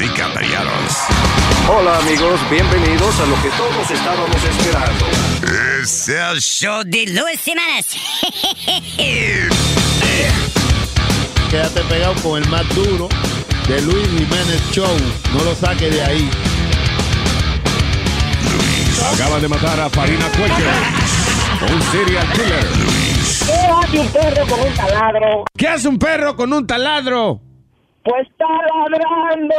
y caballeros. Hola amigos, bienvenidos a lo que todos estábamos esperando. Es el show de Luis Semanas. Quédate pegado con el más duro de Luis Jiménez Show. No lo saques de ahí. Acaban de matar a Farina Cuello. Un serial killer. ¿Qué hace un perro con un taladro? ¿Qué hace un perro con un taladro? Pues está ladrando.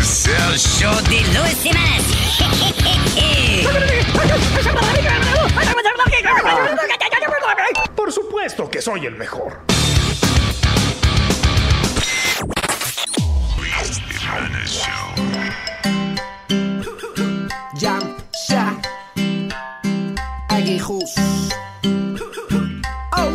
Es el show de Luis Semanas. Por supuesto que soy el mejor. Luis Semanas Show. Jump Shack Aguijus Oh.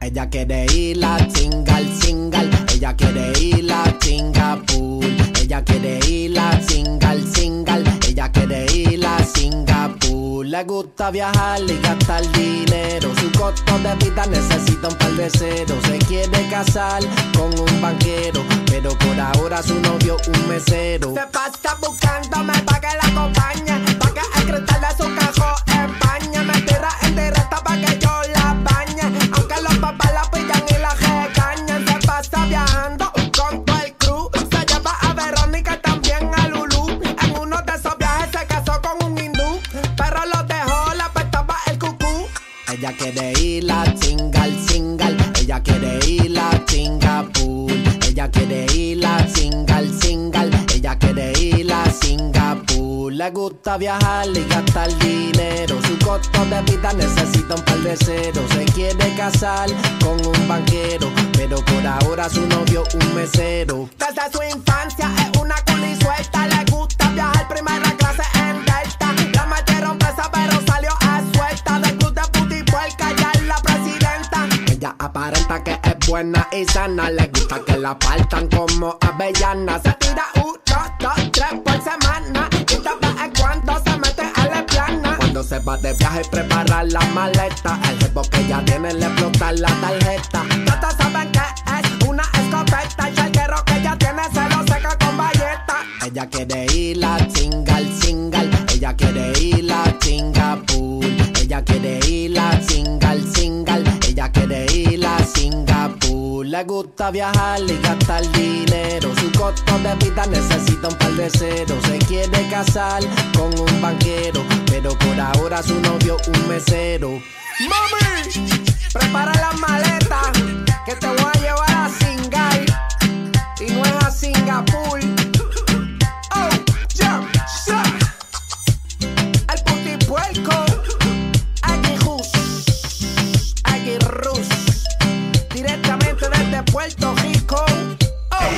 Ella quiere ir a chinga al singal, ella quiere ir a Singapur, ella quiere ir a chinga al singal, ella quiere ir a Singapur. Le gusta viajar y gastar dinero, su costo de vida necesita un par de ceros. Se quiere casar con un banquero, pero por ahora su novio un mesero. Se pasa buscándome pa' que la acompañe, pa' que el cristal de su cajón España me tira en directo pa' que yo la bañe, aunque los papás la pillan y la regañan. Se pasa viajando con todo el crew. Se lleva a Verónica también a Lulú. En uno de esos viajes se casó con un hindú. Pero los dejó, la apestaba el cucú. Ella quiere ir a singal, singal. Ella quiere ir a Singapur. Ella quiere ir a singal, singal. Ella quiere ir a Singapur. Le gusta viajar y gastar dinero. Su costo de vida necesita un par de ceros. Se quiere casar con un banquero, pero por ahora su novio un mesero. Desde su infancia es una suelta Le gusta viajar primera clase en Delta. La metieron presa, pero salió a suelta. Del club de putipuerca ya es la presidenta. Ella aparenta que es buena y sana. Le gusta que la partan como avellana. Se tira un, dos, dos, tres por semana. Y también en cuanto se mete a la plana. Cuando se va de viaje, prepara la maleta. El jefe que ya tiene le explota la tarjeta. Todos saben que es una escopeta. Y el guerrero que ya tiene se lo seca con bayeta. Ella quiere ir a singal, singal. Ella quiere ir a Singapur. Ella quiere ir a singal, singal. Ella quiere ir a Singapur. Le gusta viajar y gastar dinero. Su costo de vida necesita un par de ceros. Se quiere casar con un banquero. Pero por ahora su novio un mesero. ¡Mami! Prepara las maletas que te voy a llevar a Singal. Y no es a Singapur. Oh, jump, jump. Al putipuerco. Aguijus. Aguirrus. Directamente desde Puerto Rico. Oh,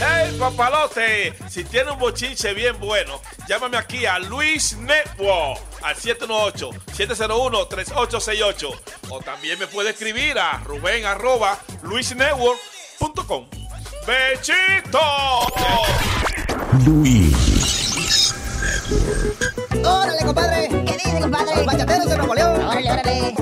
¡Hey, papalote! Si tiene un bochinche bien bueno, llámame aquí a Luis Network al 718-701-3868. O también me puede escribir a Rubén arroba luisnetwork.com. ¡Bechito! ¡Órale, compadre! ¿Qué dice, compadre? Los bachateros de Nuevo León. ¡Órale, órale!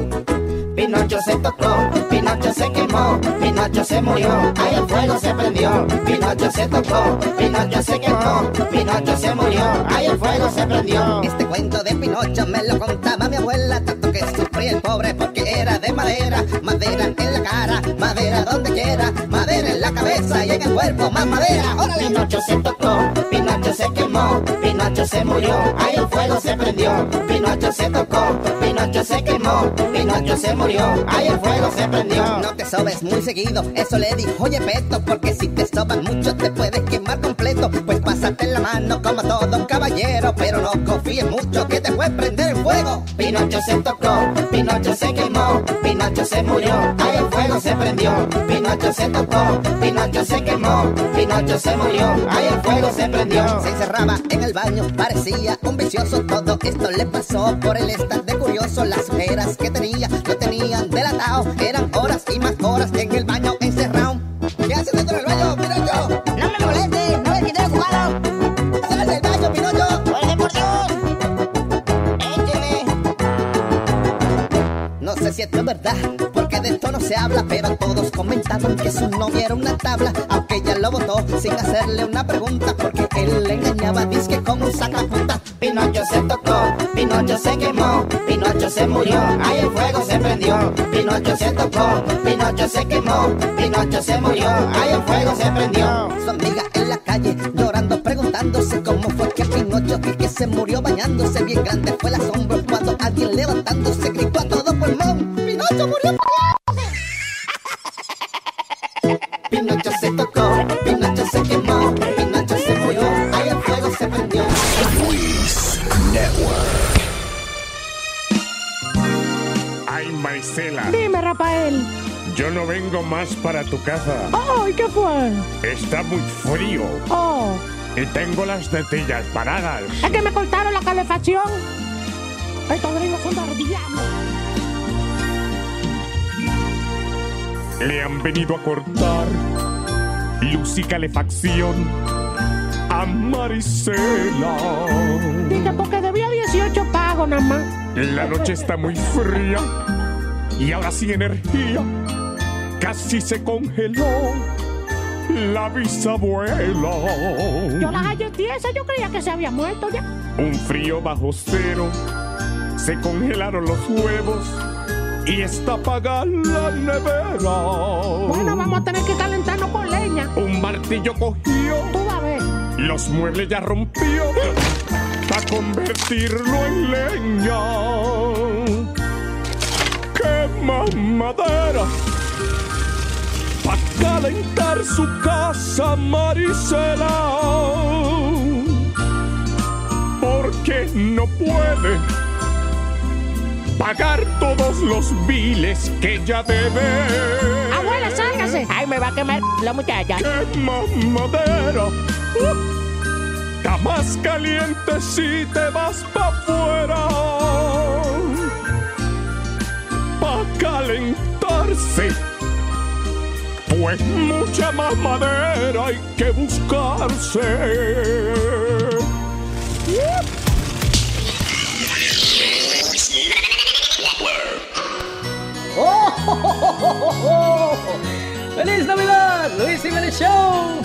Pinocho se tocó, Pinocho se quemó, Pinocho se murió, ahí el fuego se prendió. Pinocho se tocó, Pinocho se quemó, Pinocho se murió, ahí el fuego se prendió. Este cuento de Pinocho me lo contaba mi abuela, tanto que sufrí el pobre porque era de madera, madera en la cara, madera donde quiera, madera en la cabeza y en el cuerpo más madera. ¡Órale! Pinocho se tocó, Pinocho se quemó, Pinocho se murió, ahí el fuego se prendió. Pinocho se tocó, Pinocho se quemó, Pinocho se murió, ahí el fuego se prendió. No te sobes muy seguido, eso le dijo oye Beto, porque si te sobas mucho te puedes quemar completo. Pues pásate la mano como todo caballero, pero no confíes mucho que te puede prender el fuego. Pinocho se tocó, Pinocho se quemó, Pinocho se murió, ahí el fuego se prendió. Pinocho se tocó, Pinocho se quemó, Pinocho se murió, ahí el fuego se prendió. Se encerraba en el baño, parecía un vicioso, todo esto le pasó por el estar de curioso. Las ojeras que tenía lo tenían delatado, eran horas y más horas en el baño encerrado. ¿Qué haces dentro del baño, Pinocho? No me molestes, no me quites jugado. ¡Sal del baño, Pinocho! ¡Oye, por Dios! No sé si esto es verdad, porque de esto no se habla, pero todos comentaban que su novia era una tabla, aunque ella lo votó sin hacerle una pregunta, porque él le engañaba, disque con un sacapunta. Pinocho se tocó, Pinocho se quemó, Pinocho se murió, ahí el fuego se prendió. Pinocho se tocó, Pinocho se quemó, Pinocho se murió, ahí el fuego se prendió. Su amiga en la calle, llorando, preguntándose cómo fue que Pinocho, que, que se murió bañándose, bien grande fue el asombro Pues cuando alguien levantándose gritó a todo pulmón, Pinocho murió. Pinocho se tocó, Pinocho se quemó, Pinocho se murió, ahí el fuego se prendió. Ay, Maisela, Dime, Rafael. yo no vengo más para tu casa. Oh. ¡Ay, qué fue! Está muy frío ¡Oh! y tengo las tetillas paradas. Es que me cortaron la calefacción. Estos gringos son ardillados. Le han venido a cortar luz y calefacción a Marisela. Dije, porque debía 18 pagos nada más. La noche está muy fría y ahora sin energía casi se congeló la Yo bisabuela. las hallé tiesas, yo creía que se había muerto ya. Un frío bajo cero, se congelaron los huevos y está apagada la nevera. Bueno, vamos a tener que calentarnos con leña. Un martillo cogió, Tú vas a ver. los muebles ya rompió para convertirlo en leña. Quema madera para calentar su casa, Marisela. Porque no puede pagar todos los biles que ya debe. Abuela, sálgase. Ay, me va a quemar la muchacha. Quema madera. Uh. Está más caliente si te vas pa' afuera. Pa' calentarse. Pues mucha más madera hay que buscarse. ¡Oh! oh, oh, oh, oh, oh! feliz Navidad, Luis Jiménez Show!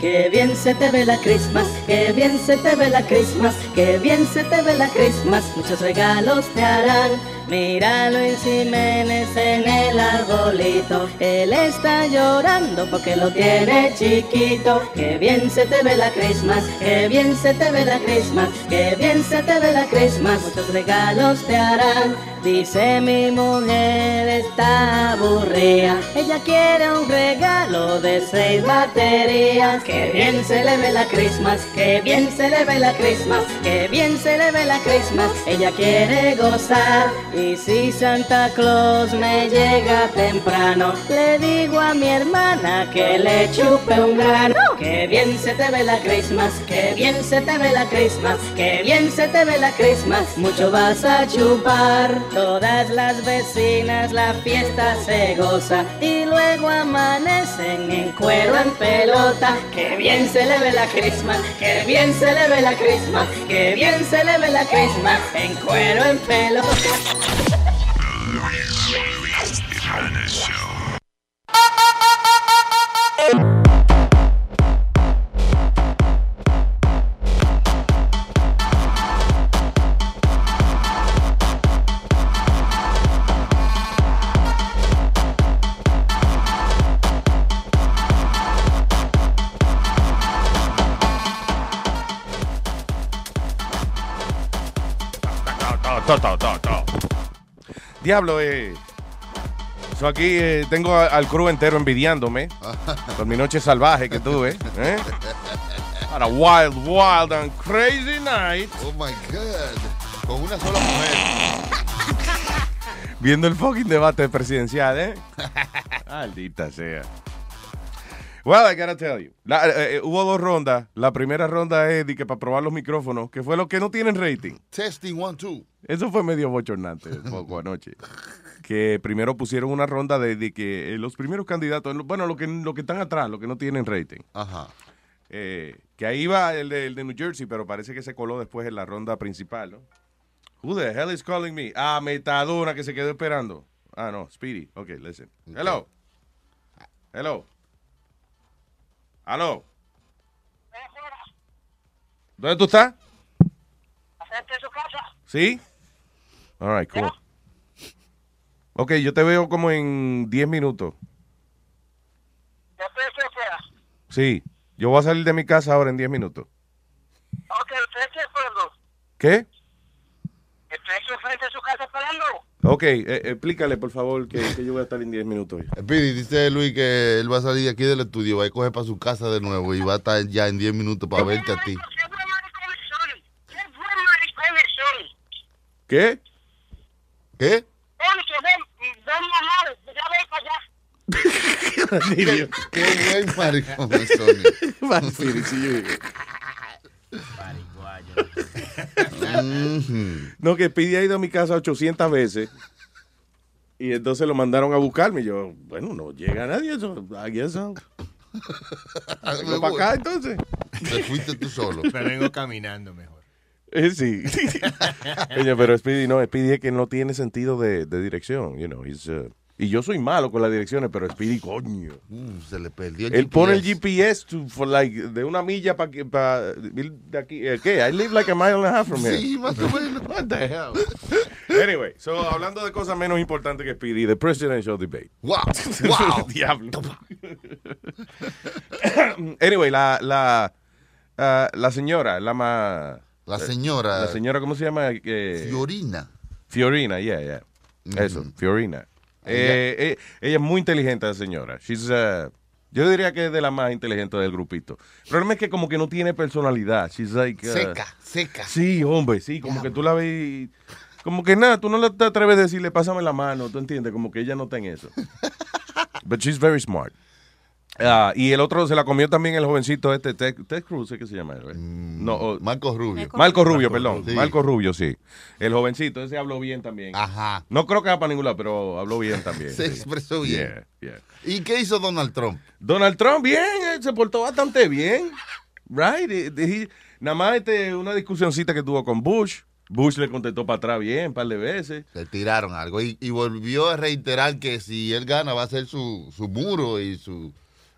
Qué bien se te ve la Christmas, qué bien se te ve la Christmas, qué bien se te ve la Christmas, muchos regalos te harán. Mira a Luis Jiménez en el arbolito, él está llorando porque lo tiene chiquito. Qué bien se te ve la Christmas, qué bien se te ve la Christmas, qué bien se te ve la Christmas, muchos regalos te harán. Dice mi mujer está aburrida, ella quiere un regalo de seis baterías. Que bien se le ve la Christmas, que bien se le ve la Christmas, que bien se le ve la Christmas. Ella quiere gozar y si Santa Claus me llega temprano, le digo a mi hermana que le chupe un grano. Que bien se te ve la Christmas, que bien se te ve la Christmas, que bien se te ve la Christmas. Mucho vas a chupar, todas las vecinas la fiesta se goza y luego amanecen en cuero en pelota. Que bien se le ve la Christmas, que bien se le ve la Christmas, que bien se le ve la Christmas en cuero en pelota. Luis Jiménez Show. To, to, to, to. Diablo, eh. Yo aquí eh, tengo a- al crew entero envidiándome por mi noche salvaje que tuve. ¿eh? Had a wild, wild and crazy night. Oh my God. Con una sola mujer. Viendo el fucking debate presidencial, ¿eh? Maldita sea. Well, I gotta tell you. La- eh, eh, hubo dos rondas. La primera ronda es de que para probar los micrófonos, que fue lo que no tienen rating. Testing one, two. Eso fue medio bochornante un poco anoche. Que primero pusieron una ronda de, de que eh, los primeros candidatos, lo- bueno, los que, lo que están atrás, los que no tienen rating. Ajá. Eh, que ahí va el de, el de New Jersey, pero parece que se coló después en la ronda principal, ¿no? Who the hell is calling me? Ah, Metadona que se quedó esperando. Ah, no, Speedy. Okay, listen. Hello. Hello. Hello. ¿Dónde tú estás? ¿Sí? All right, cool. Ok, yo te veo como en 10 minutos. Sí, yo voy a salir de mi casa ahora en 10 minutos. ¿Qué? Ok, eh, explícale por favor que, que yo voy a estar en 10 minutos. Pidi, dice Luis que él va a salir de aquí del estudio, va a coger para su casa de nuevo y va a estar ya en 10 minutos para verte a ti. ¿Qué? ¿Qué? Qué buen maricón, No, que Speedy ha ido a mi casa 800 veces. Y entonces lo mandaron a buscarme. Y yo, bueno, no llega nadie. Eso, I guess so. Vengo para acá entonces. Te fuiste tú solo. Me vengo caminando mejor. Eh, sí. Oye, pero Speedy no, Speedy es que no tiene sentido de, de dirección. You know, he's, uh, y yo soy malo con las direcciones, pero Speedy, coño. Mm, se le perdió el Él pone el GPS. GPS to- for like, de una milla para pa, de aquí. eh, ¿Qué? I live like a mile and a half from here. Sí, más o menos. What the hell? Anyway, so hablando de cosas menos importantes que Speedy, the presidential debate. Wow, wow. Diablo. anyway, la, la, ah, la señora, la más... La señora. La señora, ¿cómo se llama? Eh, Fiorina. Fiorina, yeah, yeah. Eso, Mm. Fiorina. Ella- Eh, eh, ella es muy inteligente, la señora. She's, uh, yo diría que es de la más inteligente del grupito. El problema es que como que no tiene personalidad. She's like... uh, Seca, seca. Sí, hombre, sí, como que tú la ves y- Como que nada, tú no la- te atreves a decirle, pásame la mano, ¿tú entiendes? Como que ella no está en eso. But she's very smart. Ah, y el otro se la comió también el jovencito este, Ted, Ted Cruz, ¿eh? ¿qué se llama? él, eh? no, oh, Mm, Marco Rubio. Marco Rubio, perdón. Sí. Marco Rubio, sí. El jovencito, ese habló bien también. Ajá. No creo que va para ningún lado, pero habló bien también. Se sí. expresó bien. Yeah, yeah. ¿Y qué hizo Donald Trump? Donald Trump, bien, eh, se portó bastante bien. Right? Eh, eh, he- nada más este, una discusioncita que tuvo con Bush. Bush le contestó para atrás bien, un par de veces. Le tiraron algo y, y volvió a reiterar que si él gana va a ser su, su muro y su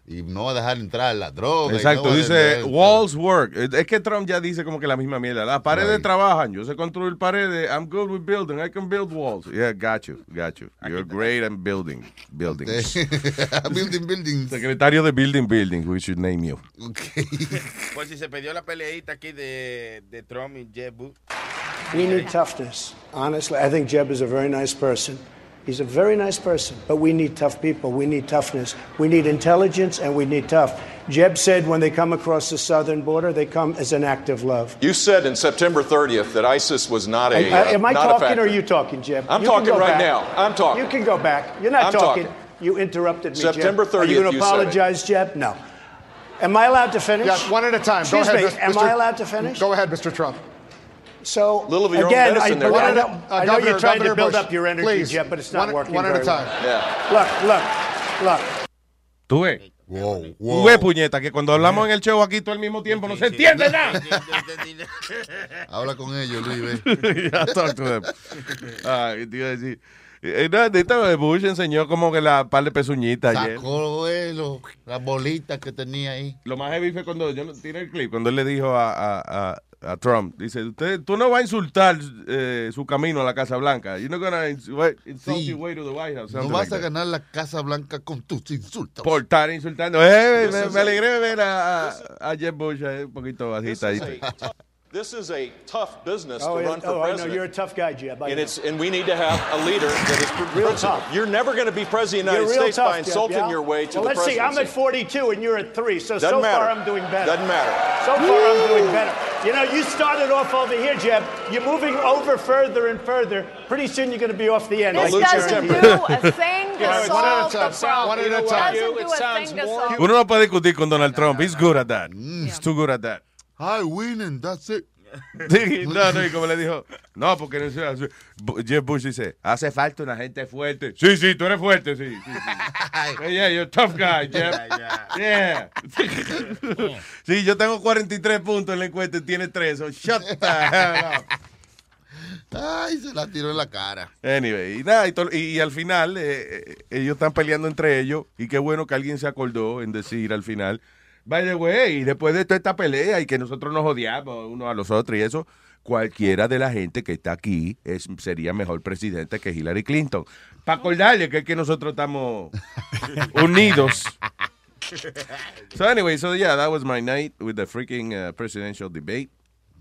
y no va a dejar entrar la droga. y no Exacto, va a dice dejar- walls work. Eh, Es que Trump ya dice como que la misma mierda. Las paredes Right. trabajan, yo sé construir paredes. I'm good with building, I can build walls. Yeah, got you, got you. You're great at building, building. building, building. Secretario de Building, building, we should name you. Por Pues si se perdió la peleadita aquí de, de Trump y Jeb Bush. We need toughness. Honestly, I think Jeb is a very nice person. He's a very nice person, but we need tough people. We need toughness. We need intelligence and we need tough. Jeb said when they come across the southern border, they come as an act of love. You said in September 30th that ISIS was not a. uh, Am- am I not a talking factor. or are you talking, Jeb? I'm You can talking go right back. now. I'm talking. You can go back. You're not I'm talking. talking. You interrupted me. September Jeb. Are you 30th, going to you said it. apologize, Jeb? No. Am I allowed to finish? Yes, one at a time. Go Excuse ahead, me. Mr. Am Mr. I allowed to finish? Go ahead, Mr. Trump. So Little of your own again, medicine I, there, Jeb. I know, I know Governor- you're trying Governor to build Bush, up your energy, please. Jeb, but it's not One- working one at a very time. Well. Look, look, look. ¿Tú ves? Tú ves, puñeta, que cuando hablamos en el show aquí todo al mismo tiempo no se entiende nada. Habla con ellos, Luis. ve. I talked to them. Ah, ¿qué te iba a decir? Eh, no, de esta vez Bush enseñó como que la par de pezuñitas ayer. Sacó eh, lo- las bolitas que tenía ahí. Lo más heavy fue cuando yo no- tiré el clip, cuando él le dijo a, a- a- a Trump, dice, usted, tú no vas a insultar eh, su camino a la Casa Blanca. You're not gonna ins- wait- insult Sí. your way to the White House. No something vas like a that. ganar la Casa Blanca con tus insultos. Por estar insultando. Eh, This me, is me a- alegré de ver a, a, a Jeb Bush eh, un poquito This bajita is, ahí. a tough, this is a tough business Oh, to yeah. run for Oh, I know president. you're a tough guy, Jeb. I and know. it's and we need to have a leader that is pr- Real principled. tough. You're never going to be president of the You're United real States tough, by Jeb, insulting yeah? your way to well, the let's presidency. see. I'm at 42 and you're at three, so Doesn't so far matter. I'm doing better. Doesn't matter. So far I'm doing better. You know, you started off over here, Jeb. You're moving over further and further. Pretty soon you're going to be off the end. This I can doesn't guarantee you. do a thing Yeah, to it's one at solve a time. the problem. One at a Doesn't time. do a thing to solve- Uno no puede discutir con Donald Trump. He's good at that. Mm. He's too good at that. I winning, that's it. Sí, no, no, y como le dijo, no, porque no sé, así. Bu- Jeb Bush dice, hace falta una gente fuerte. Sí, sí, tú eres fuerte, sí. sí, sí. Yeah, yeah, you're a tough guy, Jeb. Yeah. Sí, yo tengo 43 puntos en la encuesta y tiene 3, so shut the hell up. Ay, se la tiró en la cara. Anyway, y, nada, y, to- y- y al final eh, eh, ellos están peleando entre ellos y qué bueno que alguien se acordó en decir al final, by the way, y después de toda esta pelea y que nosotros nos odiamos unos a los otros y eso, cualquiera de la gente que está aquí es, sería mejor presidente que Hillary Clinton. Para acordarle que es que nosotros estamos unidos. So anyway, so yeah, that was my night with the freaking uh, presidential debate.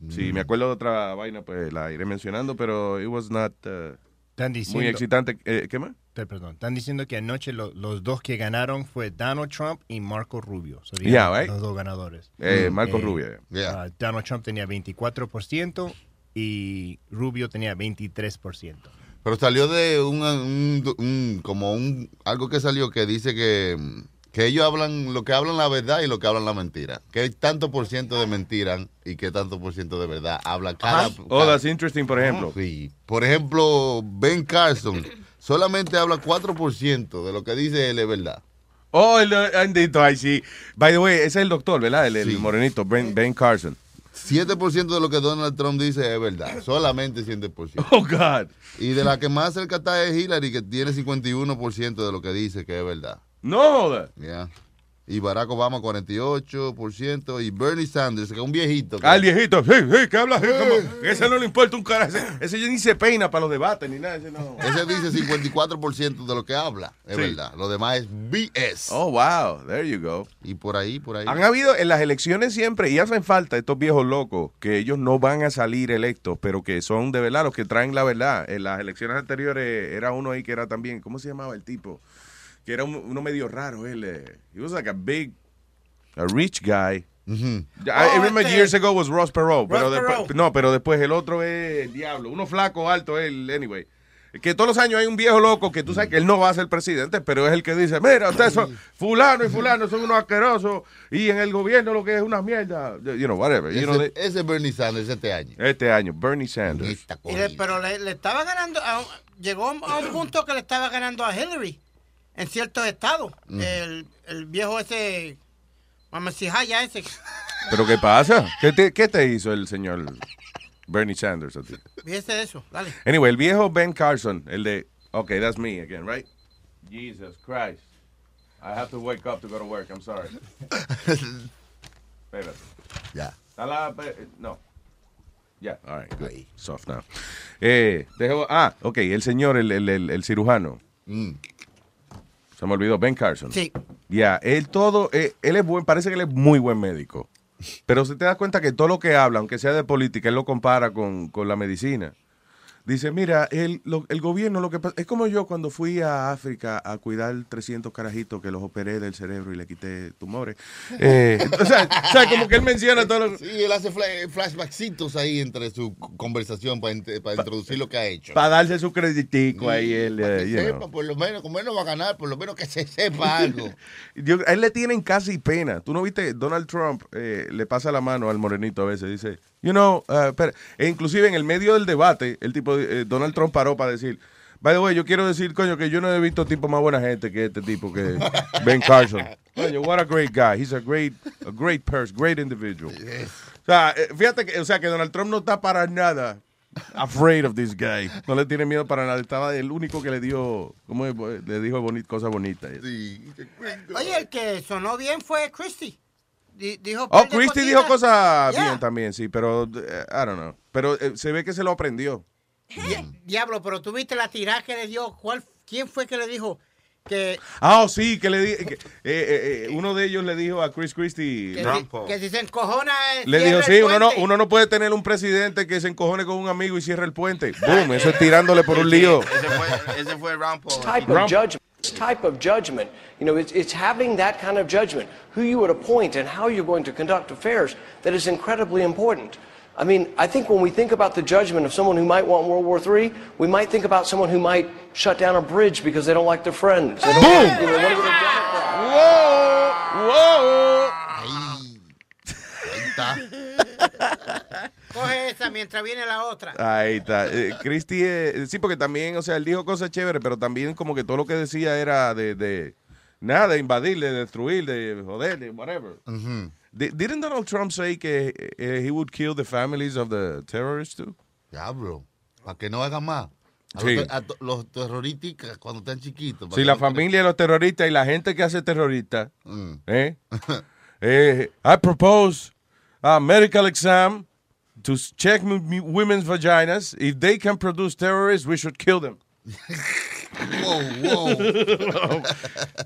Mm. Si me acuerdo de otra vaina, pues la iré mencionando, pero it was not uh, Están muy diciendo- excitante. Eh, ¿Qué más? Te- perdón, están diciendo que anoche lo- los dos que ganaron fue Donald Trump y Marco Rubio. Serían Yeah, right. Los dos ganadores. Eh, Marco Rubio, ah, Donald Trump tenía 24% y Rubio tenía 23%. Pero salió de un, un- un- como un algo que salió que dice que, que ellos hablan lo que hablan la verdad y lo que hablan la mentira. Que hay tanto por ciento de mentira y que tanto por ciento de verdad habla cada. Ah, Oh, that's interesting, por ejemplo. Sí. Por ejemplo, Ben Carson solamente habla 4% de lo que dice él es verdad. Oh, el eh, andito, ahí sí. By the way, ese es el doctor, ¿verdad? El, el morenito, Ben, Ben Carson. 7% de lo que Donald Trump dice es verdad, solamente 7%. Oh, God. Y de la que más cerca está es Hillary, que tiene 51% de lo que dice que es verdad. No. Yeah. Y Barack Obama 48% y Bernie Sanders, que Eh. es un viejito. Ah, el viejito, sí, sí, que habla así como- Ese no le importa un cara. Ese, ese ya ni se peina para los debates ni nada. Ese no. Ese dice 54% de lo que habla, es Sí. verdad. Lo demás es BS. Oh, wow, there you go. Y por ahí, por ahí. Han habido en las elecciones siempre, y hacen falta estos viejos locos, que ellos no van a salir electos, pero que son de verdad los que traen la verdad. En las elecciones anteriores era uno ahí que era también, ¿cómo se llamaba el tipo? Que era un- uno medio raro, él. eh, He was like a big, a rich guy. I, I remember years ago was Ross Perot, Oh, pero este Ross después- Perot. no, pero después el otro es el diablo, uno flaco, alto, él, anyway. Que todos los años hay un viejo loco que tú sabes que él no va a ser presidente, pero es el que dice, mira, ustedes son fulano y fulano son unos asquerosos y en el gobierno lo que es una mierda, you know, whatever. you Ese, know, they- ese es Bernie Sanders este año. este año, Bernie Sanders. Y le- pero le, le estaba ganando, a un- llegó a un punto que le estaba ganando a Hillary en ciertos estados. Mm. El, el viejo ese, Mamacijaya ese. ¿Pero qué pasa? ¿Qué te, qué te hizo el señor Bernie Sanders a ti? Fíjese eso, dale. Anyway, el viejo Ben Carson, el de, okay, that's me again, right? Jesus Christ. I have to wake up to go to work, I'm sorry. Espérate. Ya. Está la- pe- No. Ya. All right, good. Soft now. Eh, dejo- ah, ok, el señor, el, el- el- el cirujano. Mm. Se me olvidó, Ben Carson. Sí. Ya, él todo, eh, él es buen, parece que él es muy buen médico. Pero si te das cuenta que todo lo que habla, aunque sea de política, él lo compara con, con la medicina. Dice, mira, el, lo- el gobierno lo que pasa, es como yo cuando fui a África a cuidar 300 carajitos que los operé del cerebro y le quité tumores. Eh, o sea, o sea, como que él menciona todo lo Sí, él hace fla- flashbacksitos ahí entre su conversación para, int- para introducir lo que ha hecho. Para darse su creditico ahí. él, eh, you Sepa, know. por lo menos, como él no va a ganar, por lo menos que se sepa algo. Yo- a él le tienen casi pena. Tú no viste, Donald Trump eh, le pasa la mano al morenito a veces. Dice, you know, uh, pero- e inclusive en el medio del debate, el tipo, eh, Donald Trump paró para decir, by the way, yo quiero decir, coño, que yo no he visto tipo más buena gente que este tipo, que Ben Carson. Coño, what a great guy. He's a great, a great person, great individual. O sea, eh, fíjate que, o sea, que Donald Trump no está para nada afraid of this guy. No le tiene miedo para nada. Estaba el único que le dio, ¿cómo es? le dijo boni- cosas bonitas. Oye, el que sonó bien fue Christie. Di- dijo Oh, par de Christie cositas. dijo cosas Yeah. bien también, sí, pero eh, I don't know. Pero eh, se ve que se lo aprendió. Diablo, pero tú viste la tirada que le dio. ¿Cuál, ¿Quién fue que le dijo que, Ah, oh, sí, que le di, que, eh, eh, eh, uno de ellos le dijo a Chris Christie. que, si, que si se encojona? eh, Le cierra dijo, el sí, uno no, puente"? uno no puede tener un presidente que se encojone con un amigo y cierre el puente. Boom, eso es tirándole por un lío. Ese fue, ese fue Round Paul. type of judgment. This type of judgment, you know, it's, it's having that kind of judgment, who you would appoint and how you're going to conduct affairs, that is incredibly important. I mean, I think when we think about the judgment of someone who might want World War III, we might think about someone who might shut down a bridge because they don't like their friends. They don't- you know, one of the- Coge esa mientras viene la otra. Ahí está. Eh, Christie, eh, sí, porque también, o sea, él dijo cosas chéveres, pero también como que todo lo que decía era de, de nada, de invadir, de destruir, de joder, de whatever. Di- Didn't Donald Trump say que eh, he would kill the families of the terrorists too? Diablo. Para que no hagan más. A Sí. los, a to- los terroristas cuando están chiquitos. para Si que la no- familia de los terroristas y la gente que hace terrorista, ¿eh? Eh, I propose a medical exam to check m- m- women's vaginas. If they can produce terrorists, we should kill them. Oh,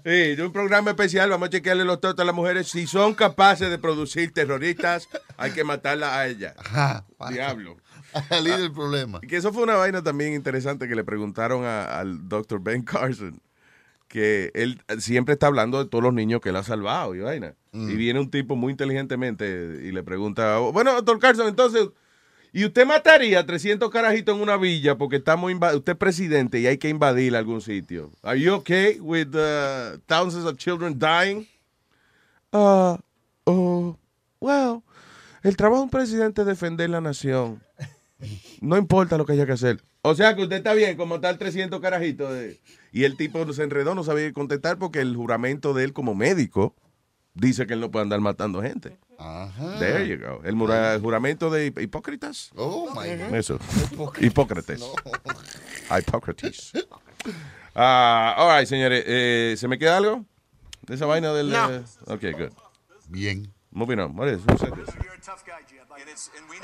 Sí, de un programa especial vamos a chequearle los totos a las mujeres. Si son capaces de producir terroristas, hay que matarlas a ellas. Diablo. Salí del problema. Que eso fue una vaina también interesante que le preguntaron a- al doctor Ben Carson, que él siempre está hablando de todos los niños que él ha salvado y vaina. Mm. Y viene un tipo muy inteligentemente y le pregunta, bueno, doctor Carson, entonces, ¿y usted mataría a 300 carajitos en una villa porque estamos inva- usted es presidente y hay que invadir algún sitio? ¿Are you okay with uh, thousands of children dying? Ah, oh, well, el trabajo de un presidente es defender la nación. No importa lo que haya que hacer. O sea que usted está bien, como tal 300 carajitos. de- Y el tipo se enredó, no sabía qué contestar porque el juramento de él como médico dice que él no puede andar matando gente. Ajá. There you go. El mura- juramento de hip- hipócritas. Oh my God. Eso. Hipócritas. Hipócrates. Hipócrates. Ah, all right, señores. eh, ¿Se me queda algo? ¿De esa vaina del.? No. eh, Ok, good. Bien. Moving on. What is- who said this?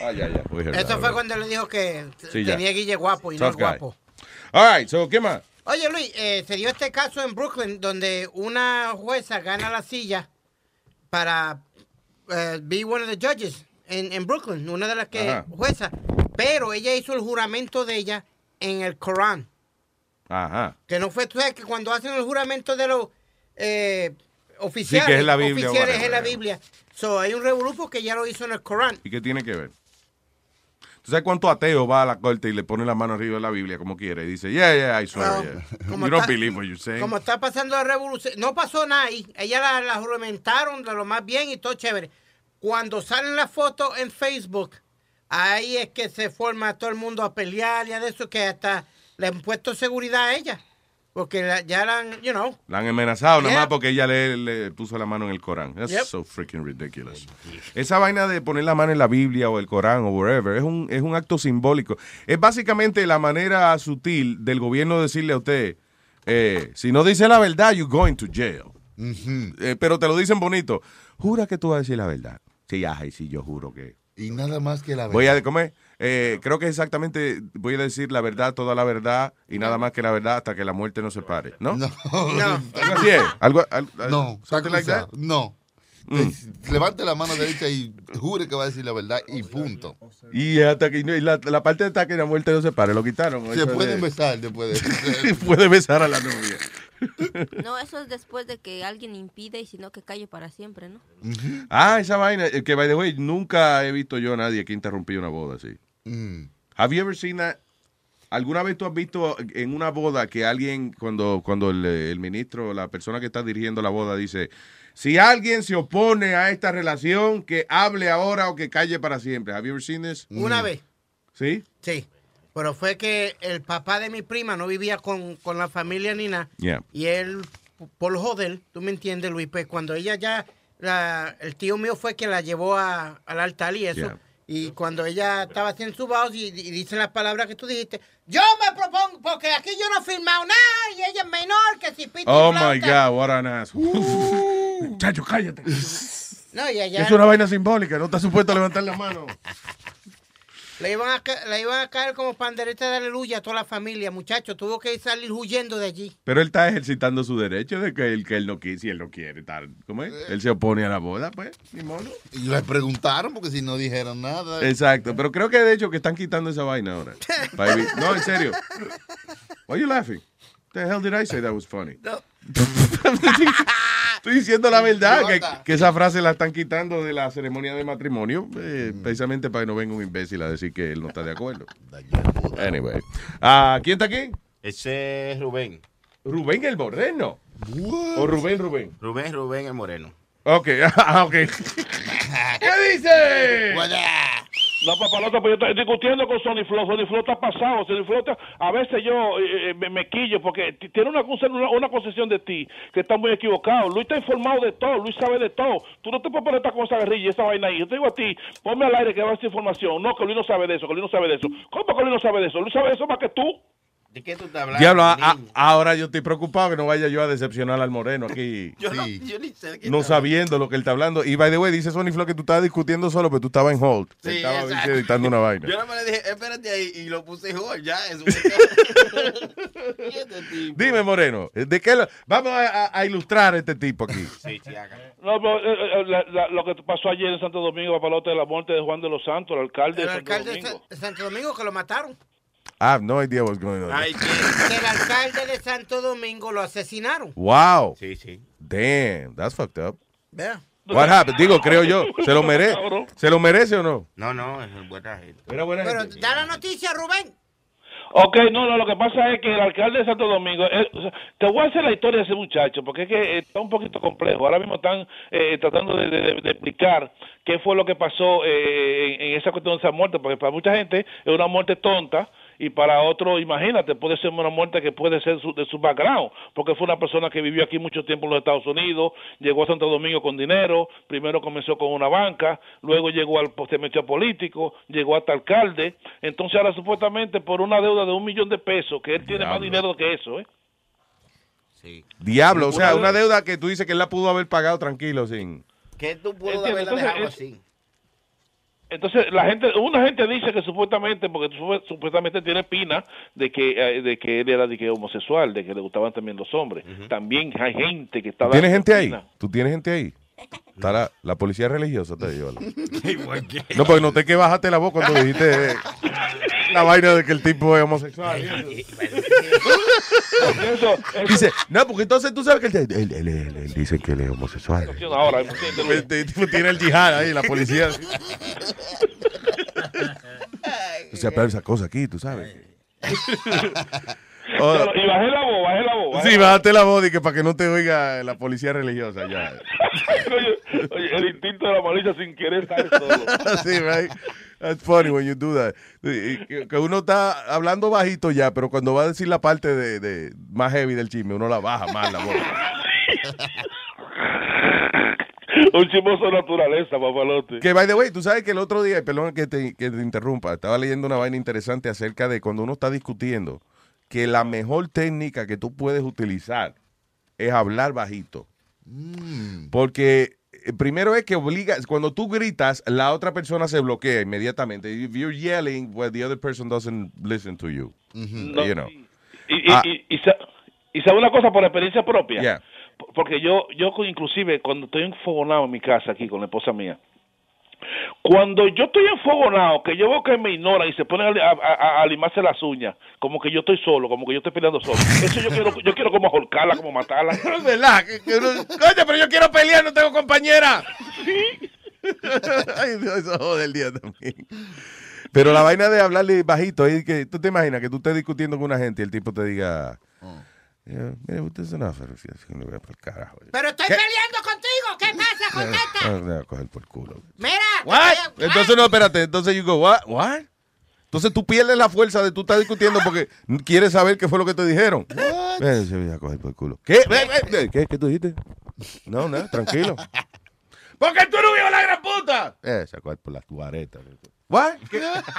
Ah, ya, ya. We heard that Eso fue already. cuando le dijo que Sí, ya. tenía Guille guapo y no Tough es guy. guapo. All right, so, ¿qué más? Oye, Luis, eh, se dio este caso en Brooklyn donde una jueza gana la silla para eh, be one of the judges en, en Brooklyn, una de las que Ajá. jueza, pero ella hizo el juramento de ella en el Corán, Ajá. que no fue, tú sabes que cuando hacen el juramento de los eh, oficiales, que es la Biblia, oficiales whatever. es la Biblia. So, hay un revolupo que ya lo hizo en el Corán. ¿Y qué tiene que ver? ¿Tú sabes cuánto ateo va a la corte y le pone la mano arriba de la Biblia como quiere? Y dice, yeah, yeah, I swear, Well, yeah. como You don't está- believe what you're saying. Como está pasando la revolución, no pasó nada ahí. Ella la, la juramentaron de lo más bien y todo chévere. Cuando salen las fotos en Facebook, ahí es que se forma todo el mundo a pelear y a de eso que hasta le han puesto seguridad a ella. Porque la- ya la han, you know. La han amenazado nada Yeah. más porque ella le, le puso la mano en el Corán. That's Yep. so freaking ridiculous. Esa vaina de poner la mano en la Biblia o el Corán o wherever es un, es un acto simbólico. Es básicamente la manera sutil del gobierno decirle a usted, eh, si no dice la verdad, you're going to jail. Eh, pero te lo dicen bonito. Jura que tú vas a decir la verdad. Sí, ay, sí, yo juro que... Y nada más que la verdad. Voy a comer. Eh, creo que exactamente voy a decir la verdad, toda la verdad y nada más que la verdad hasta que la muerte nos separe, ¿no? No. Algo así es. Algo, al- al- No, está something like that. cruzado. No. Mm. Levante la mano derecha y jure que va a decir la verdad y punto. Y hasta que y la, la parte de hasta que la muerte nos separe, lo quitaron. Se pueden besar después de puede besar a la novia. No, eso es después de que alguien impide y sino que calle para siempre, ¿no? Ah, esa vaina. eh, Que by the way, nunca he visto yo a nadie que interrumpió una boda así. Mm. Have you ever seen that? ¿Alguna vez tú has visto en una boda que alguien, cuando, cuando el, eh, el ministro, la persona que está dirigiendo la boda, dice, si alguien se opone a esta relación, que hable ahora o que calle para siempre? ¿Have you ever seen this? Una vez. ¿Sí? Sí. Pero fue que el papá de mi prima no vivía con, con la familia ni nada. Yeah. Y él, por joder, tú me entiendes, Luis, pues cuando ella ya, la- el tío mío fue que la llevó a- al altar y eso. Yeah. Y cuando ella estaba haciendo su voz y, y dicen las palabras que tú dijiste, yo me propongo, porque aquí yo no he firmado nada y ella es menor que si pita y Oh flauta". Uh. my God, what an ass. Chacho, cállate. No, y allá Es una vaina simbólica, no está supuesto a levantar la mano. le, iban a, ca- le iban a caer como pandereta de aleluya a toda la familia, muchacho. Tuvo que salir huyendo de allí. Pero él está ejercitando su derecho de que él, que él no quiere, si él no quiere, tal. ¿Cómo es? Él se opone a la boda, pues. ni modo. Y les preguntaron porque si no dijeron nada. Exacto, pero creo que de hecho que están quitando esa vaina ahora. Pa' evi- No, en serio. Why are you laughing? The hell did I say that was funny? Estoy diciendo la verdad, que, que esa frase la están quitando de la ceremonia de matrimonio, eh, Mm. precisamente para que no venga un imbécil a decir que él no está de acuerdo. Anyway. Ah, ¿Quién está aquí? Ese es Rubén. Rubén el Moreno. O Rubén Rubén. Rubén Rubén el Moreno. Ok, ah, ok. ¿Qué dice? No, papalota, pues yo estoy discutiendo con Sony Flow. Sony Flow está pasado. Sony Flow está- A veces yo eh, eh, me, me quillo porque t- tiene una, conce- una, una concesión de ti que está muy equivocado. Luis está informado de todo. Luis sabe de todo. Tú no te puedes poner esta cosa guerrilla y esa vaina ahí. Yo te digo a ti, ponme al aire que va a esa información. No, que Luis no sabe de eso, que Luis no sabe de eso. ¿Cómo que Luis no sabe de eso? Luis sabe de eso más que tú. ¿De qué tú estás hablando? Diablo, a- a- ahora yo estoy preocupado que no vaya yo a decepcionar al moreno aquí. Yo, no, yo ni sé de qué No está hablando. sabiendo lo que él está hablando. Y by the way, dice Sony Flo que tú estabas discutiendo solo, pero tú estabas en hold. Sí, Estaba exacto. editando una vaina. Yo nada más le dije, espérate ahí, y lo puse "Oh, igual, ya. Es un... Y este tipo. Dime, Moreno, eh, ¿de qué lo- vamos a, a- a ilustrar a este tipo aquí? No, pero, eh, eh, la- la- lo que pasó ayer en Santo Domingo, papalota, de la muerte de Juan de los Santos, el alcalde El de Santo alcalde de Domingo. Sa- de Santo Domingo que lo mataron. I have no idea what's going on. El alcalde de Santo Domingo lo asesinaron. Wow. Sí, sí. Damn, that's fucked up. Vea. What happened? Digo, creo yo. ¿Se lo merece? ¿Se lo merece o no? No, no, es buena gente. Era buena Pero da la noticia, Rubén. Ok, no, no, lo que pasa es que el alcalde de Santo Domingo, eh, o sea, te voy a hacer la historia de ese muchacho, porque es que eh, está un poquito complejo. Ahora mismo están eh, tratando de, de- de explicar qué fue lo que pasó eh, en, en esa cuestión de esa muerte, porque para mucha gente es una muerte tonta. Y para otro, imagínate, puede ser una muerte que puede ser su- de su background, porque fue una persona que vivió aquí mucho tiempo en los Estados Unidos, llegó a Santo Domingo con dinero, primero comenzó con una banca, luego llegó al pues, se metió a político, llegó hasta alcalde, entonces ahora supuestamente por una deuda de un millón de pesos, que él tiene más dinero que eso, ¿eh? Diablo, o sea, una deuda que tú dices que él la pudo haber pagado tranquilo sin... ¿Qué tú pudo Entiendo, haberla entonces, dejado es- así? Entonces, la gente, una gente dice que supuestamente, porque sup- supuestamente tiene pina de que, eh, de que él era de que homosexual, de que le gustaban también los hombres. También hay gente que está ¿Tienes dando gente ahí? pina. ¿Tú tienes gente ahí? Está la, la policía religiosa te lleva. Igual que- No, porque noté que bajaste la voz cuando dijiste eh, la vaina de que el tipo es homosexual. Dice, no, porque entonces tú sabes que él, él- él- él- él dice que él es homosexual. Ahora, Pues, te- tipo, tiene el yihad ahí, la policía. O sea, pero esa cosa aquí, tú sabes. No, no, y bajé la voz, bajé la voz. bajé Sí, la voz. bajaste la voz y que para que no te oiga la policía religiosa ya. Oye, oye, el instinto de la malicia sin querer sale solo. sí, right? That's funny when you do that. Y- y Que que uno está hablando bajito ya, pero cuando va a decir la parte de, de- más heavy del chisme, uno la baja más la voz. Un chismoso de naturaleza, papalote. Que, by the way, tú sabes que el otro día, y perdón que te, que te interrumpa, estaba leyendo una vaina interesante acerca de cuando uno está discutiendo que la mejor técnica que tú puedes utilizar es hablar bajito. Porque eh, primero es que obligas, cuando tú gritas, la otra persona se bloquea inmediatamente. If you're yelling, well, the other person doesn't listen to you. No, You know. Y, y, Ah. y- y sa- y sabe una cosa por experiencia propia. Yeah. P- Porque yo, yo co- inclusive cuando estoy enfogonado en mi casa aquí con la esposa mía, cuando yo estoy enfogonado, que yo veo que me ignoran y se ponen a, a- a- a limarse las uñas, como que yo estoy solo, como que yo estoy peleando solo. Eso yo quiero, yo quiero como ahorcarla, como matarla. ¿Verdad? Que- que uno- Coño, pero yo quiero pelear, no tengo compañera. Ay, Dios, eso jode el día también. Pero la vaina de hablarle bajito, es que tú te imaginas que tú estés discutiendo con una gente y el tipo te diga, "Eh, mire, usted es una ferocidad, así que lo voy a por el carajo. Pero estoy peleando contigo. ¿Qué pasa? No, Contesta. no, no, a coger por culo. Mira. What? Entonces no, espérate, entonces you go, what? What? Entonces tú pierdes la fuerza de tú estar discutiendo porque quieres saber qué fue lo que te dijeron. Eh, se voy a coger por el culo. ¿Qué? Eh, eh, eh, ¿Qué? ¿Qué tú dijiste? No, no, tranquilo. Porque tú no vives la gran puta. Eh, se coger por las guaretas. What?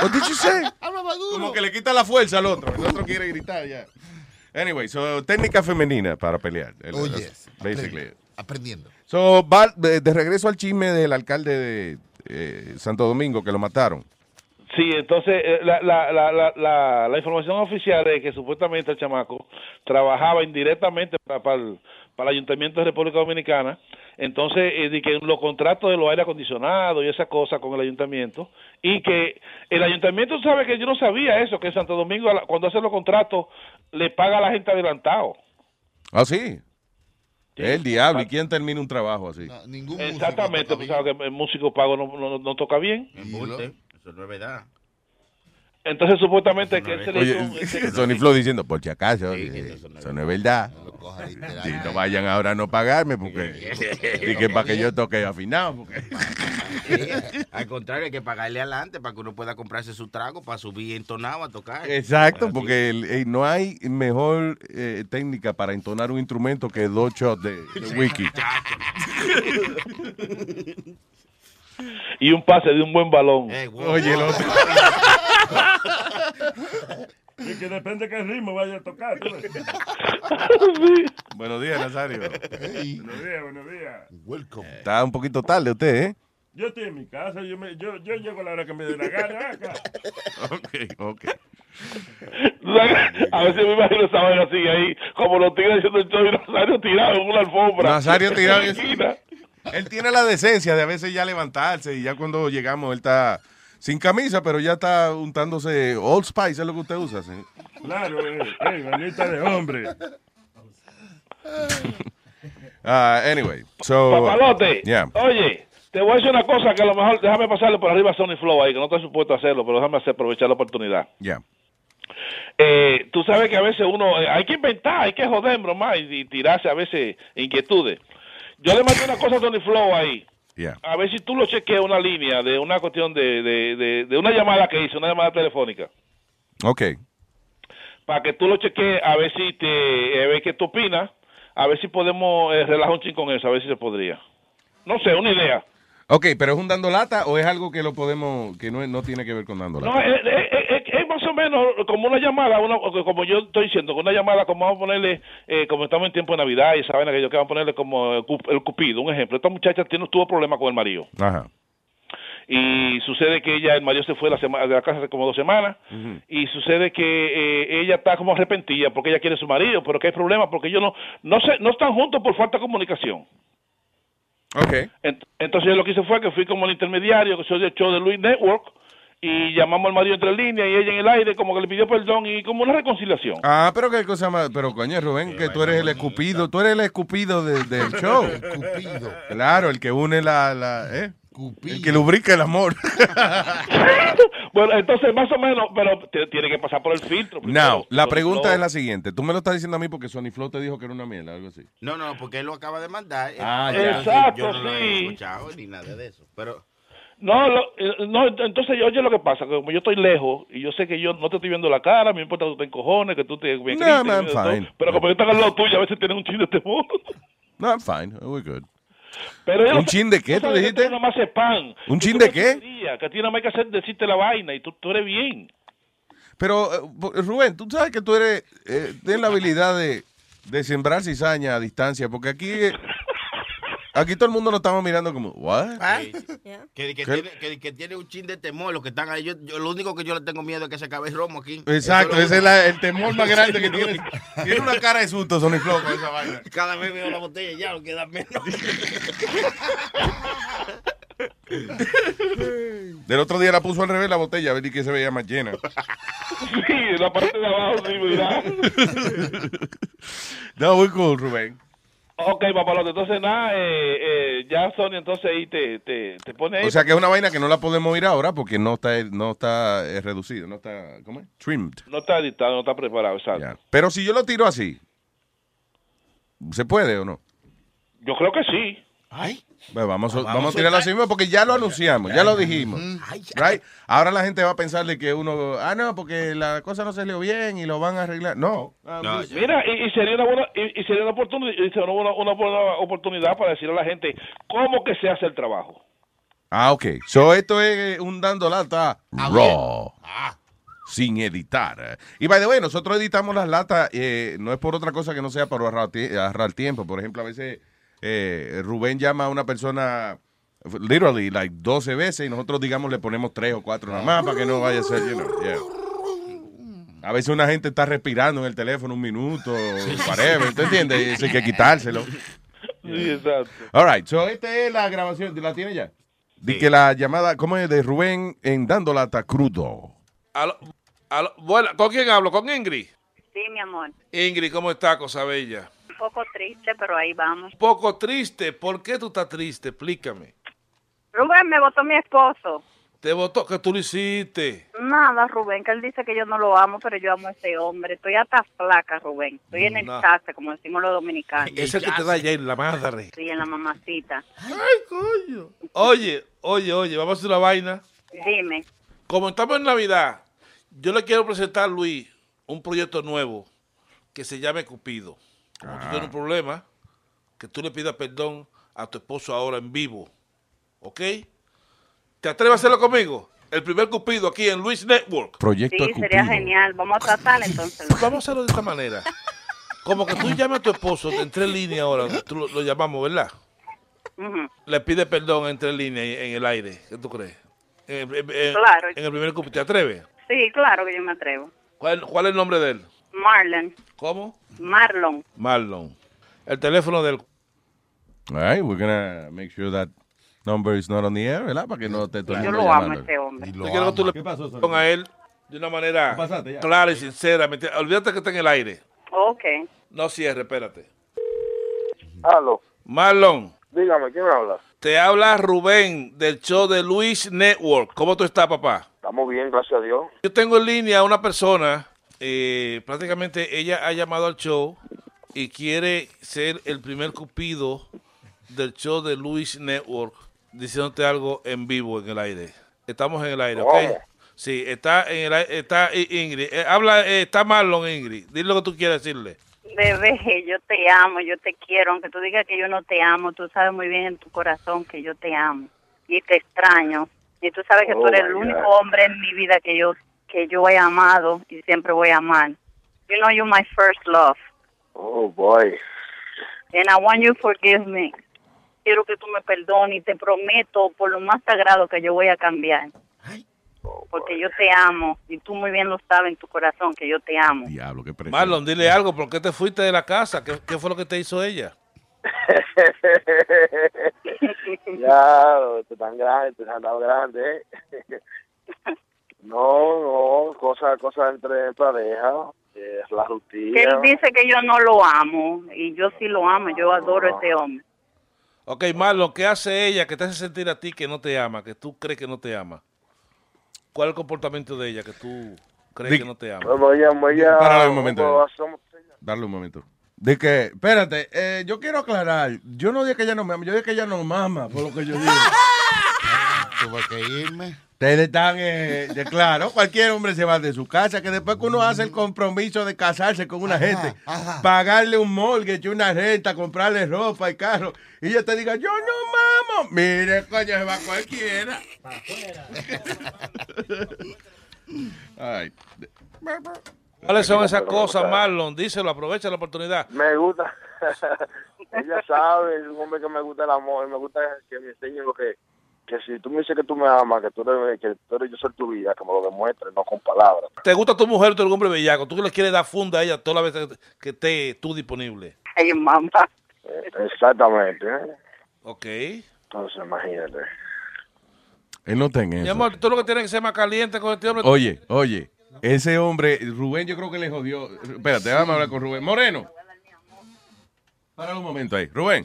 What did you say? Habla maduro. Como que le quita la fuerza al otro. El otro quiere gritar ya. Anyway, so técnica femenina para pelear. Oh, That's yes. Basically. Aprendiendo. So, va- de, de regreso al chisme del alcalde de eh, Santo Domingo que lo mataron. Sí, entonces eh, la, la, la, la, la, la información oficial es que supuestamente el chamaco trabajaba indirectamente para, para, el, para el Ayuntamiento de República Dominicana, entonces eh, de que los contratos de los aire acondicionados y esas cosas con el Ayuntamiento, y que el Ayuntamiento sabe que yo no sabía eso, que Santo Domingo a la- cuando hace los contratos le paga a la gente adelantado. Ah, sí. El diablo. ¿Y quién termina un trabajo así? Exactamente, pues, sabes que el músico pago no, no, no toca bien. Embuste. Eso no es verdad. Entonces supuestamente que él se le hizo un- Oye, Sony Flow diciendo, por si acaso, eh, eso no es verdad. Y no vayan ahora a no pagarme porque... Y que para que yo toque afinado. Porque... Al contrario, hay que pagarle adelante para que uno pueda comprarse su trago para subir entonado a tocar. Exacto, porque el- eh, no hay mejor eh, técnica para entonar un instrumento que dos shots de, de whisky. Y un pase de un buen balón. Eh, Oye, el otro. Y que depende qué ritmo vaya a tocar. tú ves. Buenos días, Nazario. Buenos días, buenos días. Welcome. Está un poquito tarde usted, ¿eh? Yo estoy en mi casa, yo, me- yo, yo llego a la hora que me dé la gana. acá. Ok, ok. A veces me imagino esa vaina así ahí, como los tigres diciendo el show y Nazario tirado en una alfombra. Nazario tirado. En la esquina. Él tiene la decencia de a veces ya levantarse y ya cuando llegamos él está sin camisa, pero ya está untándose Old Spice, es lo que usted usa. sí. Claro, eh, eh, manita de hombre. Ah, anyway, so. Papalote, Yeah. oye, te voy a decir una cosa que a lo mejor déjame pasarle por arriba a Sony Flow ahí, que no estoy supuesto a hacerlo, pero déjame hacer, aprovechar la oportunidad. Yeah. Eh, tú sabes que a veces uno, eh, hay que inventar, hay que joder, broma, y, y tirarse a veces inquietudes. Yo le mandé una cosa a Sony Flow ahí. Yeah. A ver si tú lo chequeas una línea de una cuestión de, de, de, de una llamada que hizo, una llamada telefónica. Ok. para que tú lo cheques a ver si te a ver qué tú opinas, a ver si podemos eh, relajar un chin con eso, a ver si se podría. No sé, una idea. Ok, pero es un dando lata o es algo que lo podemos, que no, no tiene que ver con dando lata. No, eh, es, es- es- es más o menos como una llamada, una- como yo estoy diciendo, una llamada como vamos a ponerle, eh, como estamos en tiempo de Navidad y saben que yo que vamos a ponerle como el cu- el cupido, un ejemplo. Esta muchacha tiene, tuvo problemas con el marido Ajá. y sucede que ella, el marido se fue la sema- de la casa hace como dos semanas y sucede que eh, ella está como arrepentida porque ella quiere a su marido, pero que hay problemas porque ellos no no se, no están juntos por falta de comunicación. Ok. Ent- Entonces yo lo que hice fue que fui como el intermediario, que soy del show de Luis Network, y llamamos al marido entre líneas y ella en el aire como que le pidió perdón y como una reconciliación. Ah, pero qué cosa más. Pero coño, Rubén, que tú eres el escupido. Tú eres el escupido de- del show. Cupido. Claro, el que une la. la ¿eh? El que lubrica el amor. bueno, entonces más o menos, pero te- tiene que pasar por el filtro. Now, primero. la Sony pregunta Flow. es la siguiente. Tú me lo estás diciendo a mí porque Sony Flow te dijo que era una mierda, algo así. No, no, porque él lo acaba de mandar. Ah, Entonces, ya. Yo Exacto, no lo he sí. escuchado ni nada de eso. Pero No, lo- eh, no, ent- entonces oye lo que pasa, que como yo estoy lejos y yo sé que yo no te estoy viendo la cara, me importa que tú te encojones, que tú te me No, grites, no, I'm de todo, fine. pero como yo estoy al lado tuyo a veces tienes un chin de temor. No, I'm fine. We're good. Pero yo ¿Un no sé- chin de qué, tú sabes que dijiste? tú nada más haces pan. ¿Un Y chin tú de no qué? deberías, Que a ti nada más hay que hacer, decirte la vaina y tú, tú eres bien. Pero, eh, bo- Rubén, tú sabes que tú eres. eh, tienes la habilidad de, de sembrar cizaña a distancia porque aquí. eh, Aquí todo el mundo nos estamos mirando como, ¿what? eh, que, que ¿Qué? tiene, que, que tiene un chin de temor, los que están ahí. Yo, yo- lo único que yo le tengo miedo es que se acabe el romo aquí. Exacto, Eso ese es lo único. la- el temor más grande que tienes. Tiene una cara de susto, Sony Flow, con esa vaina. Cada vez veo la botella y ya no queda menos. Del otro día la puso al revés la botella, a ver y que se veía más llena. Sí, la parte de abajo, sí, mira. eh, No, muy cool, Rubén. Ok, papalote, entonces nada, eh, eh, ya Sony entonces ahí te, te, te pone ahí. O sea que es una vaina que no la podemos ir ahora porque no está, no está eh, reducido, no está, ¿cómo es? Trimmed. No está editado, no está preparado, exacto. Pero si yo lo tiro así, ¿se puede o no? Yo creo que sí. Ay. Bueno, vamos, a- vamos a tirarlo así mismo porque ya lo anunciamos, ya, lo dijimos. Right? Ahora la gente va a pensar de que uno, ah, no, porque la cosa no salió bien y lo van a arreglar. No. Mira, y, y sería una buena, y, y sería una oportunidad, una, una buena oportunidad para decirle a la gente cómo que se hace el trabajo. Ah, ok. So, esto es eh, un dando lata raw. Sin editar. Y by the way, nosotros editamos las latas, eh, no es por otra cosa que no sea para ahorrar, tie- ahorrar tiempo. Por ejemplo, a veces eh, Rubén llama a una persona literally like 12 veces y nosotros, digamos, le ponemos 3 o 4 nada más para que no vaya a ser you know, yeah. A veces una gente está respirando en el teléfono un minuto, whatever, ¿usted entiende? Y eso hay que quitárselo. Sí, exacto. All right, so esta es la grabación, ¿la tiene ya? Di que la llamada, ¿cómo es? De Rubén en Dando Lata Crudo. Aló, aló, buena, ¿Con quién hablo? ¿Con Ingrid? Sí, mi amor, Ingrid, ¿cómo está, cosa bella? un poco triste, pero ahí vamos. Un poco triste. ¿Por qué tú estás triste? Explícame. Rubén me votó mi esposo. Te votó que tú lo hiciste. Nada, Rubén, que él dice que yo no lo amo, pero yo amo a ese hombre. Estoy hasta flaca, Rubén. Estoy en el No. chaste, como decimos los dominicanos. Es el que te da ya en la madre. Sí, en la mamacita. Oye, Oye, oye, vamos a hacer una vaina. Dime. Como estamos en Navidad, yo le quiero presentar a Luis un proyecto nuevo que se llame Cupido. Como tú tienes un problema, que tú le pidas perdón a tu esposo ahora en vivo. ¿Ok? ¿Te atreves a hacerlo conmigo? El primer Cupido aquí en Luis Network. Proyecto Sí, sería genial. Vamos a tratar entonces. Vamos a hacerlo de esta manera. Como que tú llamas a tu esposo en tres líneas ahora, tú lo, lo llamamos, ¿verdad? Ujú. Le pide perdón en tres líneas y- en el aire. ¿Qué tú crees? En, el- en- Claro. en el primer cupo. ¿Te atreves? Sí, claro que yo me atrevo. ¿Cuál, cuál es el nombre de él? Marlon. ¿Cómo? Marlon. Marlon. El teléfono del... All right, we're gonna make sure that number is not on the air, ¿verdad? Para que no te todo el Yo mundo lo amo a llamando. este hombre. Y Yo lo quiero que tú ama. le pongas a él de una manera Pasaste ya. clara y sincera. ¿me entiendes? Olvídate que está en el aire. Ok. No cierre, espérate. Aló, Marlon, dígame, ¿quién habla? te habla Rubén del show de Luis Network. ¿Cómo tú estás, papá? Estamos bien, gracias a Dios. Yo tengo en línea a una persona, eh, prácticamente ella ha llamado al show y quiere ser el primer cupido del show de Luis Network, diciéndote algo en vivo, en el aire. Estamos en el aire, ¿ok? ¿Cómo? Sí, está en el aire, está I- Ingrid. Eh, habla, eh, está Marlon, Ingrid. Dile lo que tú quieras decirle. Bebé, yo te amo, yo te quiero. Aunque tú digas que yo no te amo, tú sabes muy bien en tu corazón que yo te amo. Y te extraño. Y tú sabes que tú Oh, eres el my único God. hombre en mi vida que yo, que yo he amado y siempre voy a amar. You know you're my first love. Oh, boy. And I want you to forgive me. Quiero que tú me perdones y te prometo por lo más sagrado que yo voy a cambiar. Porque yo te amo y tú muy bien lo sabes en tu corazón que yo te amo. Diablo, qué presión. Marlon, dile algo, ¿por qué te fuiste de la casa? ¿Qué, qué fue lo que te hizo ella? ya, tú tan grande, tú tan grande, ¿eh? No, no, cosas cosa entre pareja, eh, la rutina. Que él dice que yo no lo amo y yo sí lo amo, yo adoro a Oh. ese hombre. Ok, Marlon, ¿qué hace ella que te hace sentir a ti que no te ama, que tú crees que no te ama? ¿Cuál es el comportamiento de ella que tú crees Di- que no te ama? Bueno, ella, ella, Párale un momento. como hacemos- Darle un momento. De que, espérate, eh, yo quiero aclarar. Yo no dije que ella no me ama, yo dije que ella no mama, por lo que yo dije. Tuve que irme. Ustedes están, eh, de- claro, cualquier hombre se va de su casa, que después que uno hace el compromiso de casarse con una gente, pagarle un mortgage, una renta, comprarle ropa y carro, y ella te diga, yo no mamo. Mire, coño, se va cualquiera. Ay, de- ¿Cuáles son esas Pero me gusta. cosas, Marlon? Díselo, aprovecha la oportunidad. Me gusta. Ella sabe, es un hombre que me gusta el amor, me gusta que me enseñen lo que, que si tú me dices que tú me amas, que tú eres, que tú eres yo soy tu vida, que me lo demuestres, no con palabras. ¿Te gusta tu mujer, tu hombre bellaco? ¿Tú le quieres dar funda a ella todas las veces que esté tú disponible? Ay, mamá. Eh, Exactamente. ¿eh? Ok. Entonces, imagínate. Él no está en Mi eso. amor, tú lo que tienes que ser más caliente con este hombre. Oye, oye, ese hombre, Rubén, yo creo que le jodió. Espérate, vamos a hablar con Rubén. Moreno. Para un momento ahí. Rubén.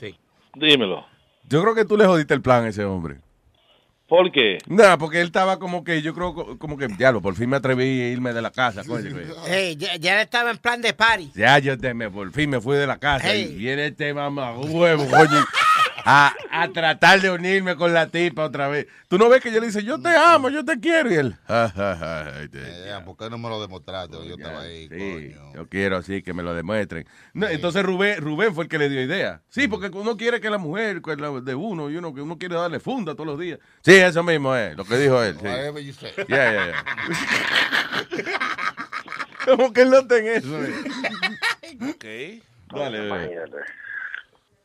Dímelo. Yo creo que tú le jodiste el plan a ese hombre. ¿Por qué? Nada, porque él estaba como que, yo creo, co- como que, diablo, por fin me atreví a irme de la casa, coño. güey. Hey, ya, ya estaba en plan de party. Ya, yo te, me, por fin me fui de la casa. Y viene este mamá huevo, coño. A, a tratar de unirme con la tipa otra vez. Tú no ves que yo le dice, yo te amo, yo te quiero. Y él, "Ja, ja, ja, ay, te- Eh, ¿Por qué no me lo demostraste? Yo estaba ahí. Sí, yo quiero así que me lo demuestren. No, entonces Rubén, Rubén fue el que le dio idea. Sí, porque uno quiere que la mujer que la de uno, y uno que uno quiere darle funda todos los días. Sí, eso mismo es, lo que dijo él. sí. Whatever you say. Yeah, yeah, yeah. Como que él no está en eso. eh. Ok. Dale, bebé.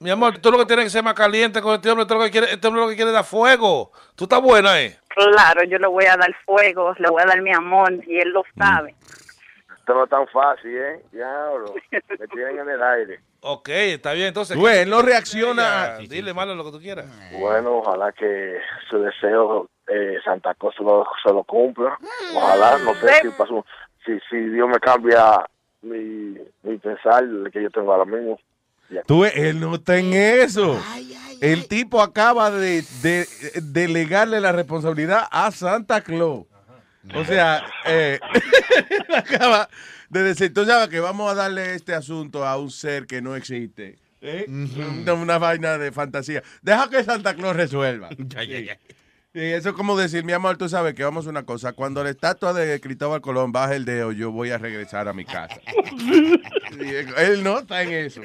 Mi amor, tú lo que tienes que ser más caliente con este hombre. Tú lo que quieres, este hombre lo que quiere es dar fuego. Tú estás buena, ¿eh? Claro, yo le voy a dar fuego, le voy a dar mi amor y él lo sabe. Mm. Esto no es tan fácil, ¿eh? Diablo. Me tienen en el aire. Ok, está bien. Entonces, Tú ves, él no Ya, reacciona. Dile, Marlon, lo que tú quieras. Eh. Bueno, ojalá que su deseo eh, Santa Claus se lo, se lo cumpla. Ojalá, no sé si, pasó, si, si Dios me cambia mi, mi pensar, el que yo tengo ahora mismo. Tú ves, él no está en eso. El tipo acaba de, de- delegarle la responsabilidad a Santa Claus. O sea, eh, él acaba de decir, tú sabes que vamos a darle este asunto a un ser que no existe. ¿eh? Una- Una vaina de fantasía. Deja que Santa Claus resuelva. Sí, eso es como decir, mi amor, tú sabes que vamos a una cosa. Cuando la estatua de Cristóbal Colón baja el dedo, yo voy a regresar a mi casa. Y él no está en eso.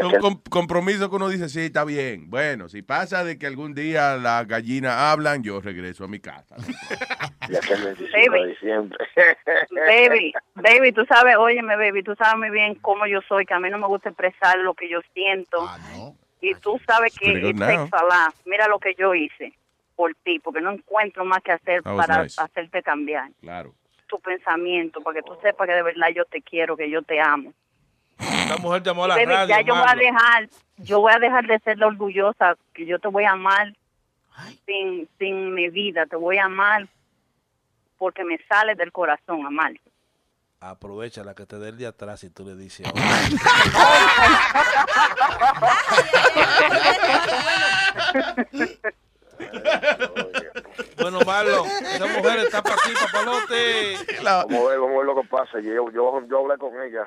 Son com- compromisos que uno dice, sí, está bien. Bueno, si pasa de que algún día las gallinas hablan, yo regreso a mi casa. Ya que es el 19 de diciembre. Baby, baby, tú sabes, óyeme, baby, tú sabes muy bien cómo yo soy, que a mí no me gusta expresar lo que yo siento. Y tú sabes que Ah, Pretty good it takes now. a lot. mira lo que yo hice por ti, porque no encuentro más que hacer That was para nice. hacerte cambiar Claro. tu pensamiento, para que tú sepas que de verdad yo te quiero, que yo te amo. Esta mujer llamó a la Baby, radio. ya yo voy a Marlo. dejar, yo voy a dejar de ser la orgullosa, que yo te voy a amar sin, sin medida, te voy a amar porque me sale del corazón amar. Aprovecha la que te dé el día atrás y tú le dices. bueno, Marlon, esa mujer está para ti, papalote. Vamos a ver, vamos a ver lo que pasa. Yo, yo, yo hablé con ella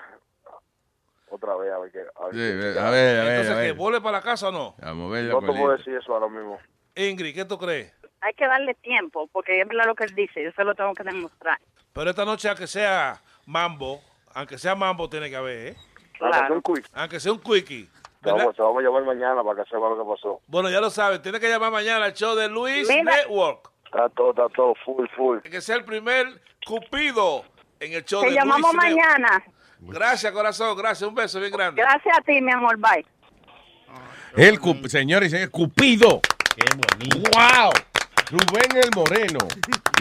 otra vez, a ver qué. A ver Sí, qué- a ver, a ver. Entonces, a eh, ¿que ver. vuelve para la casa o no? Vamos a ver la No te puedo colita. decir eso ahora mismo. Ingrid, ¿qué tú crees? Hay que darle tiempo, porque es verdad lo que él dice, yo se lo tengo que demostrar. Pero esta noche, aunque sea mambo, aunque sea mambo, tiene que haber, ¿eh? Claro. Un quick. Aunque sea un quickie. Te vamos, te vamos a llamar mañana para que sepa lo que pasó. Bueno, ya lo sabes, tiene que llamar mañana al show de Luis Mira. Network. Está todo, está todo, full, full. Que sea el primer cupido en el show Te de llamamos Luis Network. mañana. Gracias, corazón, gracias. Un beso bien grande. Gracias a ti, mi amor, bye. El cup- señor y señor, Cupido. Qué bonito. ¡Wow! Rubén el Moreno,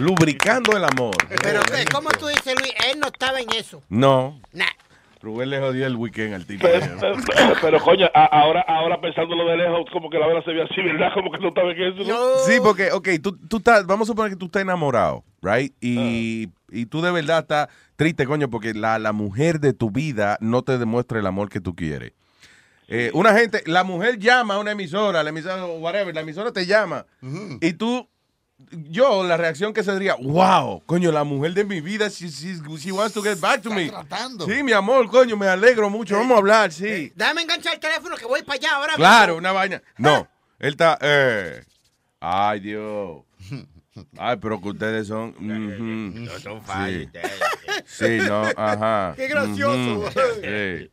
lubricando el amor. Pero, ¿qué? ¿cómo tú dices, Luis? Él no estaba en eso. No. Nah. Rubén le jodió el weekend al tipo. Pero, pero, coño, a- ahora, ahora pensándolo de lejos, como que la vela se ve así, ¿verdad? Como que no estaba en eso. ¿no? Sí, porque, ok, tú, tú estás, vamos a suponer que tú estás enamorado, right? Y, y tú de verdad estás triste, coño, porque la, la mujer de tu vida no te demuestra el amor que tú quieres. Eh, una gente, la mujer llama a una emisora, la emisora, whatever, la emisora te llama. Y tú, yo, la reacción que sería, wow, coño, la mujer de mi vida, she, she's- she wants to get back to me. Sí, mi amor, coño, me alegro mucho, vamos a hablar, sí. Dame enganchar el teléfono que voy para allá ahora. mismo. Claro, una vaina. No, él está. Eh. Ay, Dios. Ay, pero que ustedes son. ujú. son sí. fallos, sí, no, ajá. Qué gracioso. Ujú. Sí.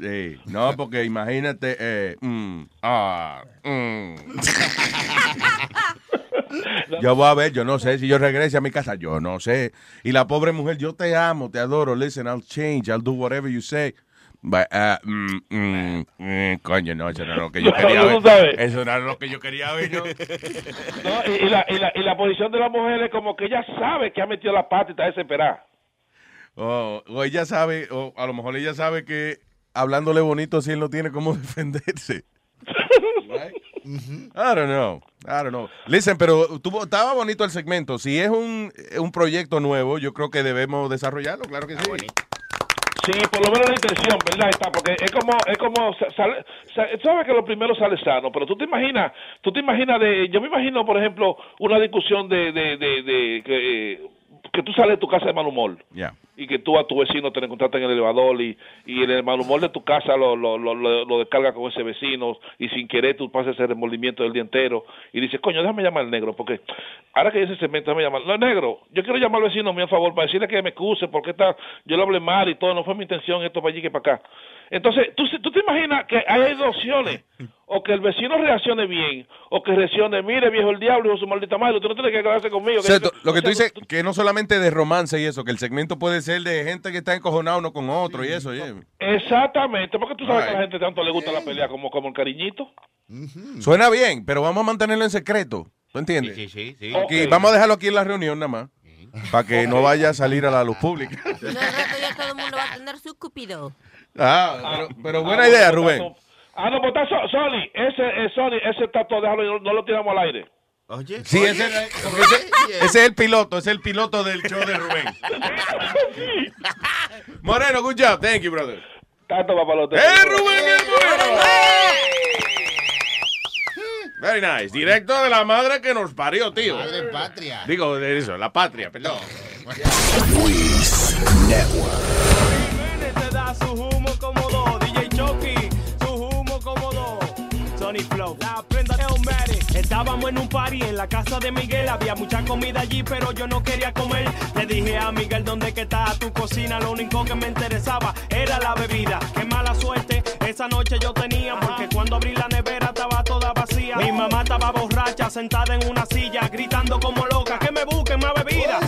Sí. No, porque imagínate. Eh, mm, ah, mm. Yo voy a ver, yo no sé si yo regrese a mi casa, yo no sé. Y la pobre mujer, yo te amo, te adoro. Listen, I'll change, I'll do whatever you say. But, ah, mm, mm, mm, coño, no, eso no es lo que yo No, quería tú sabes. ver. Eso no era Ah, lo que yo quería ver. ¿no? No, y, y la, y, la, y la posición de la mujer es como que ella sabe que ha metido la pata y está desesperada. O, Oh, o ella sabe, o a lo mejor ella sabe que hablándole bonito así él no tiene cómo defenderse. Mm-hmm. I don't know. I don't know. Listen, pero tuvo- estaba bonito el segmento. Si es un, eh, un proyecto nuevo, yo creo que debemos desarrollarlo, claro Ah, que sí. Sí, por lo menos la intención, ¿verdad? Está, porque es como, es como, sa- sale- sa- sabes que lo primero sale sano, pero tú te imaginas, tú te imaginas de, yo me imagino, por ejemplo, una discusión de, de, de, de- que, eh, que tú sales de tu casa de mal humor Ya. y que tú a tu vecino te lo encontraste en el elevador y, y el mal humor de tu casa lo, lo, lo, lo, lo descarga con ese vecino y sin querer tú pasas ese remordimiento del día entero y dices, coño, déjame llamar al negro porque ahora que ese cemento déjame llamar, no negro, yo quiero llamar al vecino mío a favor para decirle que me excuse porque está, yo le hablé mal y todo, no fue mi intención esto para allí que para acá. Entonces, ¿tú, se- tú te imaginas que hay dos opciones, o que el vecino reaccione bien, o que reaccione, mire viejo el diablo, hijo de su maldita madre, tú no tienes que quedarse conmigo. O que sea, yo te- tú- lo que o tú sea, dices, que no solamente de romance y eso, que el segmento puede ser de gente que está encojonado uno con otro y eso. yeah. Exactamente, porque tú sabes que a Right. la gente tanto le gusta la pelea como, como el cariñito. Suena bien, pero vamos a mantenerlo en secreto. ¿Tú entiendes? Sí, sí, sí, sí. Aquí, Ok. Vamos a dejarlo aquí en la reunión nada más, para que no vaya a salir a la luz pública. No, no, ya todo el mundo va a tener su cupido. Ah, pero, pero buena Ah, idea, bueno, Rubén. tanto- Ah, no, pues está so- Sony, ese, eh, Sony, ese está todo, déjalo, no, no lo tiramos al aire. Oye, Sí, ese, era- porque ese- ese es el piloto, ese es el piloto del show de Rubén. Moreno, good job. Thank you, brother. Tanto papalote. ¡Eh, Rubén el Moreno! Very nice. Directo de la madre que nos parió, tío. Madre patria. Digo, de eso, la patria, perdón. Luis Network. te da su humo cómodo. DJ Chucky, su humo cómodo. Sony Flow, la prenda Elmatic. Está Estábamos en un party en la casa de Miguel. Había mucha comida allí, pero yo no quería comer. Le dije a Miguel, ¿dónde que está tu cocina? Lo único que me interesaba era la bebida. Qué mala suerte esa noche yo tenía, porque cuando abrí la nevera estaba toda vacía. Mi mamá estaba borracha, sentada en una silla, gritando como loca, que me busquen más bebida.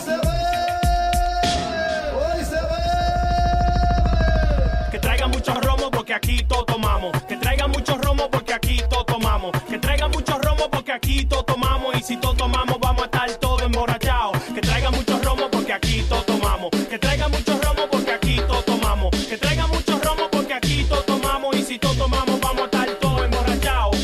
Que traigan muchos romos porque aquí todo tomamos. Que traigan muchos romos porque aquí todo tomamos. Que traigan muchos romos porque aquí todo tomamos. Y si todo tomamos, vamos a estar todo emborrachados. Que traigan muchos romos porque aquí todo tomamos. Que traigan muchos romos porque aquí todo tomamos. Que traigan muchos romos porque aquí todo tomamos. Y si todo tomamos, vamos a estar todo emborrachados.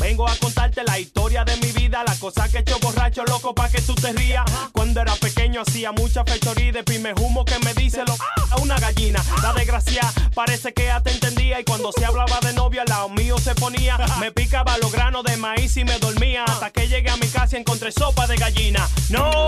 Vengo a contarte la historia de mi vida, las cosas que he hecho borracho, loco, pa' que tú te rías. Cuando era pequeño hacía mucha fechoría y de pime humo que me dice lo a una gallina. La desgracia parece que ya te entendía y cuando se hablaba de novia al lado mío se ponía. Me picaba los granos de maíz y me dormía hasta que llegué a mi casa y encontré sopa de gallina. No,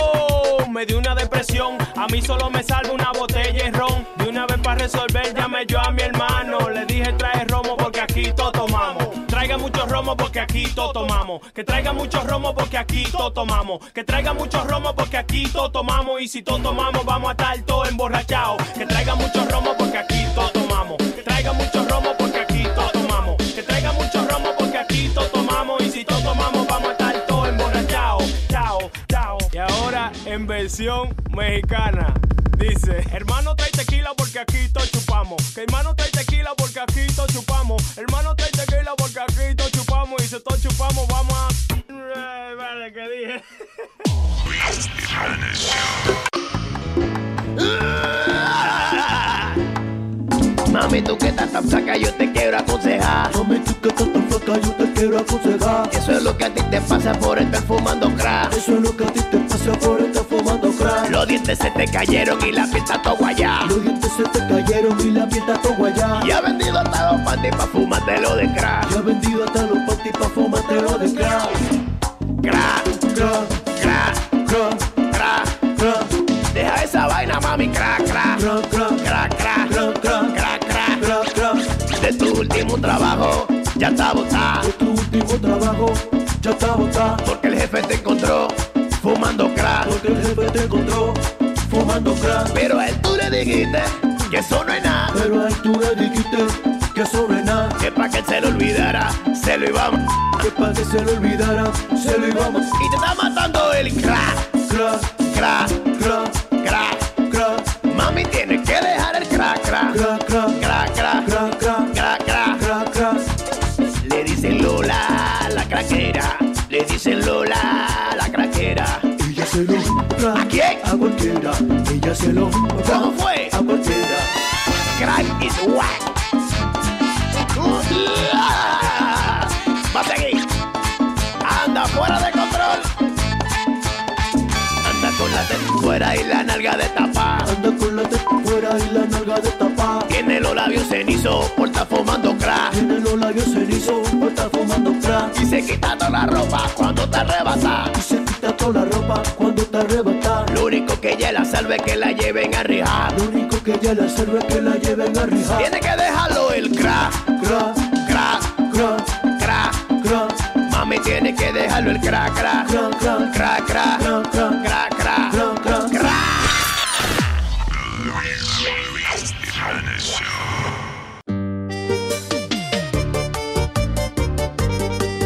me dio una depresión, a mí solo me salva una botella y ron. De una vez para resolver llamé yo a mi hermano, le dije trae romo porque aquí todo tomamos. Traiga mucho romo porque aquí todo tomamos. Que traiga mucho romo porque aquí todo tomamos. Que traiga mucho romo porque aquí todo tomamos. Y si todo tomamos, vamos a estar todo emborrachados. Que traiga mucho romo porque aquí todo tomamos. Que traiga mucho romo porque aquí todo tomamos. Que traiga mucho romo porque aquí todo tomamos. Y si todo tomamos, vamos a estar todo emborrachados. Chao, chao. Y ahora en versión mexicana. Dice, hermano trae tequila porque aquí todo chupamos. Que hermano trae tequila porque aquí todo chupamos. Hermano trae tequila porque aquí todo chupamos. Y si todo chupamos, vamos a. Ay, vale, ¿qué dije? Mami, tú que estás tan flaca, yo te quiero aconsejar. Mami, tú que estás tan flaca, yo te quiero aconsejar. Eso es lo que a ti te pasa por estar fumando crack. Eso es lo que a ti te pasa por estar fumando crack. Los dientes se te cayeron y la pinta todo guayá. Los dientes se te cayeron y la pinta todo guayá. Y ha vendido hasta los panties pa' fumártelo de crack. Y ha vendido hasta los panties pa' fumártelo de crack. Crack, crack, crack, crack, crack, crack. Deja esa vaina, mami, crack, crack, crack, crack, crack, crack, crack crack, crack. De tu último trabajo ya está botado. De tu último trabajo ya está botado. Porque el jefe te encontró fumando crack. Porque el jefe te encontró fumando crack. Pero a él tú le dijiste que eso no es nada. Pero a él tú le dijiste que eso no es nada. Que pa' que se lo olvidara, se lo íbamos. Que pa' que se lo olvidara, se lo íbamos. Y te está matando el crack. Crack, crack, crack, crack, crack. Mami, tienes que dejar el crack, crack. Crack, crack, crack, crack, crack, crack, crack, crack, crack. Le dicen Lola, la craquera. Le dicen Lola, la craquera. Ella se lo ¿A quién? A cualquiera. Ella se lo ¿Cómo fue? A cualquiera. Crack is whack. Ah, Va a seguir. Anda fuera de control. Anda con la teta fuera y la nalga de tapa. Anda con la teta fuera y la nalga de tapa. Tiene los labios cenizos por estar fumando crack. Tiene los labios cenizos por estar fumando crack. Y se quita toda la ropa cuando te arrebata. Y se quita toda la ropa cuando te arrebata. Lo único que ella la salve es que la lleven a rehab. Lo único que ella la salve es que la lleven a rehab. Tiene que dejarlo el crack, crack, crack, crack, crack, crack. Mami tiene que dejarlo el crack, crack, crack, crack, crack, crack, crack, crack, crack, crack.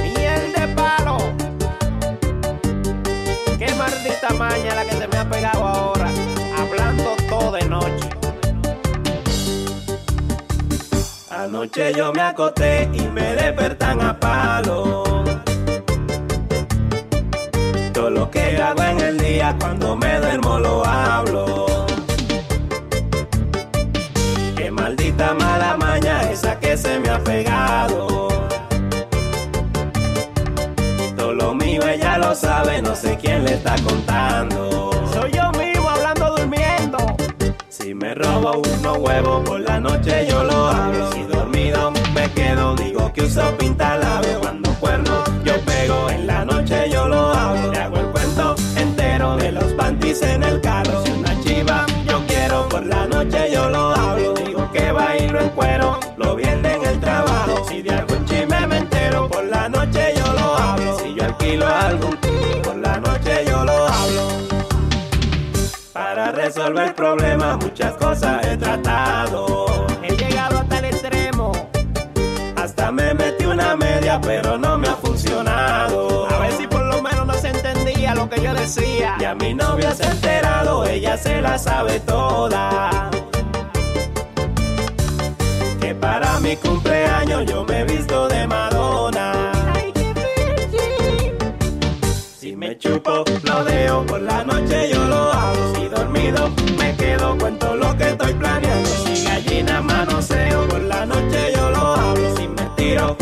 Miel de palo. Qué maldita maña la que se me ha pegado ahora. Hablando todo de noche. Anoche yo me acosté y me despertan a palo. Todo lo que hago en el día cuando me duermo lo hablo. Qué maldita mala maña esa que se me ha pegado. Todo lo mío ella lo sabe, no sé quién le está contando. Soy yo mismo hablando durmiendo. Si me robo unos huevos por la noche yo lo hablo. Si dormido me quedo, digo que uso pintalabio. Cuando cuerno yo pego, en la noche yo lo hablo. Le hago el cuento entero de los panties en el carro. Si una chiva yo quiero, por la noche yo lo hablo. Digo que bailo en cuero, lo viene en el trabajo. Para resolver problemas muchas cosas he tratado. He llegado hasta el extremo. Hasta me metí una media, pero no me ha funcionado. A ver si por lo menos no se entendía lo que yo decía. Y a mi novia se ha enterado, ella se la sabe toda. Que para mi cumpleaños yo me he visto de Madonna. Si me chupo, lo dejo. Por la noche yo lo hago. Si dormido, me quedo. Cuento lo que estoy planeando. Si gallina manoseo, por la noche yo lo hablo. Si me tiro,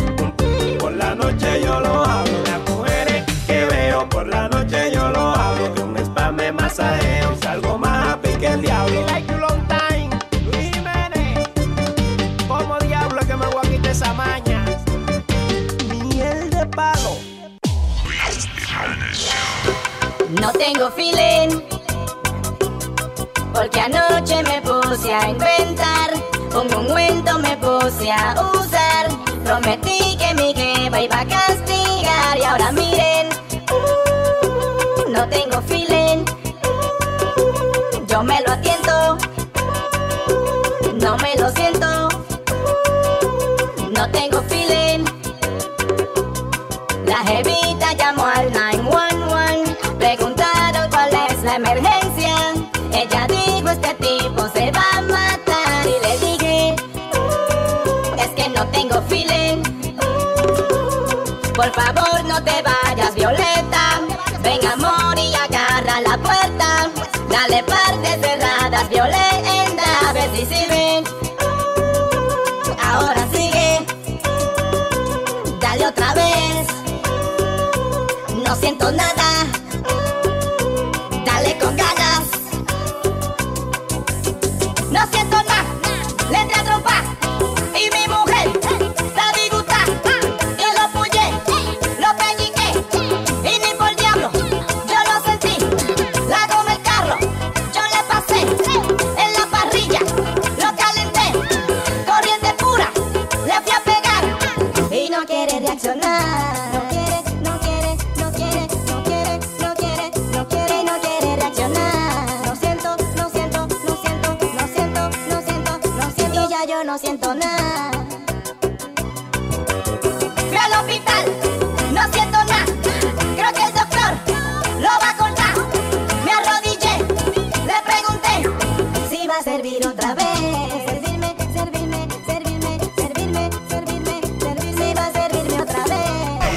por la noche yo lo hablo. Las mujeres que veo, por la noche yo lo hablo. Que un spa me masajeo. Y salgo más happy que el diablo. Luis Jiménez, ¿cómo diablo que me voy a quitar esa maña? Miel de palo. No tengo feeling, porque anoche me puse a inventar, un ungüento me puse a usar, prometí que mi jefa iba a castigar y ahora miren, mm, no tengo feeling, Mm, yo me lo atiento, Mm, no me lo siento, Mm, no tengo feeling. La jevita llamó al 911, preguntaron cuál es la emergencia. Ella dijo, este tipo se va a matar. Y le dije, "Mm, es que no tengo feeling. Mm, Por favor, no te vayas, Violeta. Ven, amor, y agarra la puerta. Dale partes cerradas, Violeta. A ver si sirven. Mm, Ahora sigue. Mm, Dale otra vez no siento nada. Dale con ganas. No siento nada. Le entra trompa. Y mi mujer la disgusta. Y lo puye, lo pelliqué. Y ni por diablo, yo lo sentí. La en el carro, yo le pasé. En la parrilla, lo calenté. Corriente pura, le fui a pegar. Y no quiere reaccionar. No quiere, no quiere, no quiere, no quiere, no quiere, no quiere, no quiere reaccionar. No siento, no siento, no siento, no siento, no siento, no siento. Y ya yo no siento nada. Fui al hospital, no siento nada. Creo que el doctor lo va a cortar. Me arrodillé, le pregunté si va a servir otra vez. Servirme, servirme, servirme, servirme, servirme, servirme. Si va a servirme otra vez.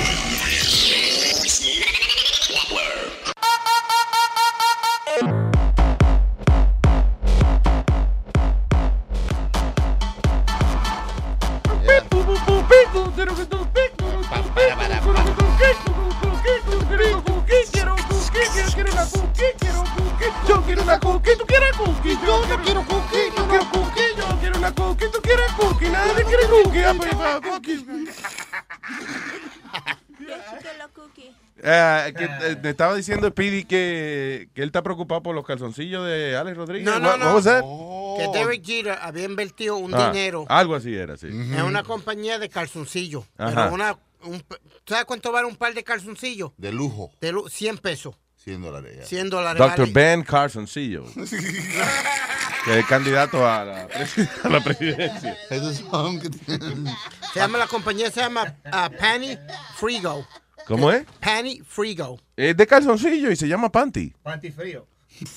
Yo quiero una cookie, tú quieres cookie. Yo no quiero cookie, yo quiero cookie, yo quiero una cookie, tú quieres cookie. Nadie quiere cookie. Ah, pues, va, cookie. Ah, que, eh, me estaba diciendo Speedy que, que él está preocupado por los calzoncillos de Alex Rodríguez. No, no, What- no. what was that? Oh. Que Derek Jeter había invertido un Ah, dinero Algo así era, sí. en una compañía de calzoncillos. Ajá. Pero una, un- ¿Sabes cuánto vale un par de calzoncillos? De lujo. De lu- 100 pesos. 100 dólares. ya. 100 dólares. Dr. vale. Ben Calzoncillo. que es candidato a la, pres- a la presidencia. Se llama la compañía, se llama ah, Panny Frigo. ¿Cómo es? Panny Frigo. Es de calzoncillo y se llama Panty. Panty frío.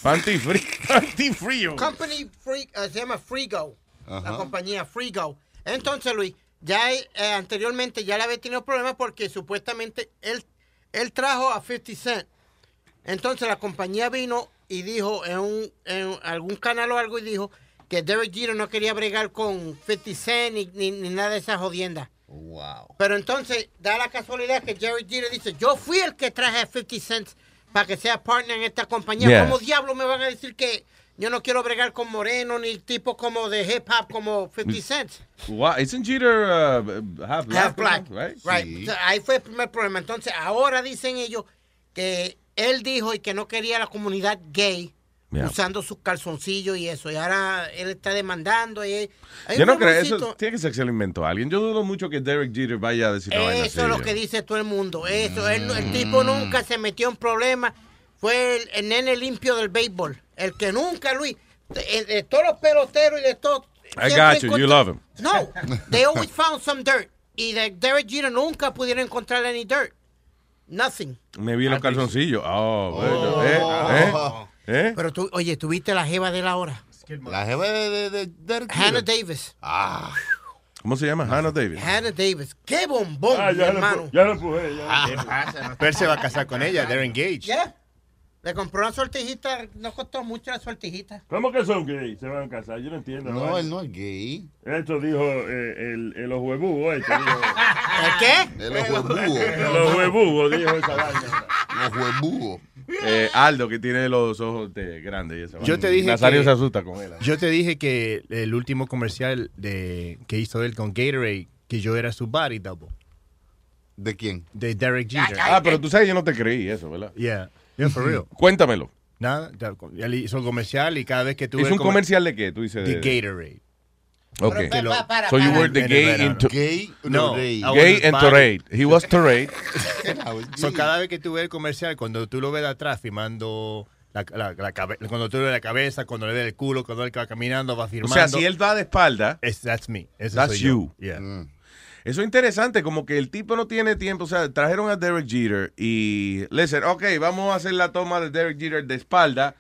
Panty free. Panty frío. Company Free- eh, se llama Frigo. La Ajá. compañía Frigo. Entonces, Luis, ya eh, anteriormente ya le había tenido problemas porque supuestamente él, él trajo a 50 Cent. Entonces la compañía vino y dijo en, un- en algún canal o algo y dijo que Derek Jeter no quería bregar con 50 Cent ni, ni- ni nada de esas jodiendas. Oh. Wow. Pero entonces da la casualidad que Derek Jeter dice, yo fui el que traje a 50 Cent para que sea partner en esta compañía. Yeah. ¿Cómo diablo me van a decir que yo no quiero bregar con Moreno ni tipos como de hip hop como 50 Cent? Wow, isn't Jeter uh, half Mm. black? Half black. Right? Right. Sí. O sea, Ahí fue el primer problema. Entonces, ahora dicen ellos que él dijo y que no quería la comunidad gay Yeah. usando sus calzoncillos y eso. Y ahora él está demandando. Y hay un Yo no creo, rumorcito. eso tiene que ser que se lo inventó alguien. Yo dudo mucho que Derek Jeter vaya a decir una vaina Eso es seria. lo Mm. que dice todo el mundo. Eso. Él no- el tipo nunca se metió en problemas. Fue el, el nene limpio del béisbol. El que nunca, Luis. De, eh, de todos los peloteros y de todos. I siempre got you. You encontra- love him. No, they always found some dirt. Y de Derek Jeter nunca pudieron encontrar any dirt. Nothing. Me vi los calzoncillos. Oh, bueno. Oh. ¿Eh? ¿Eh? ¿Eh? Pero tú, oye, tuviste la jeva de la hora. La jeva de, de, de Derek Hannah Davis. Ah. ¿Cómo se llama? Hannah Davis. Hannah Davis. ¡Qué bombón, Ah, mi ya la hermano! empu- ya la empujé, ya Ah, la ¿Qué empujé. pasa? Pero se va a casar con ella, they're engaged. ¿Ya? Le compró una sortijita, no costó mucho la sortijita. ¿Cómo que son gays? Se van a casar, yo no entiendo. No, él no es gay. Esto dijo eh, el, el ojuebugo, este dijo. ¿El qué? El ojuebugo. El ojuebugo, dijo esa vaina. Eh, Aldo, que tiene los ojos de grandes. y esa Yo vaina. te dije Nazario que- se asusta con él. ¿eh? ¿ah? Yo te dije que el último comercial de, que hizo él con Gatorade, que yo era su body double. ¿De quién? De Derek Jeter. Ah, pero tú sabes, yo no te creí eso, ¿verdad? Yeah, yeah, for real. Cuéntamelo. Nada, ya- él hizo el comercial y cada vez que tú... ¿Es ves un como- comercial de qué? Tú dices. De Gatorade. Okay. Pero pa- pa- para, so you para. were the En el gay verano. into Gay, no, no, I gay was and body. torrade. He was torrade. So, cada vez que tú ves el comercial, cuando tú lo ves de atrás firmando la, la, la cabe- cuando tú le ves la cabeza, cuando le ves el culo, cuando él va caminando, va O firmando. sea, si él va de espalda, that's me. Ese that's soy yo. you. Mm. Eso es interesante, como que el tipo no tiene tiempo. O sea, trajeron a Derek Jeter y le dijeron, ok, vamos a hacer la toma de Derek Jeter de espalda.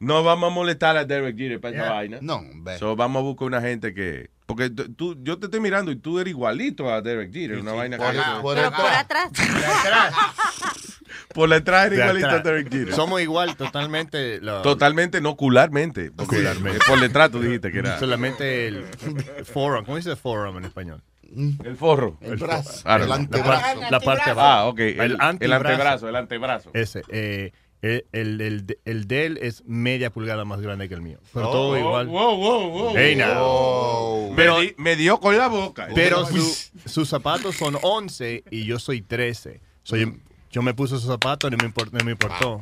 No vamos a molestar a Derek Jeter para Yeah. esa vaina. No, hombre. So, vamos a buscar una gente que... Porque t- tú, yo te estoy mirando y tú eres igualito a Derek Jeter. una vaina por- que... Ah, por Pero por atrás. Por la entrada De era igualito atrás. a Derek Jeter. Somos igual, totalmente. la- Totalmente, no cularmente. porque Por detrás tú dijiste que era. Solamente el forum. ¿Cómo dice forum en español? El forro. El El brazo. brazo. El Ah, no. antebrazo. La parte baja. Ah, ok. El- el antebrazo, el antebrazo. Ese. eh, el, el, el, de- el de él es media pulgada más grande que el mío. Pero Oh, todo oh, igual. wow, wow, wow. Hey, now. Wow. Pero, Me di- me dio con la boca. Pero Uy. su- sus zapatos son 11 y yo soy 13. Soy, Yo me puse sus zapatos y no me, import- no me importó.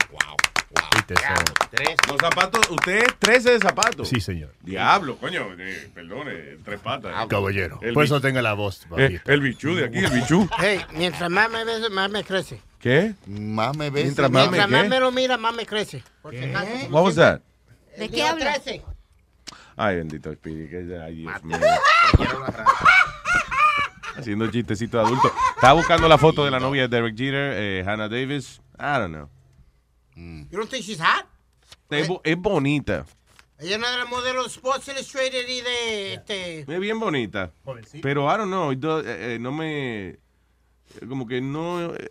Viste, so- Los zapatos, usted es 13 de zapatos. Sí, señor. Diablo, coño, eh, perdone, tres patas. Ah, Caballero. El Por bi- eso tengo la voz. eh, el bichú de aquí, el bichú. Hey, mientras más me ves, más me crece. ¿Qué? Más me ves. Mientras más Mientras más me me lo mira, más me crece. Por si acaso. ¿Qué? What was that? ¿De qué hablas? Ay, bendito espíritu. que ya- Ay, Dios mío. Haciendo chistecito de adulto. Estaba buscando la foto de la novia de Derek Jeter, eh, Hannah Davis. I don't know. Mm. You don't think she's hot? Es, bo- es bonita. Ella es una de las modelos de Sports Illustrated y de... Este, Es bien bonita. Pero I don't know. it do- eh, eh, no me. eh, Como que no. eh,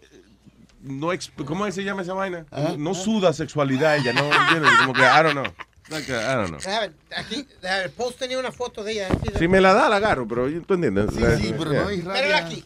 no exp- ¿Cómo se llama esa vaina? No, no suda sexualidad ella. No, ¿entiendes? Como que I don't know. Like, I don't know. déjame, aquí, déjame, el post tenía una foto de ella. así de- Si me la da, la agarro, pero tú entiendes. Sí, sí, pero no hay Mírala aquí.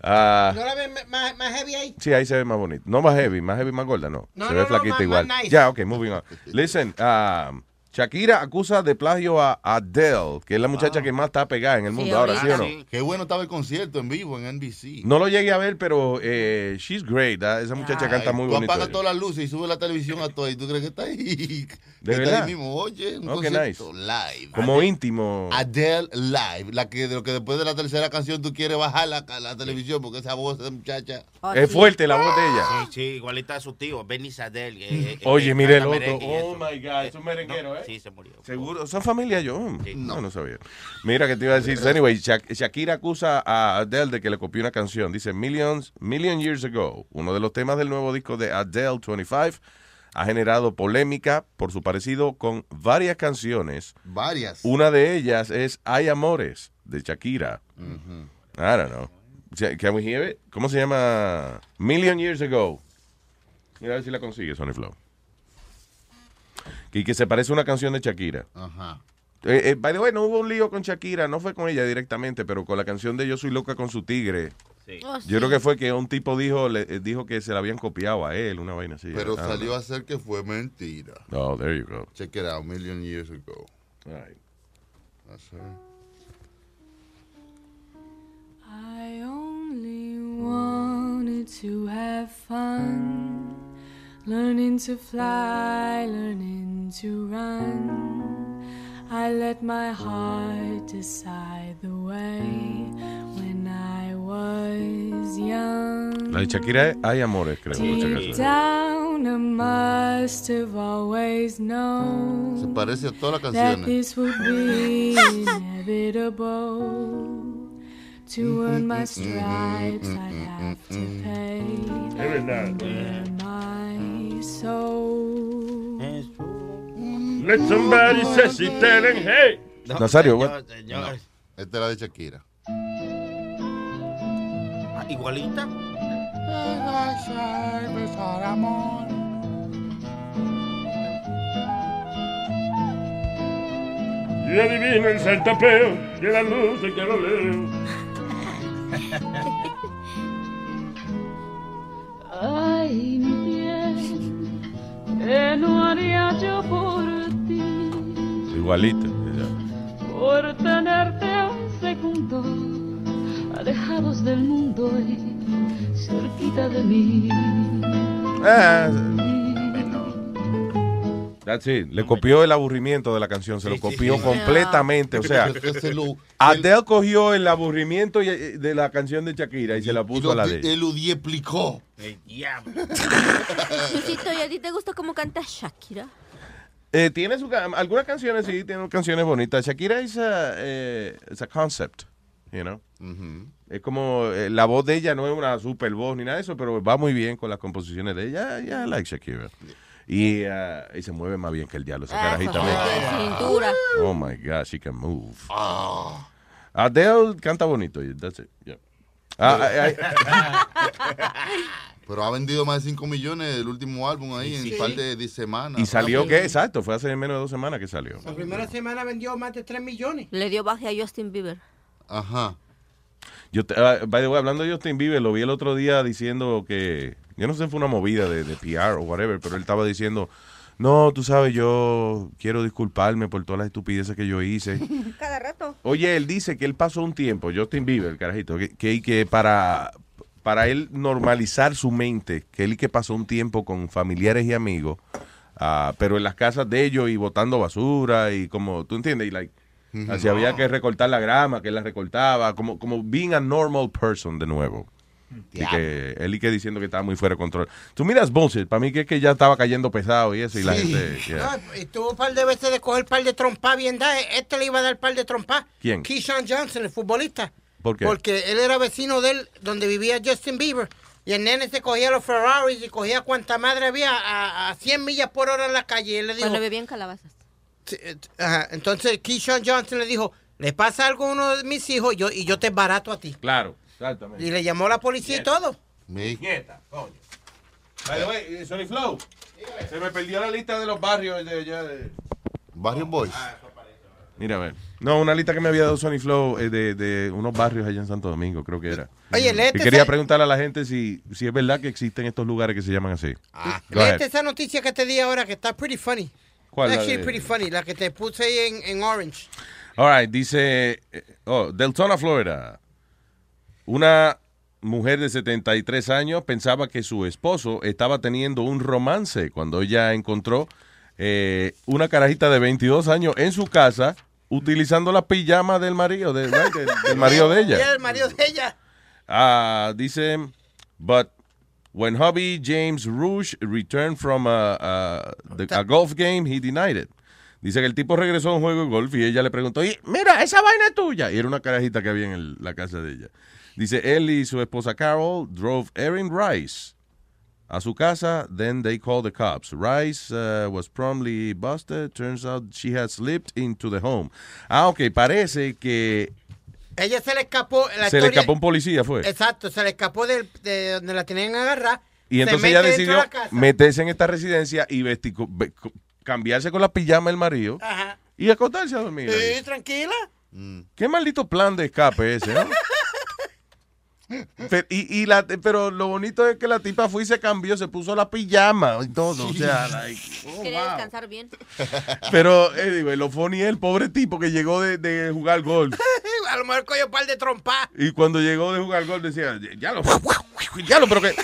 Ah. ¿No la ves ma- más, más heavy ahí? Sí, ahí se ve más bonito. No más heavy, más heavy, más gorda, no. No, se no, ve no, flaquita más- igual. más nice. Ya, ok, moving on. Listen, um, Shakira acusa de plagio a Adele, que es la muchacha que más está pegada en el mundo ahora, ¿sí o no? Qué bueno estaba el concierto en vivo en NBC. No lo llegué a ver, pero eh, she's great. ah, Esa muchacha canta muy Tú bonito. apagas todas las luces y subes la televisión a todo y tú crees que está ahí. ¿De ¿De está verdad? ahí mismo. Oye, un Oh, qué concierto nice. live. Como íntimo. Adele Live, la que, de lo que después de la tercera canción tú quieres bajar la, la televisión porque esa voz de muchacha. Es fuerte la voz de ella. Sí, sí, igualita a su tío, Benny Sadel. Mm. eh, eh, Oye, que mire el canta otro. merengue y Oh eso. my God, es un merenguero, ¿eh? Sí, se murió. Seguro, son familia yo. No, no sabía. Mira que te iba a decir. So Anyway, Shak- Shakira acusa a Adele de que le copió una canción. Dice Millions, Million Years Ago. Uno de los temas del nuevo disco de Adele 25 ha generado polémica por su parecido con varias canciones. Varias. Una de ellas es Hay Amores de Shakira. Ujú. I don't know. Sh- Can we hear it? ¿Cómo se llama? Million Years Ago. Mira a ver si la consigue, Sony Flow. Y que se parece a una canción de Shakira. Ajá. Eh, eh, by the way, no hubo un lío con Shakira, no fue con ella directamente, pero con la canción de Yo soy loca con su tigre. Oh, sí. Yo creo que fue que un tipo dijo le, eh, dijo que se la habían copiado a él, una vaina así. Pero I don't salió know. a ser que fue mentira. Oh, there you go. Check it out, million years ago. That's her. I only wanted to have fun, learning to fly, learning to run. I let my heart decide the way when I was young. La de Shakira es Hay Amores, creo. Deep mucha canción. down Fiona must have always known. Se parece a todas las that canciones. this would be inevitable. To earn my stripes, I'd have to pay. Es verdad. Burn my soul. Let somebody say she telling, hey. Nazario, what? No, Esta era de Shakira. Ah, Igualita. Yo adivino el saltapeo de la luz que lo leo. Ay, mi bien, ¿qué no haría yo por ti? Igualito. Por tenerte un segundo, alejados del mundo y cerquita de mí. Ah, That's it. Le copió el aburrimiento de la canción, se lo copió sí. completamente. O sea, Pero ese lo- Adele cogió el aburrimiento y- eh, de la canción de Shakira y se la puso a la de Él lo explicó. Luisito, ¿y a ti te gusta cómo canta Shakira? Eh, tiene su, ca- algunas canciones, sí, tiene canciones bonitas. Shakira es a, eh, it's a concept, you know. Es como, eh, la voz de ella no es una super voz ni nada de eso, pero va muy bien con las composiciones de ella. Yeah, I like Shakira. Y, ah, y se mueve más bien que el diablo, esa carajita. Tiene man. cintura. Oh my God, she can move. Adele canta bonito, that's it. yeah. Ah, ay, ay, Pero ha vendido más de 5 millones el último álbum ahí en sí. par de, de semanas. y salió, ¿qué? Exacto, fue hace menos de dos semanas que salió. La primera semana vendió más de 3 millones. Le dio baje a Justin Bieber. Ajá. Yo, te- ah, by the way, hablando de Justin Bieber, lo vi el otro día diciendo que, yo no sé si fue una movida de, de PR o whatever, pero él estaba diciendo, no, tú sabes, yo quiero disculparme por todas las estupideces que yo hice. Cada rato. Oye, él dice que él pasó un tiempo, Justin Bieber, el carajito, que, que, que para, para él normalizar su mente, que él que pasó un tiempo con familiares y amigos, ah, pero en las casas de ellos y botando basura y como, ¿tú entiendes? Y like, Ujú. así había que recortar la grama, que él la recortaba, como, como being a normal person de nuevo. Y que él y que diciendo que estaba muy fuera de control. Tú miras bullshit, para mí que es que ya estaba cayendo pesado y eso, y la gente... yeah. No, y tuvo un par de veces de coger par de trompa bien da. Este le iba a dar par de trompa. ¿Quién? Keyshawn Johnson, el futbolista. ¿Por qué? Porque él era vecino de él, donde vivía Justin Bieber. Y el nene se cogía los Ferraris y cogía cuanta madre había a, a 100 millas por hora en la calle. Y él le dijo, eh, Cuando bebían calabazas. ajá, entonces Keyshawn Johnson le dijo, le pasa algo a uno de mis hijos yo, y yo te barato a ti. Claro, exactamente. Y le llamó a la policía y todo. Nieta, coño. By the way, eh, Sony Flow, se me perdió la lista de los barrios de allá de... Barrio Boys. Mira, a ver. No, una lista que me había dado Sony Flow eh, de, de unos barrios allá en Santo Domingo, creo que era. Oye, léete Y quería esa- preguntarle a la gente si, si es verdad que existen estos lugares que se llaman así. Go ahead. Léete esa noticia que te di ahora que está pretty funny. ¿Cuál? La Actually de- pretty funny, la que te puse ahí en, en orange. All right, dice, eh, oh, Deltona, Florida. Una mujer de 73 años pensaba que su esposo estaba teniendo un romance cuando ella encontró eh, una carajita de 22 años en su casa utilizando la pijama del marido, de- right, del, del marido de Era ella. el marido de ella. Ah, dice, but when hubby James Rush returned from a, a- the- a golf game, he denied it. Dice que el tipo regresó a un juego de golf y ella le preguntó, "¿Y Mira, esa vaina es tuya. Y era una carajita que había en el- la casa de ella. Dice, él y su esposa Carol drove Erin Rice a su casa. Then they called the cops. Rice uh, was promptly busted. Turns out she had slipped into the home. Ah, ok. Parece que Ella se le escapó. La se le historia- escapó un pues. policía, fue. Exacto, se le escapó del- de donde la tenían agarrada. Y se entonces mete ella dentro de decidió la casa. meterse en esta residencia y vesti- co- ve- co- cambiarse con la pijama del marido Ajá. y acostarse a dormir. ahí. Sí, tranquila. Qué maldito plan de escape ese, ¿no? Pero, y, y la, pero lo bonito es que la tipa fue y se cambió, se puso la pijama y todo. O sea, like, Quería descansar bien. pero eh, digo, lo funny es el pobre tipo que llegó de, de jugar golf. A lo mejor cogió un par de trompas. Y cuando llegó de jugar golf decía, ya lo, ya lo, pero que,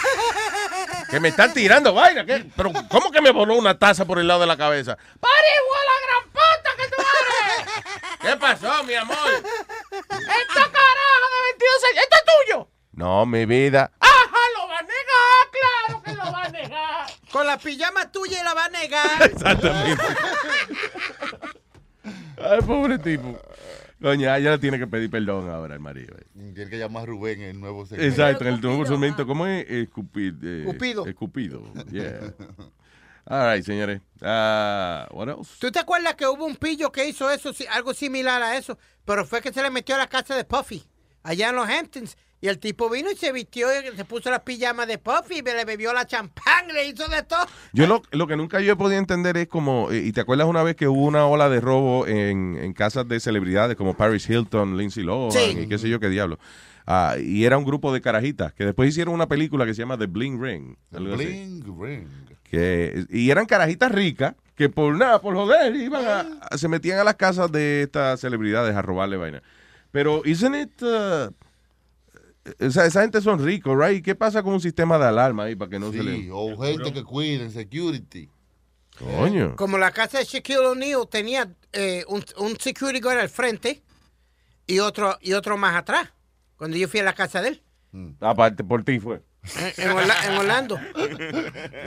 que me están tirando vaina. ¿qué? Pero ¿cómo que me voló una taza por el lado de la cabeza? ¡Pare, igual la gran puta que tú eres! ¿Qué pasó, mi amor? ¡Esta caraja de 22 años! ¡Esto es tuyo! No, mi vida. ¡Ajá, lo va a negar! ¡Claro que lo va a negar! Con la pijama tuya la va a negar. Exactamente. Ay, pobre tipo. Doña, ella le tiene que pedir perdón ahora al marido. eh. Tiene que llamar a Rubén en el nuevo segmento. Exacto, en el nuevo segmento. ¿Cómo es? Escupid, eh, Cupido. Escupido. Yeah. All right, señores. Ah, what else? ¿Tú te acuerdas que hubo un pillo que hizo eso, si- algo similar a eso? Pero fue que se le metió a la casa de Puffy, allá en los Hamptons. Y el tipo vino y se vistió y se puso la pijama de Puffy, me le bebió la champán, le hizo de todo. Yo lo, lo que nunca yo he podido entender es como, eh, y te acuerdas una vez que hubo una ola de robo en, en casas de celebridades como Paris Hilton, Lindsay Lohan Sí. y qué sé yo qué diablo. Ah, y era un grupo de carajitas que después hicieron una película que se llama The Bling Ring. algo así. Ring, ring. que y eran carajitas ricas que por nada, por joder, iban a- a- se metían a las casas de estas celebridades a robarle vaina. Pero isn't it uh, o sea, esa gente son ricos, right? ¿Qué pasa con un sistema de alarma ahí para que no se Sí, le o gente que cuiden, security. Coño. Como la casa de Shaquille O'Neal tenía eh, un, un security guard al frente y otro, y otro más atrás, cuando yo fui a la casa de él, Mm. Aparte por ti fue. en, en Orla- en Orlando.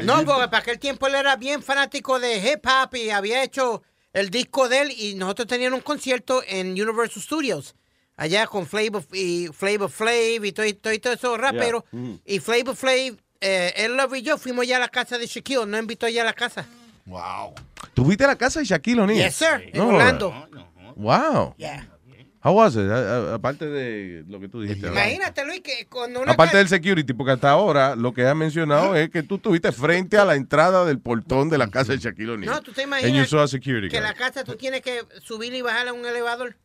No, porque para aquel tiempo él era bien fanático de hip hop y había hecho el disco de él y nosotros teníamos un concierto en Universal Studios. Allá con Flavor y Flavor Flav y todo, todo, todo eso rapero. Yeah. Mm. Y Flavor Flav, eh, él lo y yo fuimos ya a la casa de Shaquille, no invitó ya a la casa. Wow. ¿Tú fuiste a la casa de Shaquille O'Neal? Yes, sir, en No, Orlando. Wow. Yeah. How was it? A- a- Aparte de lo que tú dijiste. ahora. Imagínate, Luis, que cuando una Aparte del security, porque hasta ahora lo que has mencionado es que tú estuviste frente a la entrada del portón de la casa de Shaquille O'Neal. No, tú te And you imaginas saw a security que guard. la casa tú tienes que subir y bajar a un elevador.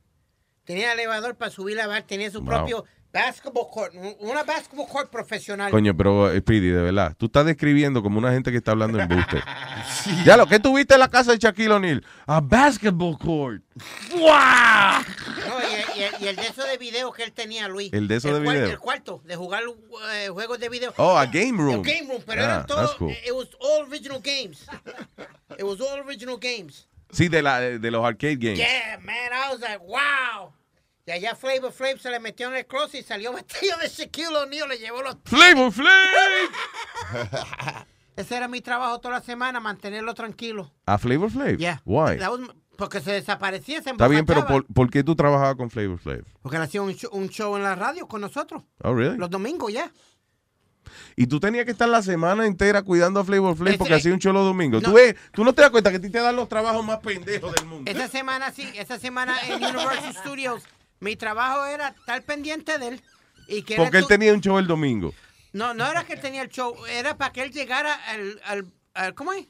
Tenía elevador para subir a bajar, tenía su Wow. propio basketball court, un- una basketball court profesional. Coño, pero eh, Speedy, de verdad, tú estás describiendo como una gente que está hablando en buste. Ya lo que tuviste en la casa de Shaquille O'Neal, a basketball court. ¡Guau! No, y, y- y el de eso de video que él tenía, Luis. El de eso de cuar- video. El cuarto, de jugar eh, juegos de video. Oh, a game room. El game room, pero Ah, eran that's todos, cool. it was all original games. It was all original games. Sí, de, la, eh, de los arcade games. Yeah, man, I was like, wow. Y allá Flavor Flav se le metió en el closet y salió vestido de Shaquille O'Neal, le llevó los... Flavor Flav. Ese era mi trabajo toda la semana, mantenerlo tranquilo. ¿A Flavor Flav? Yeah. Why? That was- porque se desaparecía, se Está bien, pero emborrachaba. ¿por, por qué tú trabajabas con Flavor Flav? Porque él hacía un show, un show en la radio con nosotros. Oh, really? Los domingos ya. Y tú tenías que estar la semana entera cuidando a Flavor Flav Ese- porque hacía un cholo domingo. No. ¿Tú, ves, tú no te das cuenta que a ti te dan los trabajos más pendejos del mundo. Esa semana sí, esa semana en Universal Studios, mi trabajo era estar pendiente de él. Y que Porque él él tenía un show el domingo. No, no era que él tenía el show, era para que él llegara al, al, al- ¿cómo es?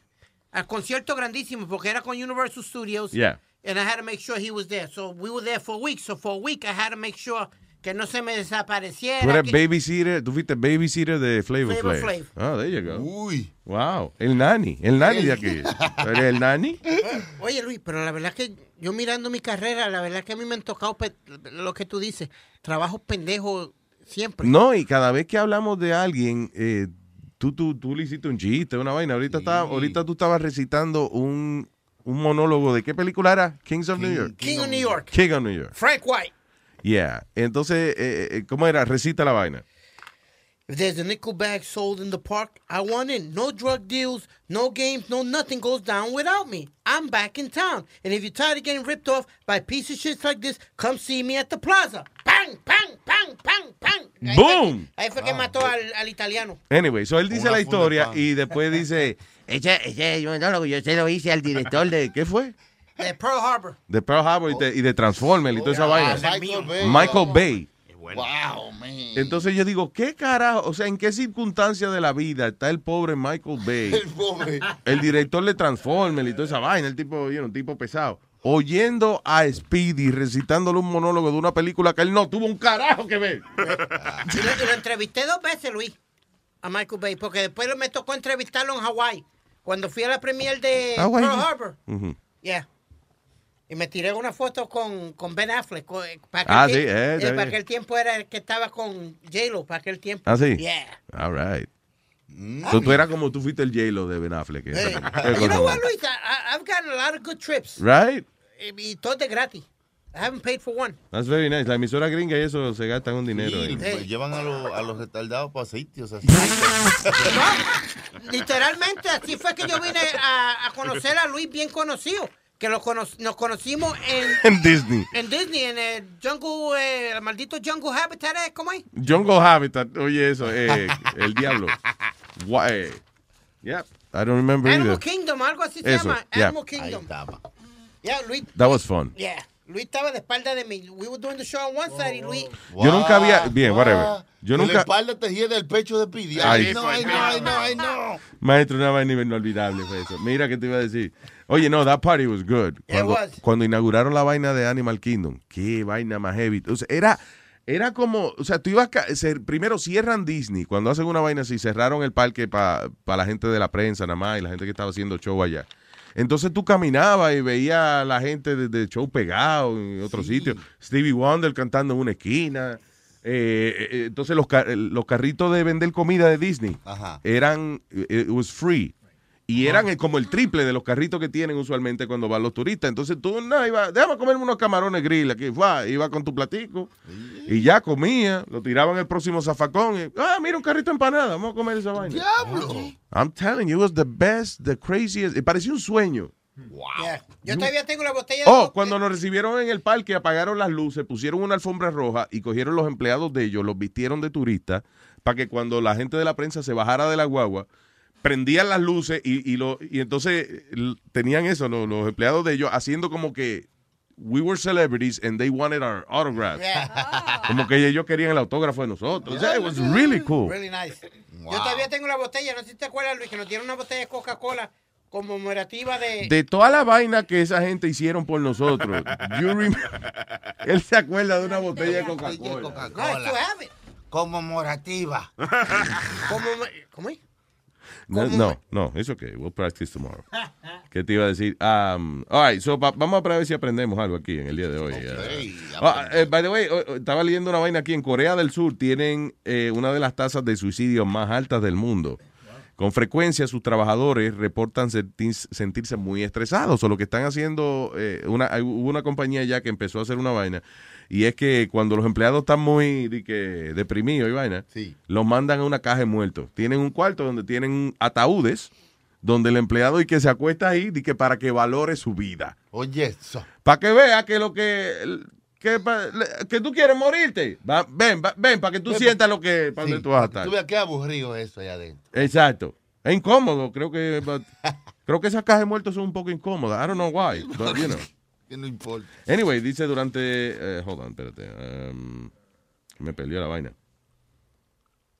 Al concierto grandísimo, porque era con Universal Studios. Yeah. And I had to make sure he was there. So we were there for a week. So for a week I had to make sure que no se me desapareciera. Tú eres que- babysitter, tú fuiste babysitter de Flavor Flavor Flav. Flav. Ah, there you go. Uy. Wow, el nani, el nani de aquí. ¿Tú eres el nani? Oye, Luis, pero la verdad que yo mirando mi carrera, la verdad que a mí me han tocado pe- lo que tú dices, trabajo pendejo siempre. No, y cada vez que hablamos de alguien, eh, tú, tú, tú le hiciste un chiste, una vaina. Ahorita, estaba- ahorita tú estabas recitando un, un monólogo de qué película era? Kings of New York. King of New York. King of New York. Frank White. Yeah. Entonces, eh, eh, ¿cómo era? Recita la vaina. If there's a nickel bag sold in the park, I want in. No drug deals, no games, no nothing goes down without me. I'm back in town. And if you're tired of getting ripped off by piece of shit like this, come see me at the plaza. Bang, bang, bang, bang, bang. Ahí fue Boom. que- Ahí fue que mató al, al italiano. Anyway, so él dice Una la funda historia pan. y después dice, ese, ese monólogo yo se lo hice al director de, ¿qué fue? De Pearl Harbor. De Pearl Harbor y, de- y de Transformers y toda esa Ah, vaina. Michael Bay. Michael Bay. Wow, man. Entonces yo digo, ¿qué carajo? O sea, ¿en qué circunstancia de la vida está el pobre Michael Bay? El pobre. El director de Transformers y toda esa vaina, el tipo, you know, un tipo pesado. Oyendo a Speedy recitándole un monólogo de una película que él no tuvo un carajo que ver. Y lo, y lo entrevisté dos veces, Luis, a Michael Bay, porque después me tocó entrevistarlo en Hawái, cuando fui a la premier de Ah, guay. Pearl Harbor. Ujú. Yeah. Y me tiré una foto con, con Ben Affleck. co- eh, para Ah, aquel sí, tie- eh, está para bien. aquel tiempo era el que estaba con J-Lo, para aquel tiempo. ¿Ah, sí? Yeah. All right. So, tú eras como tú fuiste el J-Lo de Ben Affleck. Eh, Qué you cosa know what, buena. Luis? I- I- I've gotten a lot of good trips. Right? Y, y todo de gratis. I haven't paid for one. That's very nice. La emisora gringa y eso se gastan un dinero. Sí, ahí. pues, llevan a, los- a los retardados para sitios así. Literalmente, así fue que yo vine a, a conocer a Luis bien conocido. Que lo cono- nos conocimos en, En Disney. En Disney, en el Jungle, eh, el maldito Jungle Habitat, ¿eh? ¿cómo es? Jungle Habitat. Oye, eso. Eh, el diablo. Gua- eh, Yep. I don't remember Animal either. Kingdom, algo así se Eso, llama. yeah. Animal Kingdom. Yeah, Luis. That was fun. Yeah. Luis estaba de espalda de mí. We were doing the show on one side y Luis. Yo nunca había. Bien, whatever. Yo Que La nunca. espalda te gira del pecho de Pidi. Ay. Ay, no, ay, no, ay, no, ay, no. Maestro, una vaina inolvidable fue eso. Mira que te iba a decir. Oye, no, that party was good. Cuando, was. cuando inauguraron la vaina de Animal Kingdom, qué vaina más heavy. O sea, era, era como, o sea, tú ibas, ca- se- primero cierran Disney, cuando hacen una vaina así, cerraron el parque para la gente de la prensa nada más y la gente que estaba haciendo show allá. Entonces tú caminabas y veías a la gente de, de show pegado en otro sitio. Stevie Wonder cantando en una esquina. Eh, eh, eh, entonces los, ca- los carritos de vender comida de Disney Ajá. eran, it was free. Y eran el- como el triple de los carritos que tienen usualmente cuando van los turistas. Entonces tú, no, iba, déjame comerme unos camarones grill aquí. Fua, iba con tu platico y ya comía. Lo tiraban el próximo zafacón. y, ah, mira un carrito de empanada, vamos a comer esa vaina. I'm telling you, it was the best, the craziest. eh, Parecía un sueño. Yeah. Yo todavía tengo la botella de. Oh, cuando nos recibieron en el parque, apagaron las luces, pusieron una alfombra roja y cogieron los empleados de ellos, los vistieron de turistas, para que cuando la gente de la prensa se bajara de la guagua, prendían las luces y, y, lo, y entonces eh, l- tenían eso, lo- los empleados de ellos, haciendo como que we were celebrities and they wanted our autograph. Como que ellos querían el autógrafo de nosotros. O sea, it was really cool. Really nice. Wow. Yo todavía tengo la botella, no sé si te acuerdas, Luis, que nos dieron una botella de Coca-Cola conmemorativa de. De toda la vaina que esa gente hicieron por nosotros, you remember- él se acuerda de una botella de Coca-Cola. Conmemorativa. ¿Cómo es? No, no, no, it's okay. We'll practice tomorrow. ¿Qué te iba a decir? Um, all right, so pa- vamos a ver si aprendemos algo aquí en el día de hoy. Uh, ah, eh, by the way, oh, oh, estaba leyendo una vaina aquí en Corea del Sur. Tienen eh, una de las tasas de suicidio más altas del mundo. Con frecuencia sus trabajadores reportan sentir- sentirse muy estresados o lo que están haciendo, eh, una, hay- hubo una compañía ya que empezó a hacer una vaina y es que cuando los empleados están muy de que, deprimidos y vaina, los mandan a una caja de muertos. Tienen un cuarto donde tienen ataúdes donde el empleado y que se acuesta ahí di que para que valore su vida. Oye, eso. Para que vea que lo que... Que, pa- que tú quieres morirte. Va- ven, va- ven, para que tú sientas lo que... pa' donde tú vas a estar. Tú veas qué aburrido eso allá adentro. Exacto. Es incómodo, creo que but- creo que esas cajas de muertos son un poco incómodas. I don't know why, but you know. Que no importa. Anyway, dice durante eh, hold on, espérate. um, me perdió la vaina.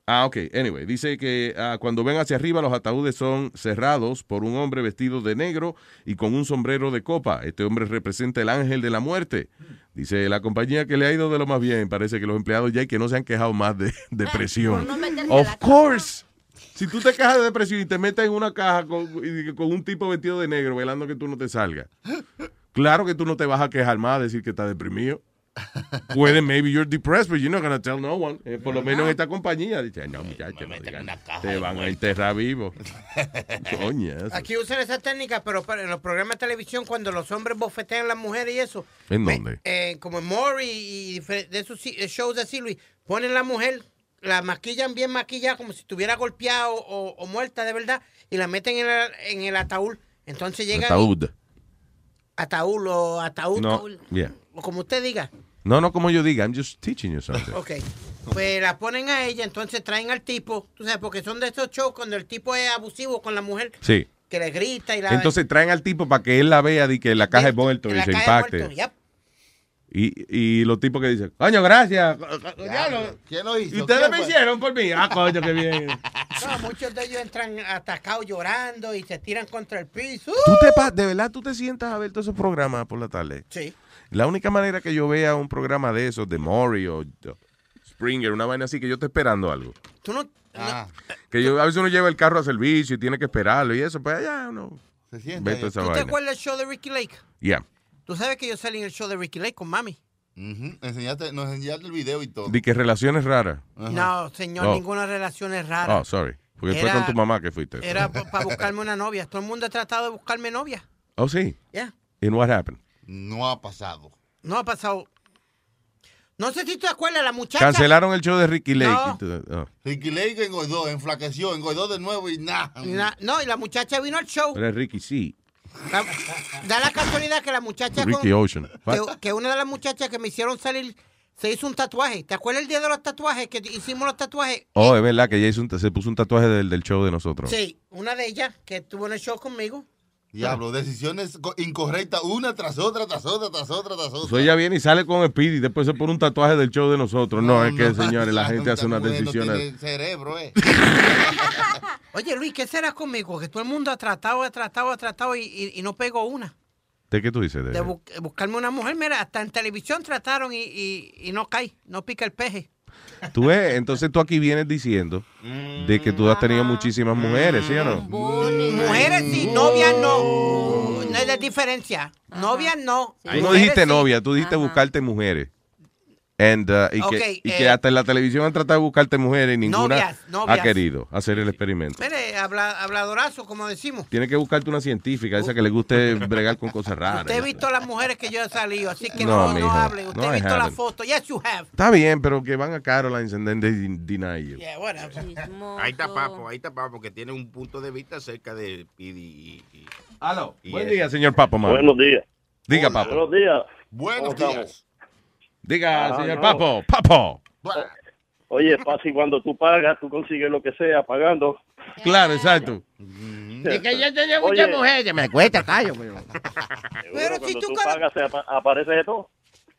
Ah, ok. Anyway, dice que ah, cuando ven hacia arriba los ataúdes son cerrados por un hombre vestido de negro y con un sombrero de copa. Este hombre representa el ángel de la muerte. Dice la compañía que le ha ido de lo más bien. Parece que los empleados ya y que no se han quejado más de depresión. por Ah, no meterse a of la course. Si tú te quejas de depresión y te metes en una caja con, y- con un tipo vestido de negro velando que tú no te salgas, claro que tú no te vas a quejar más a decir que estás deprimido. Puede, maybe you're depressed, but you're not gonna tell no one. Eh, por lo menos en esta compañía. Dice, Eh, no, muchacho, no digan, te van a enterrar vivo. Coño, eso. Aquí usan esa técnica, pero para- en los programas de televisión, cuando los hombres bofetean a las mujeres y eso, ¿En dónde? eh, como en Maury y difer- de esos si- eh, shows así, Luis, ponen la mujer, la maquillan bien maquillada, como si estuviera golpeada o, o- o muerta de verdad, y la meten en el, en el ataúd. Entonces llegan. Ataúd. Ataúd o ataúd. No, yeah. O como usted diga. no, no como yo diga, I'm just teaching you something. Ok. Pues la ponen a ella, entonces traen al tipo, tú sabes, porque son de esos shows cuando el tipo es abusivo con la mujer, Sí. que le grita y la. Entonces traen al tipo para que él la vea y que la caja es muerto que y la se cae impacte. muerto, pues, yep. Y, y los tipos que dicen, coño, gracias. ¿Quién lo hizo? Y ustedes ¿Quién me pues? fue? hicieron por mí. Ah, coño, qué bien. No, ah, muchos de ellos entran atacados llorando y se tiran contra el piso. ¿Tú te pa- ¿De verdad tú te sientas a ver todos esos programas por la tarde? Sí. La única manera que yo vea un programa de esos, de Maury o de Springer, una vaina así, que yo esté esperando algo. Tú no. Que yo, a veces uno lleva el carro a servicio y tiene que esperarlo y eso, pues allá uno. Se siente. Vete esa ¿Tú te vaina. acuerdas del show de Ricky Lake? Yeah. Tú sabes que yo salí en el show de Ricky Lake con mami. Ujú, enseñaste- nos enseñaste el video y todo. Di que relaciones raras. No, señor, Oh. ninguna relación es rara. Oh, sorry. Porque fue Era- con tu mamá que fuiste. Era para buscarme una novia. Todo el mundo ha tratado de buscarme novia. Oh, sí. Yeah. And what happened? No ha pasado. No ha pasado. No sé si te acuerdas, la muchacha. Cancelaron el show de Ricky Lake. No. Entonces, oh. Ricky Lake que engordó, enflaqueció, engordó de nuevo y nada. La- no, y la muchacha vino al show. Era Ricky, sí. La- da la casualidad que la muchacha. con- Ricky Ocean. que, que una de las muchachas que me hicieron salir se hizo un tatuaje. ¿Te acuerdas el día de los tatuajes? Que hicimos los tatuajes. Oh, es verdad que ella hizo un- se puso un tatuaje del, del show de nosotros. Sí, una de ellas que estuvo en el show conmigo. Diablo, decisiones co- incorrectas una tras otra, tras otra, tras otra, tras otra. So, ella viene y sale con Speedy y después se pone un tatuaje del show de nosotros. No, es que, señores, la gente hace unas decisiones. Tiene cerebro, eh. Oye, Luis, ¿qué será conmigo? Que todo el mundo ha tratado, ha tratado, ha tratado y, y- y no pegó una. ¿De qué tú dices? De- De bu- buscarme una mujer, mira, hasta en televisión trataron y, y- y no cae, no pica el peje. Tú ves, entonces tú aquí vienes diciendo de que tú has tenido muchísimas mujeres, ¿sí o no? Mm. Mujeres sí, novias no. No hay de diferencia. Novias no. Tú no Mujeres dijiste Mm. sí. novia, tú dijiste buscarte mujeres. And, uh, y que, Ok, y eh, que hasta en la televisión han tratado de buscarte mujeres y ninguna Novias, novias. ha querido hacer el experimento. Mire, habla- habladorazo, como decimos. Tienes que buscarte una científica, esa que le guste bregar con cosas raras. Usted ha visto las mujeres que yo he salido, así que No, no, no, mija, hable. Usted no, ha I visto la haven't. foto. Yes, you have. Está bien, pero que van a Caroline and then they deny you. Yeah, whatever. Ahí está Papo, ahí está Papo, que tiene un punto de vista acerca de Pidi y... Aló, Buen eso. día, señor Papo Man. Buenos días. Diga, Papo. Buenos días. Buenos días. Diga, Ah, señor no. Papo. Oh, Papo. Oye, Pasi, cuando tú pagas, tú consigues lo que sea pagando. Claro, exacto. que yo tenía muchas mujeres. Me cuesta, callo. Pero, Pero si tú, pagas, se apa- aparece de todo.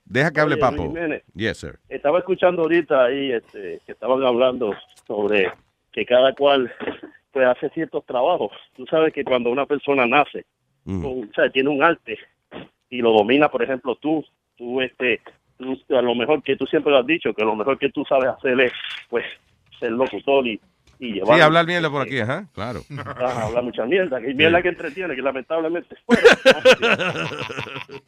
Deja que hable Oye, Papo. Luis Jiménez. Yes, sir. Estaba escuchando ahorita ahí este, que estaban hablando sobre que cada cual pues hace ciertos trabajos. Tú sabes que cuando una persona nace, Mm. con- o sea, tiene un arte y lo domina, por ejemplo, tú, tú este, tú, a lo mejor que tú siempre lo has dicho, que lo mejor que tú sabes hacer es pues ser locutor y, y llevar Sí, hablar mierda por aquí, ajá. Claro. Ah, habla mucha mierda, que mierda que entretiene, que lamentablemente.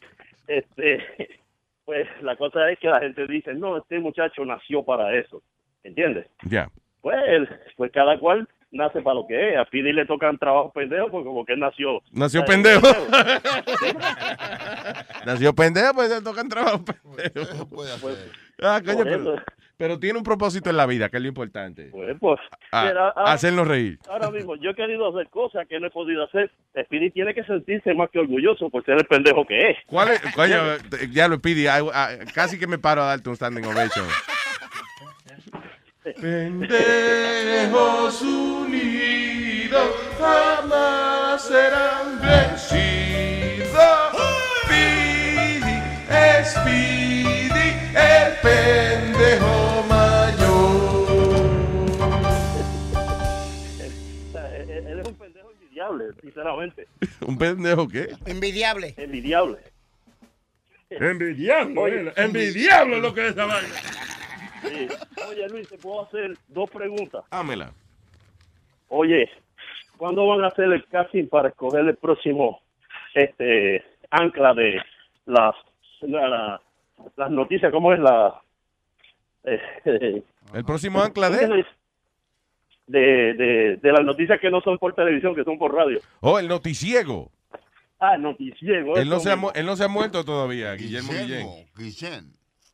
este, pues la cosa es que la gente dice, no, este muchacho nació para eso, ¿entiendes? Ya. Pues, él- pues cada cual nace para lo que es. A Pidi le tocan trabajo pendejo porque como que él nació. Nació ¿sabes? pendejo. Ah, Nació pendejo, pues le tocan trabajo pendejo. Ah, Pues, coño, Por pero, eso. pero tiene un propósito en la vida, que es lo importante. Pues, pues, Ah, mira, ah, hacernos reír. Ahora mismo, yo he querido hacer cosas que no he podido hacer. Speedy tiene que sentirse más que orgulloso por ser el pendejo que es. ¿Cuál es? Coño, te- ya lo pidi. ay, ah, Casi que me paro a darte un standing ovation. Pendejos unidos jamás serán vencidos. Speedy, Speedy, el pendejo mayor. O sea, él- él es un pendejo envidiable, sinceramente. ¿Un pendejo qué? Envidiable. Envidiable. Envidiable, Oye. eh, envidiable lo que es esa vaina. Sí. Oye, Luis, te puedo hacer dos preguntas. Ámela. Oye, ¿cuándo van a hacer el casting para escoger el próximo este ancla de las la- la- las noticias? ¿Cómo es la eh, El próximo ancla de... de, de, de las noticias que no son por televisión, que son por radio? Oh, el noticiego. Ah, noticiero. Él no, eso se ha, mismo. mu- él no se ha muerto todavía, Guillermo, Guillén.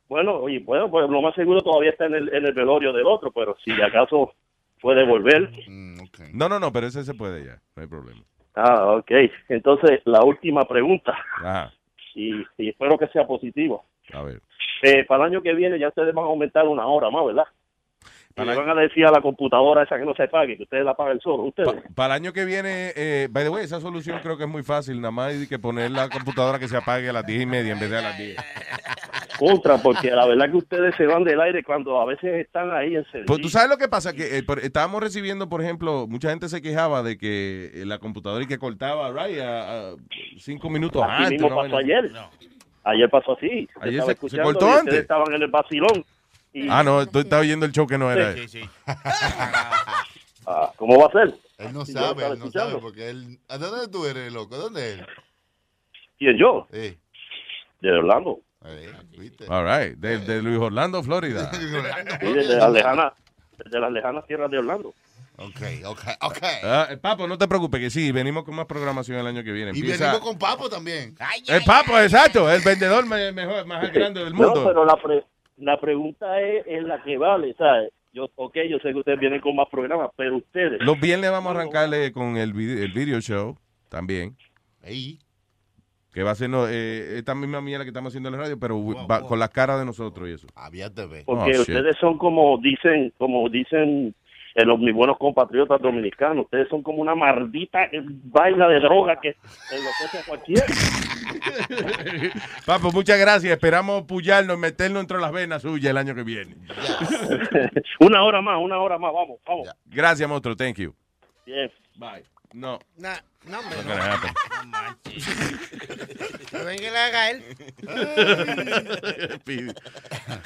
Bueno, oye, bueno, pues lo más seguro todavía está en el, en el velorio del otro, pero si acaso puede volver. No, no, no, pero ese se puede ya. No hay problema. Ah, ok. Entonces, la última pregunta, Ajá. y, y espero que sea positivo. A ver. Eh, para el año que viene ya ustedes van a aumentar una hora más, ¿verdad? Y le van a decir a la computadora esa que no se pague, que ustedes la paguen solo, ustedes. Para el año que viene, eh, by the way, esa solución creo que es muy fácil. Nada más hay que poner la computadora que se apague a las 10 y media en vez de a las 10. Contra, porque la verdad que ustedes se van del aire cuando a veces están ahí en Pues tú sabes lo que pasa, que eh, por- estábamos recibiendo, por ejemplo, mucha gente se quejaba de que eh, la computadora y que cortaba, right, a, a cinco minutos Así antes. mismo una pasó vaina así. ayer. Ayer pasó así. Yo estaba Ayer se- se escuchando cortó y ustedes antes. estaban en el vacilón. Y, Ah, no, tú estabas oyendo el show que no era. Sí, eh. Ah, ¿Cómo va a ser? Él no Si yo lo sabe, él no estaba escuchando. sabe, porque él... ¿A dónde tú eres, loco? ¿Dónde él? ¿Quién yo? Sí. De Orlando. All right, de, de Luis Orlando, Florida. Sí, desde las lejanas, desde las lejanas tierras de Orlando. Ok, ok, ok. Ah, eh, papo, no te preocupes, que sí, venimos con más programación el año que viene. Y Empieza- venimos con papo también. El papo, exacto, el vendedor me- mejor, más grande del mundo. No, pero la, pre- la pregunta es, es la que vale, ¿sabes? Yo, ok, yo sé que ustedes vienen con más programas, pero ustedes... Los viernes vamos a arrancarle con el video, el video show también. Que va a ser no, eh, esta misma mierda que estamos haciendo en la radio, pero va- con las caras de nosotros y eso. Ah, Porque Oh, shit. ustedes son como dicen, como dicen eh, los, mis buenos compatriotas dominicanos, ustedes son como una maldita eh, vaina de droga que enloquece a cualquiera. Papo, muchas gracias. Esperamos pullarnos y meternos entre las venas suyas el año que viene. una hora más, una hora más, vamos, vamos. Gracias, monstruo. Thank you. Yes. Bye. No. Nah, no, hombre, Not no. gonna happen. Pero ven que le haga él. Pidi.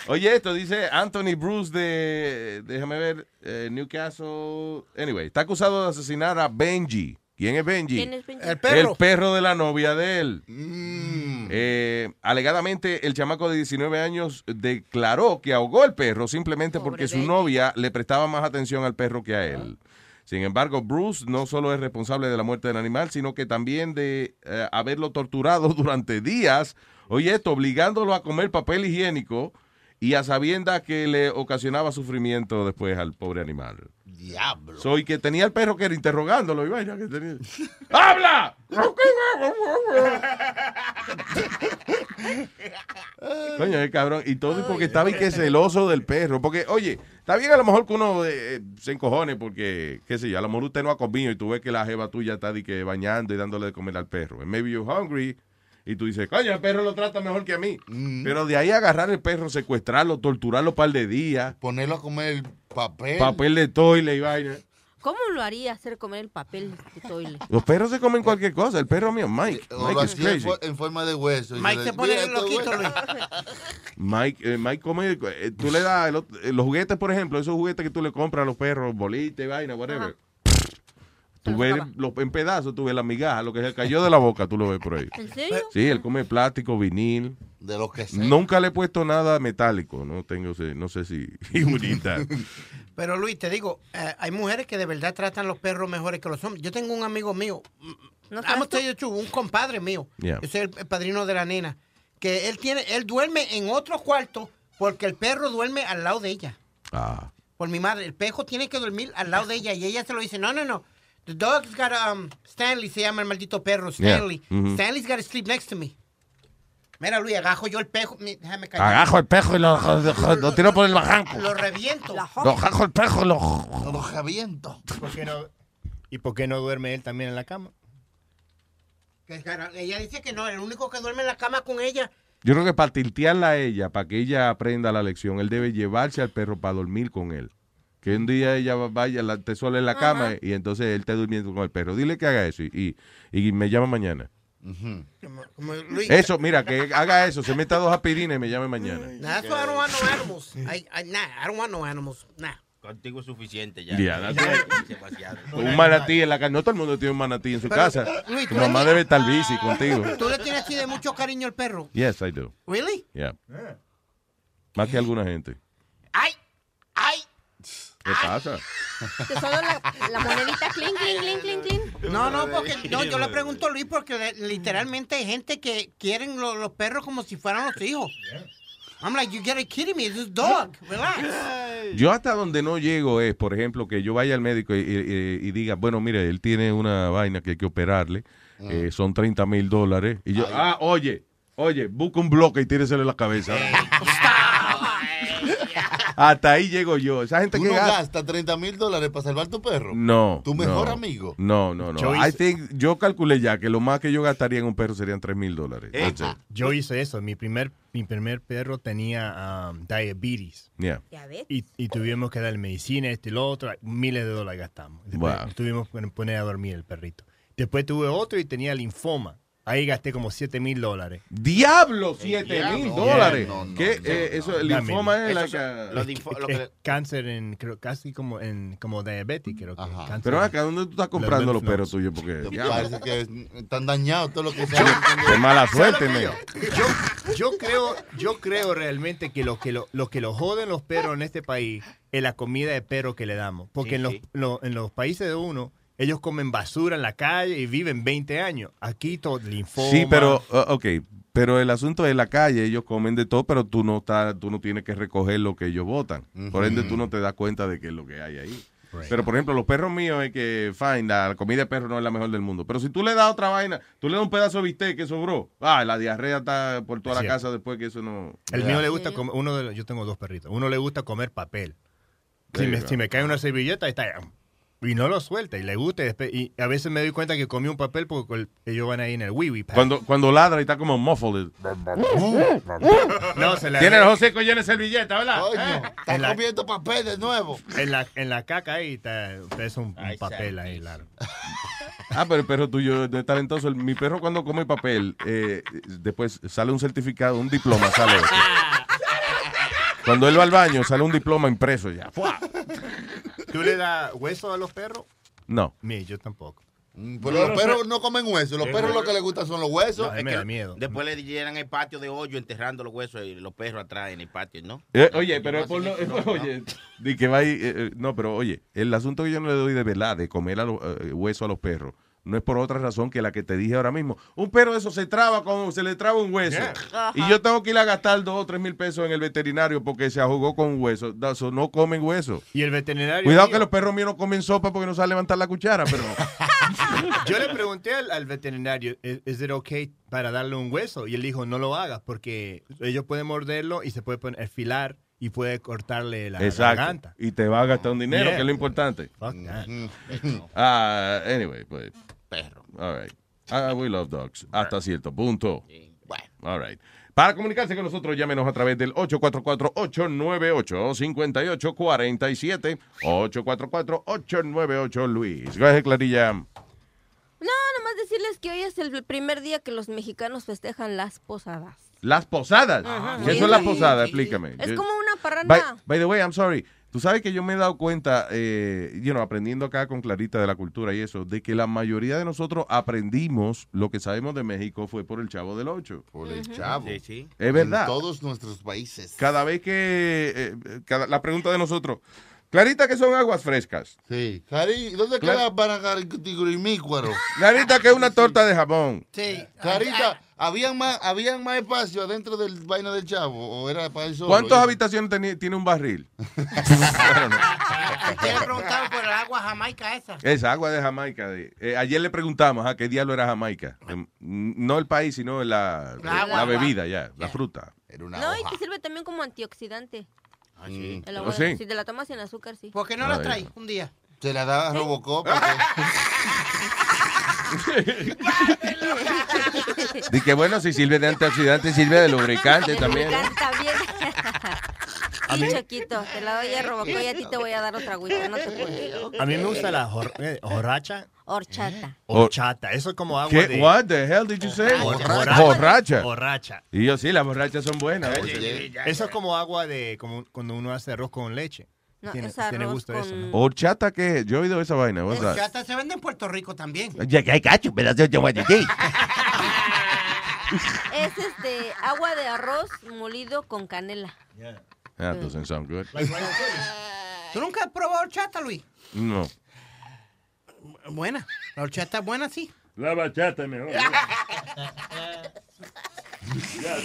Oye, esto dice Anthony Bruce de, déjame ver, eh, Newcastle. Anyway, está acusado de asesinar a Benji. ¿Quién es Benji? ¿Quién es Benji? El perro. perro. de la novia de él. Eh, alegadamente, el chamaco de 19 años declaró que ahogó al perro simplemente porque su novia le prestaba más atención al perro que a él. Sin embargo, Bruce no solo es responsable de la muerte del animal, sino que también de eh, haberlo torturado durante días. Oye, esto, obligándolo a comer papel higiénico y a sabiendas que le ocasionaba sufrimiento después al pobre animal. Diablo. Soy que tenía el perro que era interrogándolo. Y vaya que tenía. ¡Habla! Coño, el cabrón. Y todo y porque estaba y que celoso del perro. Porque, oye, está bien a lo mejor que uno eh, se encojone porque, qué sé yo, a lo mejor usted no ha comido y tú ves que la jeva tuya está de que bañando y dándole de comer al perro. And Maybe you're hungry. Y tú dices, coño, el perro lo trata mejor que a mí. Mm. Pero de ahí agarrar el perro, secuestrarlo, torturarlo un par de días. Ponerlo a comer papel. Papel de toile y vaina. ¿Cómo lo haría hacer comer el papel de toile? Los perros se comen cualquier cosa. El perro mío, Mike. O Mike lo is hacía en crazy. fo- en forma de hueso. Y yo Mike le- se pone mira, bien esto loquito, Luis. Mike, eh, Mike come, eh, tú le das el ot- eh, los juguetes, por ejemplo, esos juguetes que tú le compras a los perros, bolitas, y vaina, whatever. Tú ves los, en pedazos, tú ves la migaja, lo que se cayó de la boca, tú lo ves por ahí. ¿En serio? Sí, él come plástico, vinil. De lo que sea. Nunca le he puesto nada metálico, no tengo, se- no sé si he would eat that. Pero Luis, te digo, eh, hay mujeres que de verdad tratan los perros mejores que los hombres. Yo tengo un amigo mío, mm, I'm gonna tell you the truth, un compadre mío, Yeah. yo soy el, el padrino de la nena, que él tiene, él duerme en otro cuarto porque el perro duerme al lado de ella. Ah. Por mi madre, el perro tiene que dormir al lado de ella y ella se lo dice, no, no, no. The dog's got um, Stanley se llama el maldito perro, Yeah. Stanley. Mhm. Stanley's got to sleep next to me. Mira, Luis, agajo yo el perro. mi- Déjame callar. Agajo el pejo y lo, lo- lo tiro por el barranco. Lo reviento. Lo agajo el pejo y lo... Los javientos. ¿Por qué no- ¿Y por qué no duerme él también en la cama? Que cara- Ella dice que no, el único que duerme en la cama con ella. Yo creo que para tiltearla a ella, para que ella aprenda la lección, él debe llevarse al perro para dormir con él. Que un día ella va- vaya, la, te sola en la cama y entonces él está durmiendo con el perro. Dile que haga eso y, y, y me llama mañana. Como Luis. Eso, mira, que haga eso, se meta dos aspirinas y me llame mañana. Nah, that's why I don't want no animals. I, I, nah, I don't want no animals. Nah. Contigo es suficiente ya. Ya, that's right. Demasiado. Un manatí en la casa. No todo el mundo tiene un manatí en su Pero, casa. Luis, Tu tú eres mamá mi- debe estar bici contigo. ¿Tú le tienes así de mucho cariño al perro? Yes, I do. ¿Really? Yeah. Más que alguna gente. ¡Ay! ¡Ay! ¿Qué pasa? Que solo la, la monedita clink, clink, clink, clink, clink. No, no, porque no, yo le pregunto a Luis porque le- literalmente hay gente que quieren lo- los perros como si fueran los hijos. I'm like, you gotta kidding me, this is dog, relax. Yo hasta donde no llego es, por ejemplo, que yo vaya al médico y, y- y diga, bueno, mire, él tiene una vaina que hay que operarle, Ah. eh, son 30 mil dólares. Y yo, ah, oye, oye, busca un bloque y tíreselo en la cabeza. hasta ahí llego yo. Esa gente Tú que no gasta- gastas 30 mil dólares para salvar tu perro. No. Tu mejor no. amigo. No, no, no. Yo I think- yo calculé ya que lo más que yo gastaría en un perro serían 3 mil dólares. That's it. Yo hice eso. Mi primer, mi primer perro tenía um, diabetes. Yeah. Y, y tuvimos que darle medicina, esto y lo otro. Miles de dólares gastamos. Después Wow. Tuvimos que poner a dormir el perrito. Después tuve otro y tenía linfoma. Ahí gasté como 7 mil dólares. ¡Diablo! 7 mil diablo. dólares. No, no, ¿Qué? no, Eh, no, eso, no. el Dame. linfoma es Eso la son- los linfo- lo que- es cáncer en, creo, casi como en como diabetes, creo que. cáncer. Pero acá, ¿dónde tú estás comprando los lymph perros tuyos? nodes. Porque. Te diablo. Parece que es- están dañados todo lo que saben. Qué mala suerte, men. Yo, yo creo, yo creo realmente que lo que lo, lo que lo joden los perros en este país es la comida de perro que le damos. Porque Sí, en, los, sí. lo- en los países de uno, ellos comen basura en la calle y viven 20 años. Aquí todo linfoma. Sí, pero, uh, ok, pero el asunto es la calle, ellos comen de todo, pero tú no, estás, tú no tienes que recoger lo que ellos botan. Por ende, tú no te das cuenta de qué es lo que hay ahí. Pero, por ejemplo, los perros míos es que, fine, la comida de perro no es la mejor del mundo. Pero si tú le das otra vaina, tú le das un pedazo de bistec que sobró, ah, la diarrea está por toda la Cierto. casa después que eso no... El mío le gusta comer, uno de los- yo tengo dos perritos, uno le gusta comer papel. Si There me, you go. si me cae una servilleta, ahí está. Y no lo suelta, y le gusta. Y, después- y a veces me doy cuenta que comí un papel porque el- ellos van ahí en el wiwi. pack. Cuando, cuando ladra y está como muffled. Mm, No, se le Tiene arregla. el José Coyene servilleta, ¿verdad? ¿eh? En la- Viendo papel de nuevo. En la, en la caca ahí está, es un, un papel ahí, claro. Ah, pero el perro tuyo es talentoso. El- Mi perro cuando come papel, eh, después sale un certificado, un diploma, sale. eso. Cuando él va al baño, sale un diploma impreso ya. ¡Fua! ¿Tú le das hueso a los perros? No. Mire, yo tampoco. Mm, Pero los perros no comen hueso. Los Sí, perros güey. lo que les gustan son los huesos. Es que Después le llenan el patio de hoyo enterrando los huesos y los perros atrás en el patio, ¿no? Eh, oye, pero es Yo por no, así es que- por- oye, di que va ahí, eh, eh, no, pero oye, el asunto que yo no le doy de verdad, de comer a los, eh, hueso a los perros, no es por otra razón que la que te dije ahora mismo. Un perro de eso se traba como se le traba un hueso. Ajá. Y yo tengo que ir a gastar dos o tres mil pesos en el veterinario porque se ahogó con hueso. Da- so- no comen hueso. Y el veterinario. Cuidado mío- que los perros míos no comen sopa porque no saben levantar la cuchara, pero Yo le pregunté al, al veterinario, ¿es is it okay para darle un hueso? Y él dijo, no lo hagas porque ellos pueden morderlo y se puede poner, afilar y puede cortarle la Exacto. garganta. Y te va a gastar un dinero, Yeah. que es lo importante. Fuck that. Ah, anyway, pues. Perro. All right. Ah, we love dogs. Hasta cierto punto. All right. Para comunicarse con nosotros, llámenos a través del 844-898-5847. 844-898-LUIS. Gracias, Clarilla. No, nomás decirles que hoy es el primer día que los mexicanos festejan las posadas. Las posadas. Ajá. ¿Qué son las posadas? Explícame. Es Yo- como una By, parranda. by the way, I'm sorry. Tú sabes que yo me he dado cuenta, eh, you know, aprendiendo acá con Clarita de la cultura y eso, de que la mayoría de nosotros aprendimos lo que sabemos de México fue por el Chavo del Ocho. Por el chavo. Sí, sí. Es verdad. En todos nuestros países. Cada vez que... eh, cada- la pregunta de nosotros, Clarita, ¿qué son aguas frescas? Sí. Cari, ¿dónde Claro. queda Barangaricurimícuaro? Clarita, ¿qué es una torta de jamón? Sí. Eh, Carita, ¿habían más, ¿habían más espacio adentro del vaina del chavo? ¿O era para eso? ¿Cuántas habitaciones teni- tiene un barril? Bueno, no. Yo le preguntaba por el agua jamaica esa. Es agua de Jamaica. de- eh, ayer le preguntamos a qué diablo era Jamaica. Em, no el país, sino la, La agua. la bebida ya, la fruta. Era No, y te sirve también como antioxidante. El ¿Oh, agua de- sí? Si te la tomas sin azúcar, sí. ¿Por qué no la Ay, traes un día? Se la daba Robocop. Y que bueno, si sirve de antioxidante, sirve de lubricante también. ¿no? Lubricante también. A Y mí- Choquito, te la doy a Robocó y a ti te voy a dar otra agüita, no te preocupes. A mí me gusta la jor- eh, jorracha. Horchata. Horchata, eso es como agua ¿Qué? de... What the hell did you say? Borracha. Borracha. Borracha. Y yo sí, las borrachas son buenas. Eso es como agua de... como cuando uno hace arroz con leche. No, tiene, es arroz tiene gusto eso, ¿no? Horchata que yo he oído esa vaina. what's that? Ya hasta se vende en Puerto Rico también. Ya que hay cacho, pedazo de guayití. Es este agua de arroz molido con canela. Ah, doesn't sound good. ¿Tú nunca has probado horchata, Luis? No. Buena. La horchata es buena, sí. La bachata es mejor. Ya,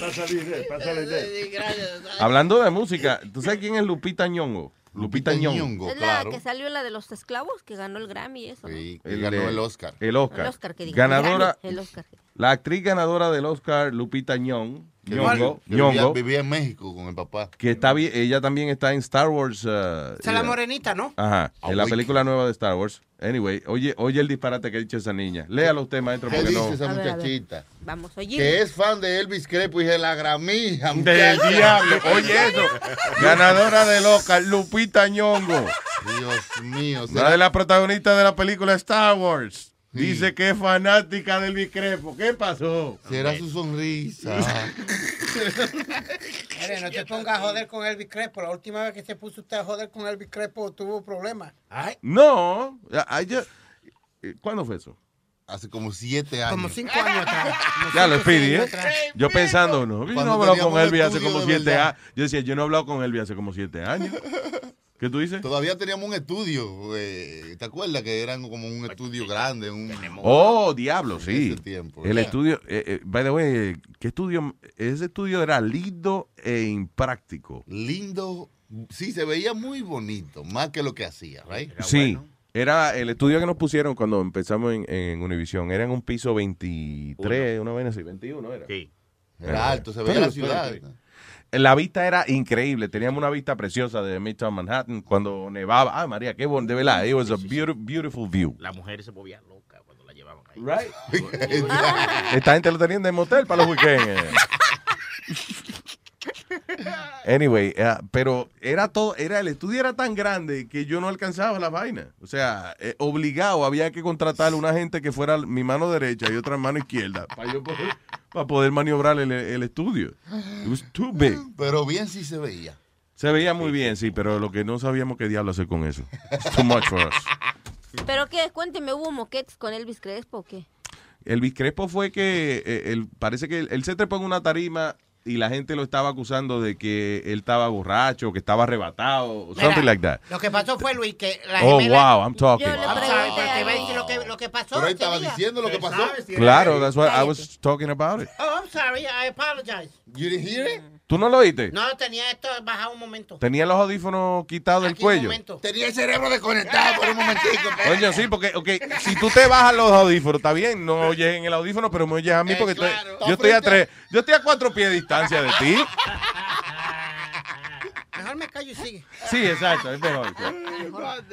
pasa la idea, pasa la idea. Hablando de música, ¿tú sabes quién es Lupita Ñongo? Lupita Ñongo. es la que salió la de los esclavos que ganó el Grammy, eso. ¿no? que ganó eh, el Oscar. El Oscar. El Oscar, que diga. Ganadora. El Grammy, el Oscar. La actriz ganadora del Oscar, Lupita Ñong. Que Ñongo. vivía- que Ñongo, vivía- vivía en México con el papá. Que está, vi- ella también está en Star Wars. uh, Esa es la yeah. morenita, ¿no? Ajá, Ah, en la Awake. película nueva de Star Wars. Anyway, oye, oye el disparate que ha dicho esa niña. Léalo usted, maestro, ¿Qué porque dice no. esa A ver, a ver. muchachita? Vamos, oye. Que es fan de Elvis Crespo y de la gramija. Del muchacha. diablo, oye eso. Ganadora del Oscar, Lupita Ñongo. Dios mío. Una de las protagonistas de la película Star Wars. Dice que es fanática del discrepo. ¿Qué pasó? Será su sonrisa. Mire, no te pongas a joder con Elvis Crespo. La última vez que se puso usted a joder con Elvis Crespo tuvo problemas. Ay. No. I- I just- ¿Cuándo fue eso? Hace como siete años. Como cinco años atrás. Ya lo pidí, ¿eh? atrás. Yo pensando, no, yo no he Cuando hablado con teníamos Elvis hace estudio como de siete verdad. años. Yo decía, yo no he hablado con Elvis hace como siete años. ¿Qué tú dices? Todavía teníamos un estudio, eh, ¿te acuerdas? Que eran como un estudio grande. Un... Oh, diablo, sí. ese tiempo, El ya. estudio, eh, eh, by the way, ¿qué estudio? Ese estudio era lindo e impráctico. Lindo, sí, se veía muy bonito, más que lo que hacía, ¿right? sí, era el estudio que nos pusieron cuando empezamos en, en Univisión. Era en un piso 23, una vaina así, 21 era. Sí. Era alto, se veía la ciudad. La vista era increíble. Teníamos una vista preciosa de Midtown Manhattan cuando nevaba. Ah, María, qué bonito. De verdad, it was a beautiful, beautiful view. La mujer se volvía loca cuando la llevaban ahí. "Ah, Right. Ah, Esta gente lo tenían de motel para los weekends. Anyway, eh, pero era todo, era el estudio era tan grande que yo no alcanzaba la vaina. O sea, eh, obligado había que contratar una gente que fuera mi mano derecha y otra mano izquierda para yo poder, para poder maniobrar el, el estudio. It was too big. Pero bien sí se veía. Se veía muy bien, sí, pero lo que no sabíamos qué diablo hacer con eso. It's too much for us. Pero qué, cuénteme, ¿hubo moquetes con Elvis Crespo o qué? El biscrepo fue que eh, él- parece que él, él se trepó en una tarima y la gente lo estaba acusando de que él estaba borracho, que estaba arrebatado, o something like that. Lo que pasó fue, Luis, que la Oh, gemela- wow, I'm talking. Yo le I'm sorry, pregunté pero te a voy a él. decir lo que, lo que pasó. Pero él ese estaba día. diciendo lo que pasó. Claro, that's what I was talking about it. Oh, I'm sorry, I apologize. You didn't hear it? ¿Tú no lo oíste? No, tenía esto bajado un momento. Tenía los audífonos quitados del cuello. Tenía el cerebro desconectado por un momentico. Coño, sí, porque, ok, si tú te bajas los audífonos, está bien, no oyes en el audífono, pero me oyes a mí porque estoy- yo estoy a tres, yo estoy a cuatro pies de distancia de ti. Mejor me callo y sigue. Sí, exacto, es mejor.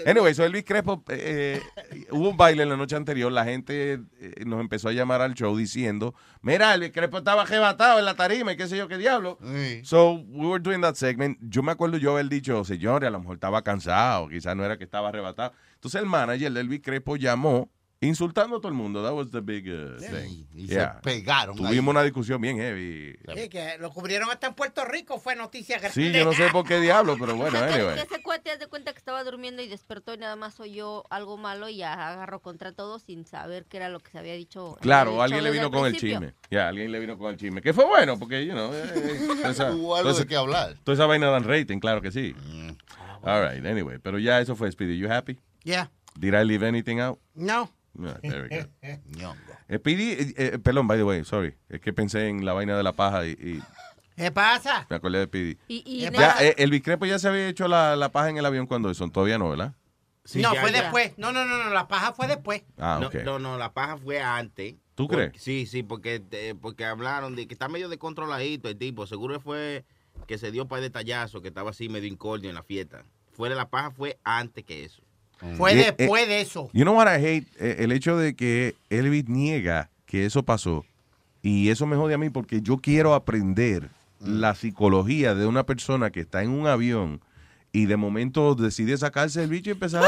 Anyway, soy Luis Crespo. eh, eh, hubo un baile en la noche anterior. La gente eh, nos empezó a llamar al show diciendo: Mira, Luis Crespo estaba arrebatado en la tarima y qué sé yo qué diablo. So, we were doing that segment. Yo me acuerdo yo haber dicho, señores, a lo mejor estaba cansado, quizás no era que estaba arrebatado. Entonces, el manager de Luis Crespo llamó insultando a todo el mundo. That was the big uh, thing. y se pegaron Tuvimos ahí. una discusión bien heavy. Sí, que lo cubrieron hasta en Puerto Rico, fue noticia grande. Sí, yo no sé por qué diablo, pero bueno, anyway. Que ese cuate haz de cuenta que estaba durmiendo y despertó y nada más oyó algo malo y ya agarró contra todo sin saber qué era lo que se había dicho. Claro, había alguien dicho le desde vino con el principio. chisme. Ya, alguien le vino con el chisme. Que fue bueno, porque, you know. eh, eh, toda esa- Hubo algo toda esa- de qué hablar. Toda esa vaina dan rating, claro que sí. All right, anyway. Pero ya eso fue, Speedy. You happy? Yeah. Did I leave anything out? No. No, there we go. Speedy, eh, eh, perdón, by the way, sorry. Es que pensé en la vaina de la paja y, y ¿Qué pasa? me acordé de Speedy. Y- y Ya, nada. eh, el Biscrepo ya se había hecho la, la paja en el avión cuando eso. Todavía no, ¿verdad? no, fue después. No, no, no, no, la paja fue después. Ah, no, ok. no, no, la paja fue antes. ¿Tú Por- crees? Sí, sí, porque, eh, porque hablaron de que está medio descontroladito el tipo. Seguro fue que se dio para detallazo, que estaba así medio incordio en la fiesta. Fuera la paja fue antes que eso. Fue Eh, eh, después de eso. You know what I hate? Eh, El hecho de que Elvis niega que eso pasó. Y eso me jode a mí porque yo quiero aprender la psicología de una persona que está en un avión y de momento decide sacarse el bicho y empezar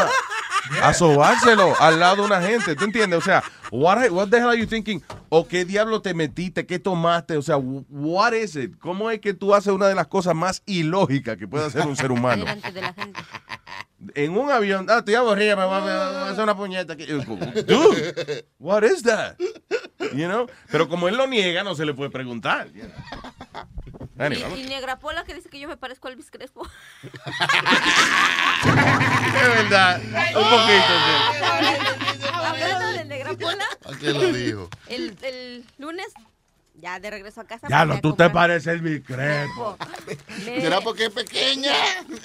a, a sobárselo al lado de una gente. ¿Tú entiendes? O sea, what, what the hell are you thinking? ¿O qué diablo te metiste? ¿Qué tomaste? O sea, what is it? ¿Cómo es que tú haces una de las cosas más ilógicas que puede hacer un ser humano? Delante de la gente. en un avión. Ah, estoy aburrida, me voy a- me voy a hacer una puñeta. aquí. Dude, what is that? You know? Pero como él lo niega, no se le puede preguntar. you know. Anyway, Y, y vamos. Negra Pola que dice que yo me parezco a Elvis Crespo. Es verdad, un poquito. Hablando de Negra Pola, sí. lo dijo? el, el lunes ya de regreso a casa. Ya me lo, fui a tú te comprar pareces el bicrepo. Me- ¿Será porque es pequeña?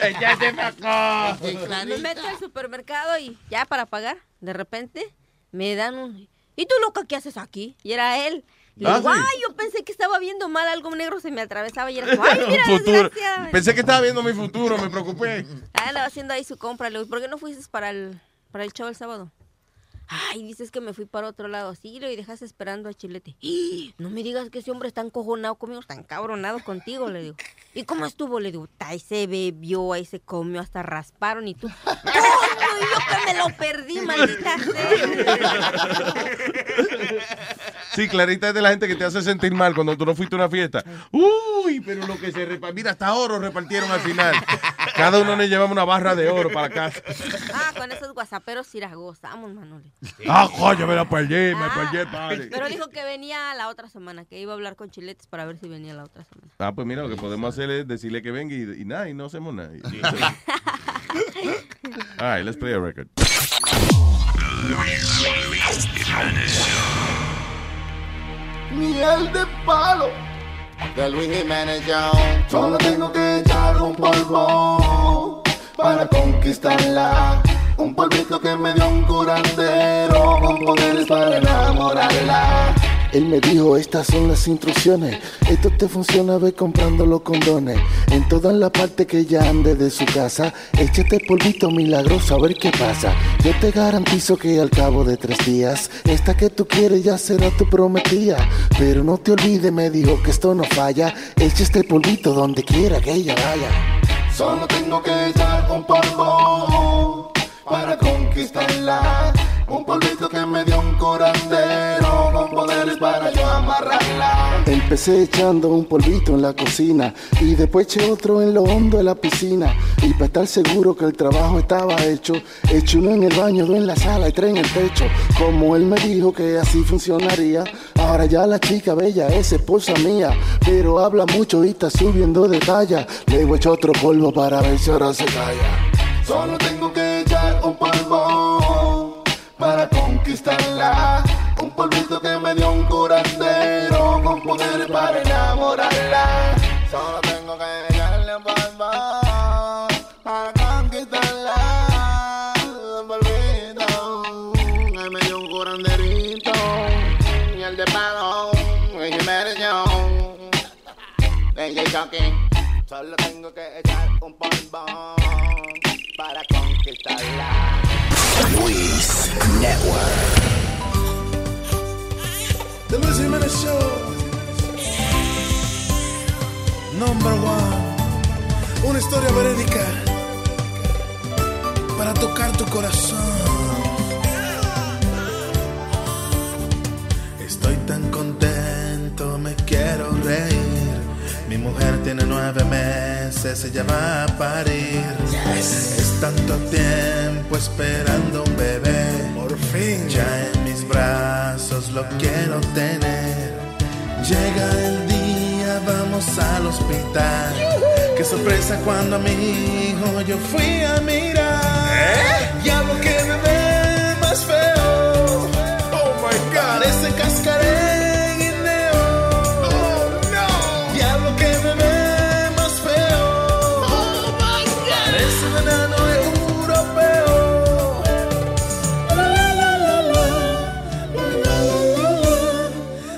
Ella se sacó. Sí, clarita. Me meto al supermercado y ya para pagar, de repente me dan un... ¿Y tú loca qué haces aquí? Y era él. Y Ah, le digo, sí. "Ay, yo pensé que estaba viendo mal, algo negro se me atravesaba y era como, ay, Un mira, futuro. desgracia. Pensé que estaba viendo mi futuro, me preocupé. Ah, andaba haciendo ahí su compra. Le digo, ¿por qué no fuiste para el, para el show el sábado? Ay, dices que me fui para otro lado. Sí, le digo, y dejaste esperando a Chilete. "Ih, No me digas que ese hombre está encojonado conmigo, está encabronado contigo, le digo. ¿Y cómo estuvo? Le digo, "Ta, ahí se bebió, ahí se comió, hasta rasparon y tú. ¡Coño, y yo que me lo perdí, maldita sea! Sí, Clarita es de la gente que te hace sentir mal cuando tú no fuiste a una fiesta. Uy, pero lo que se repartió. Mira, hasta oro repartieron al final. Cada uno le llevaba una barra de oro para casa. Ah, con esos guasaperos sí las gozamos, Manolo. Ah, coño, me la perdí, me perdí el party. Pero dijo que venía la otra semana, que iba a hablar con Chiletes para ver si venía la otra semana. Ah, pues mira, lo que podemos hacer es decirle que venga y, y nada, y no hacemos nada. All right, let's play a record. Miel de palo. De Luis Jiménez Young. Solo tengo que echar un polvo para conquistarla. Un polvito que me dio un curandero con poderes para enamorarla. Él me dijo, estas son las instrucciones. Esto te funciona, ve comprando los condones. En toda la parte que ya ande de su casa, échate polvito milagroso a ver qué pasa. Yo te garantizo que al cabo de tres días, esta que tú quieres ya será tu prometida. Pero no te olvides, me dijo que esto no falla. Echa este polvito donde quiera que ella vaya. Solo tengo que echar un polvo para conquistarla. Un polvito que me dio un curandero con poderes para yo amarrarla. Empecé echando un polvito en la cocina y después eché otro en lo hondo de la piscina. Y para estar seguro que el trabajo estaba hecho, eché uno en el baño, dos en la sala y tres en el techo. Como él me dijo que así funcionaría, ahora ya la chica bella es esposa mía. Pero habla mucho y está subiendo de talla. Luego eché otro polvo para ver si ahora se calla. Solo tengo que echar un polvo para conquistarla. Un polvito que me dio un curandero con poder para enamorarla. Solo tengo que echarle un polvo para conquistarla. Un polvito que me dio un curanderito. Y el de palo, y Jiménez Young. DJ Chucky. Solo tengo que echar un polvo para conquistarla. Luis Network. The Luis Jiménez Show. Number one. Una historia verídica para tocar tu corazón. Estoy tan contento, me quiero reír. Mi mujer tiene nueve meses, ella va a parir. Es tanto tiempo esperando un bebé. Por fin. Ya en mis brazos lo quiero tener. Llega el día, vamos al hospital. Qué sorpresa cuando a mi hijo yo fui a mirar. Ya lo que bebé más feo. Oh my god. Parece cascarón y neón. Diablo que me ve más feo. Oh my god. Parece un enano europeo. La la la la la.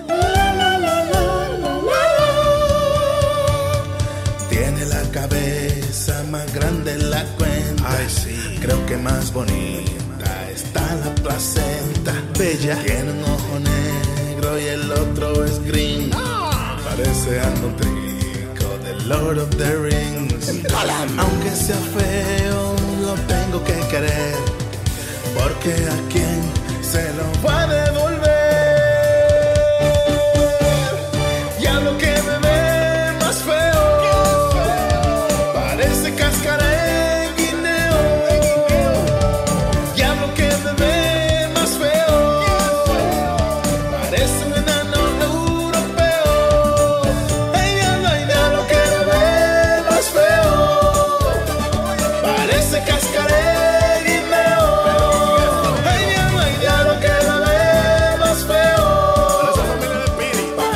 La la la la la. La la la la la la. Tiene la cabeza más grande en la cuenta. Ay, sí. Creo que más bonita está la placenta. Bella. Tiene un ojo negro y el otro es green. Ah. Parece algo trico del Lord of the Rings. Aunque sea feo, lo tengo que querer. Porque a quien se lo va a devolver. Ya lo que me ve más feo. Parece cascara en guineo. Ya lo que me ve más feo. Parece un enano europeo. Ella no hay nada lo que me ve más feo. Parece cascaré guineo. Ella no hay nada lo que me ve más feo.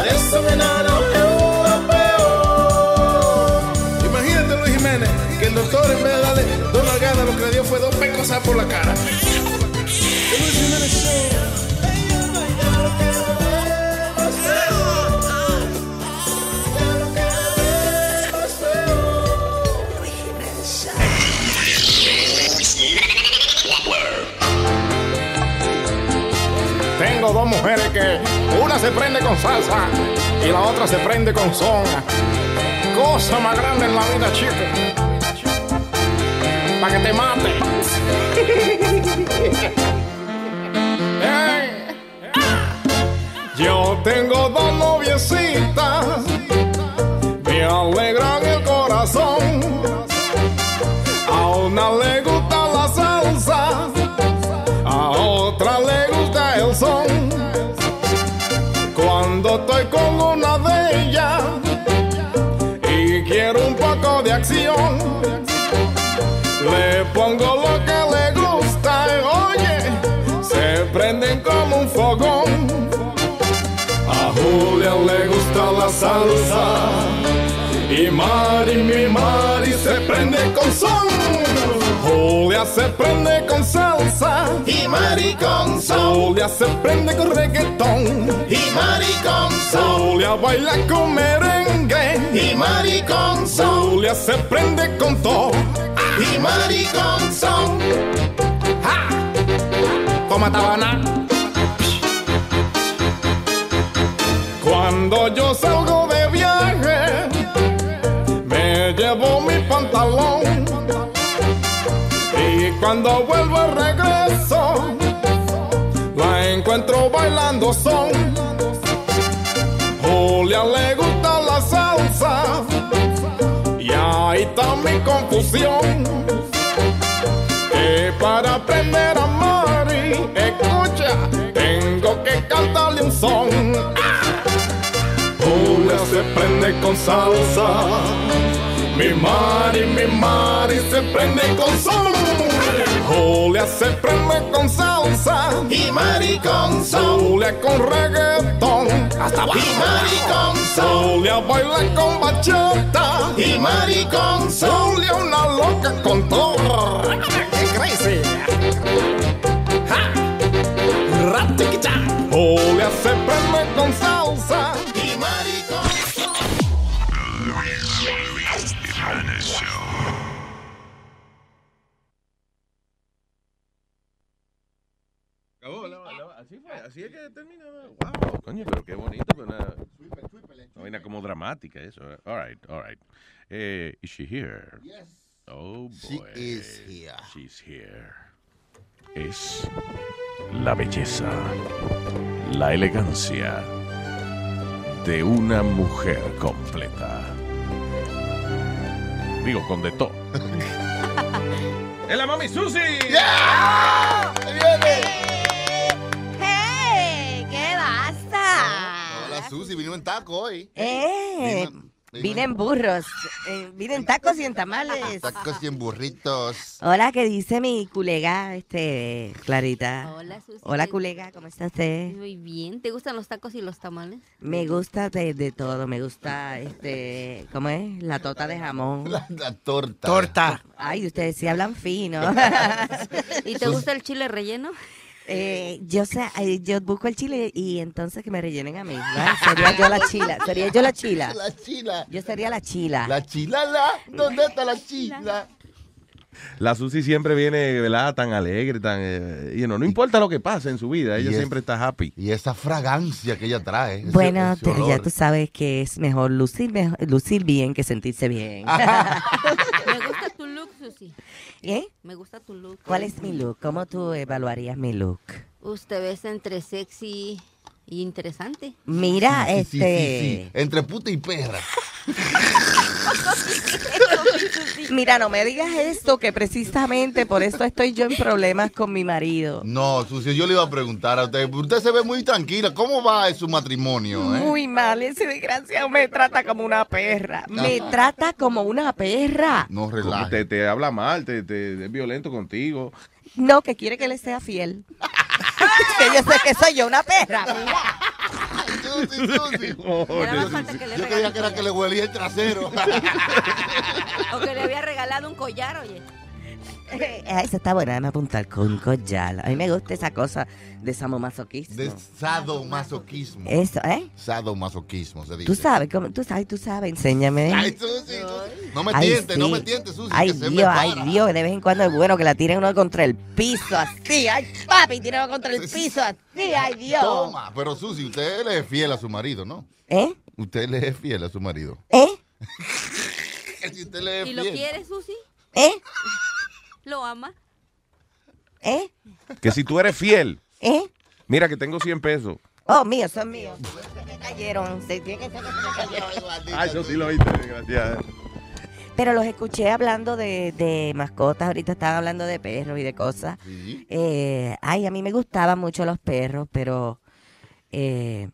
Parece un enano europeo. Imagínate Luis Jiménez, que el doctor en vez de darle dos nalgadas, lo que le dio fue dos pecosas por la cara. The Luis Jiménez Show. Tengo dos mujeres que una se prende con salsa y la otra se prende con son. Cosa más grande en la vida, chico. Para que te mate. Ey. Yo tengo dos noviecitas, me alegran el corazón. A una le gusta la salsa, a otra le gusta el son. Cuando estoy con una de ellas y quiero un poco de acción, le pongo lo que le gusta y oye, se prenden como un fogón. A Julia le gusta la salsa y Mari, mi Mari se prende con son. Julia se prende con salsa Y Mari con son. Julia se prende con reggaetón Y Mari con son. Julia baila con merengue Y Mari con son. Julia se prende con todo Y Mari con son. Toma tabana. Cuando yo salgo de viaje, me llevo mi pantalón. Y cuando vuelvo al regreso, la encuentro bailando son. Julia le gusta la salsa, y ahí está mi confusión. Que para aprender a amar y escucha, tengo que cantarle un son. Julia se prende con salsa, mi mari, mi mari se prende con son. Julia se prende con salsa Y Mari con son. Julia con reggaetón hasta abajo. Y Mari con son. Julia baila con bachata Y Mari con son. Julia una loca con todo. crazy! Julia se prende con salsa. Y Mari con Acabó, la- la- así fue, así es que termina. Wow, Oh, coño, pero qué bonito, pero una, una vaina como dramática eso. All right, all right. Eh, is she here? Yes. Oh boy. She is here. She's here. Es la belleza, la elegancia de una mujer completa. Digo, con de todo. ¡Es la mami Susi! ¡Ah! ¡Hey! ¡Qué basta! Hola, Susi, vino en taco hoy. ¡Eh! Vine en burros, eh, vine en tacos y en tamales. Tacos y en burritos. Hola, ¿qué dice mi colega, este, Clarita? Hola, Susi. Hola, ¿Qué- colega, ¿cómo eh? está usted? Muy bien. ¿Te gustan los tacos y los tamales? Me gusta de, de todo, me gusta, este, ¿cómo es? La tota de jamón. La, torta. Torta. Ay, ustedes sí hablan fino. ¿Y te gusta el chile relleno? Eh, yo sé, eh, yo busco el chile y entonces que me rellenen a mí. ¿verdad? Sería yo la chila, sería yo la chila. La chila. Yo sería la chila. La chilala. ¿Dónde está la chila? La Susi siempre viene, ¿verdad? Tan alegre, tan. eh, you know, no importa lo que pase en su vida, ella Y es- siempre está happy. Y esa fragancia que ella trae. ese- Bueno, ese pero ya olor. tú sabes que es mejor lucir, mejo- lucir bien que sentirse bien. Me gusta tu look, Susi. ¿Eh? Me gusta tu look. ¿Cuál es mi look? ¿Cómo tú evaluarías mi look? Usted ves entre sexy y interesante. Mira, Sí, sí, sí, este... sí. Entre puta y perra. Mira, no me digas esto, que precisamente por esto estoy yo en problemas con mi marido. No, Susi, yo le iba a preguntar a usted. Usted se ve muy tranquila. ¿Cómo va su matrimonio? eh? Muy mal, ese desgraciado me trata como una perra. Me trata como una perra. No relaja. Te, te habla mal, te, te- es violento contigo. No, que quiere que le sea fiel. que yo sé que soy yo una perra. Mira. Yo creía que era que le huelía el trasero. O que le había regalado un collar, oye. Ah, Esa está buena, me apuntar con collar. A mí me gusta esa cosa de sadomasoquismo. De sadomasoquismo. Eso, ¿eh? Sadomasoquismo se dice. Tú sabes, cómo- tú sabes, tú sabes, enséñame. Ay, Susi, Susi. No me Ay, tientes, no sí. me tientes, Susi. Ay, que se me Dios, para. ay, Dios, de vez en cuando es bueno que la tiren uno contra el piso, así. Ay, papi, tirado contra el piso, así, ay, Dios. Toma, pero Susi, usted le es fiel a su marido, ¿no? ¿Eh? Usted le es fiel a su marido. ¿Eh? Si usted le es ¿Y lo fiel. quiere, Susi? ¿Eh? ¿Lo ama? ¿Eh? Que si tú eres fiel, ¿Eh? mira que tengo 100 pesos. Oh, míos, son míos. Se me cayeron. Se tiene que ser que se me cayeron. Ah, yo sí lo oíste, desgraciada. Pero los escuché hablando de, de mascotas, ahorita estaban hablando de perros y de cosas. Eh, ay, a mí me gustaban mucho los perros, pero eh,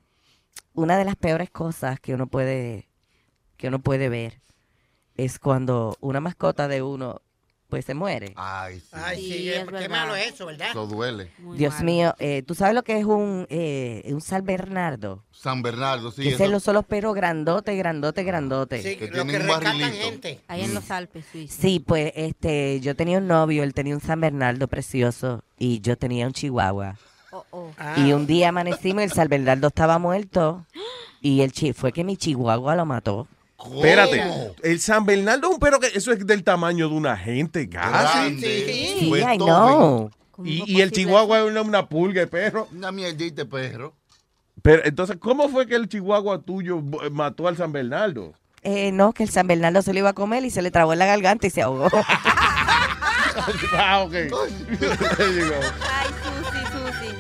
una de las peores cosas que uno puede que uno puede ver es cuando una mascota de uno pues se muere. Ay, sí. Ay, sí, eh, qué malo es eso, ¿verdad? Eso duele. Dios mío, eh, ¿tú sabes lo que es un, eh, un San Bernardo? San Bernardo, sí. que eso- esos los- son los perros grandote, grandote, grandote. Sí, Que lo tienen que un rescatan barrilito. gente. Allá este. en los Alpes, sí. Sí, pues este, yo tenía un novio, él tenía un San Bernardo precioso y yo tenía un chihuahua. Oh, oh. Y un día amanecimos y el San Bernardo estaba muerto y el chi fue que mi chihuahua lo mató. Espérate, el San Bernardo es un perro que eso es del tamaño de una gente, casi. Grande. Sí, Fue I todo. know. Y, y el Chihuahua es una, una pulga de perro. Una mierdita de perro. Pero entonces, ¿cómo fue que el Chihuahua tuyo eh, mató al San Bernardo? Eh, no, que el San Bernardo se lo iba a comer y se le trabó en la garganta y se ahogó. ah, ok. Ay, Susi, Susi.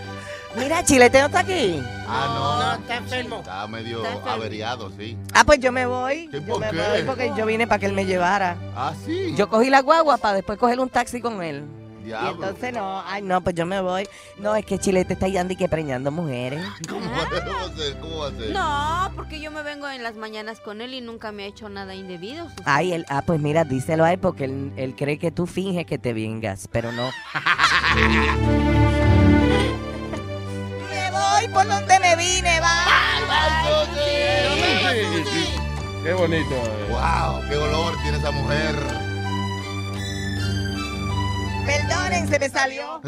Mira, Chilete no está aquí. Ah, no. Está enfermo. Está medio Está enfermo. averiado, sí. Ah, pues yo me voy. ¿Qué, Yo por me qué? voy porque yo vine para que él me llevara. Ah, sí. Yo cogí la guagua para después coger un taxi con él. Diablo. Y entonces no, ay no, pues yo me voy. No, es que Chilete está yando y que preñando mujeres. ¿Cómo va a ser? ¿Cómo va a ser? No, porque yo me vengo en las mañanas con él y nunca me ha hecho nada indebido. Susi. Ay, él, ah, pues mira, díselo a él porque él, él cree que tú finges que te vengas, pero no. Ah, Me voy por donde me vine, va. Qué bonito. eh. Wow, qué olor tiene esa mujer. Perdonen, se me salió.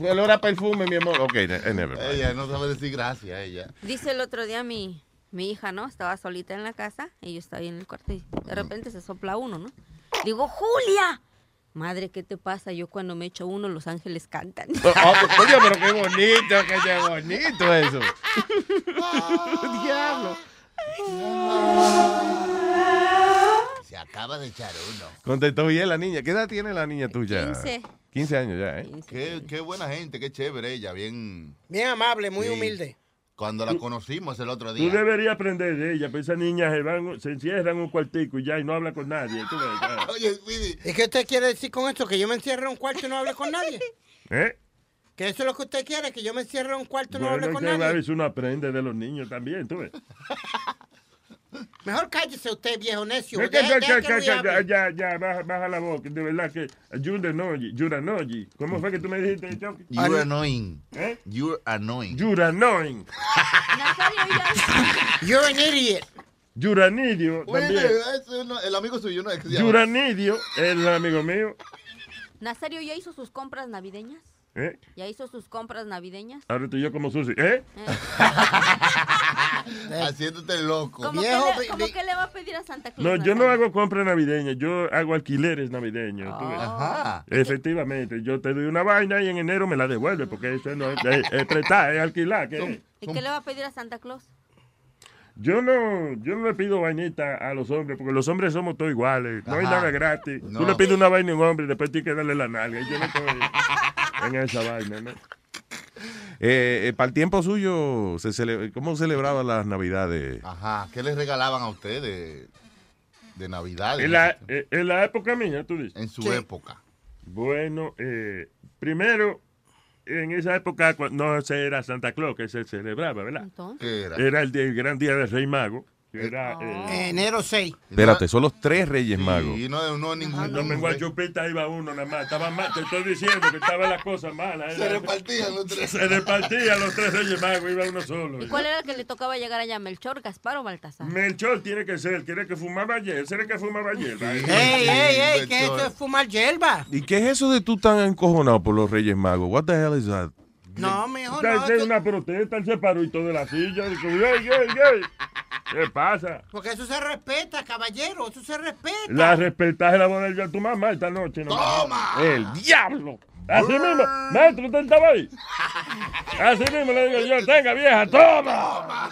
Olor a perfume, mi amor. Ok, ne- never mind. Ella no sabe decir gracias, ella. Dice el otro día mi, mi hija, ¿no? Estaba solita en la casa y yo estaba ahí en el cuarto y de repente se sopla uno, ¿no? Digo, Julia, madre, ¿qué te pasa? Yo cuando me echo uno, los ángeles cantan. Ah, pues, Oye, pero qué bonito, que qué bonito eso. Diablo. Se acaba de echar uno. Contestó bien la niña. ¿Qué edad tiene la niña tuya? 15. 15 años ya, ¿eh? Qué, qué buena gente, qué chévere ella, bien. Bien amable, muy Sí. humilde. Cuando la conocimos el otro Tú día. deberías aprender de ella, pero esas niñas se, van, se encierran en un cuartico y ya y no hablan con nadie. tú ves, ya. ¿Y qué usted quiere decir con esto? ¿Que yo me encierre en un cuarto y no hable con nadie? ¿Eh? ¿Que eso es lo que usted quiere? ¿Que yo me encierre en un cuarto y no hable ¿Eh? Bueno, con que a nadie? veces uno aprende de los niños también, tú ves. Mejor cállese usted, viejo necio. Ya, Deja- ya, deja ya, que Luis ya, ya, hable. ya, ya, baja, baja la boca, de verdad que Yura Noji, Yura Noji. ¿Cómo fue que tú me dijiste, Chucky? You're annoying. ¿Eh? You're annoying. You're annoying. You're an idiot. Yuranidio Oye, también. es uno- el amigo suyo no es que se llama- Yuranidio, el amigo mío. Nazario ya hizo sus compras navideñas. ¿Eh? Ya hizo sus compras navideñas. Ahora estoy yo como sushi. ¿Eh? Haciéndote loco. ¿Cómo, Viejo, que, vi- le, cómo vi- que le va a pedir a Santa Claus? No, yo no hago compras navideñas, yo hago alquileres navideños. tú ves. Ajá. Efectivamente, yo te doy una vaina y en enero me la devuelve, porque eso no es, es- es prestar, es alquilar. ¿qué es? ¿Y qué le va a pedir a Santa Claus? Yo no, yo no le pido vainita a los hombres, porque los hombres somos todos iguales. No hay Ajá. nada gratis. No. Tú le pides una vaina a un hombre y después tienes que darle la nalga. Yo no estoy en esa vaina, ¿no? Eh, para el tiempo suyo, se cele- ¿cómo celebraba las navidades? Ajá, ¿qué les regalaban a ustedes de Navidad? En la, eh, en la época mía, tú dices. En su época. Bueno, eh, primero, en esa época cua- no se era Santa Claus que se celebraba, ¿verdad? ¿Qué era? el, día- el gran día del Rey Mago. que era, eh, Enero 6. Espérate, son los tres Reyes Magos. Y no, no ningún. No me guachupita iba uno nada más. Estaba mal, te estoy diciendo que estaba la cosa mala. Se repartían los tres. Se repartían los tres Reyes Magos, iba uno solo. ¿Y cuál era el que le tocaba llegar allá? ¿Melchor, Gaspar o Baltasar? Melchor tiene que ser, quiere que fumaba ayer, será que fumaba ayer. Ey, ey, ey, ¿qué es esto de fumar hierba? ¿Y qué es eso de tú tan encojonado por los Reyes Magos? What the hell is that? No, mijo, Él no. hace una protesta, él se paró y todo de la silla. Dijo, "Ey, ey, ey, ¿Qué pasa? Porque eso se respeta, caballero. Eso se respeta. La respetaje la boda de tu mamá esta noche. ¿no? ¡Toma! ¡El diablo! Así mismo, maestro, usted estaba ahí. Así mismo le digo yo, tenga vieja, toma.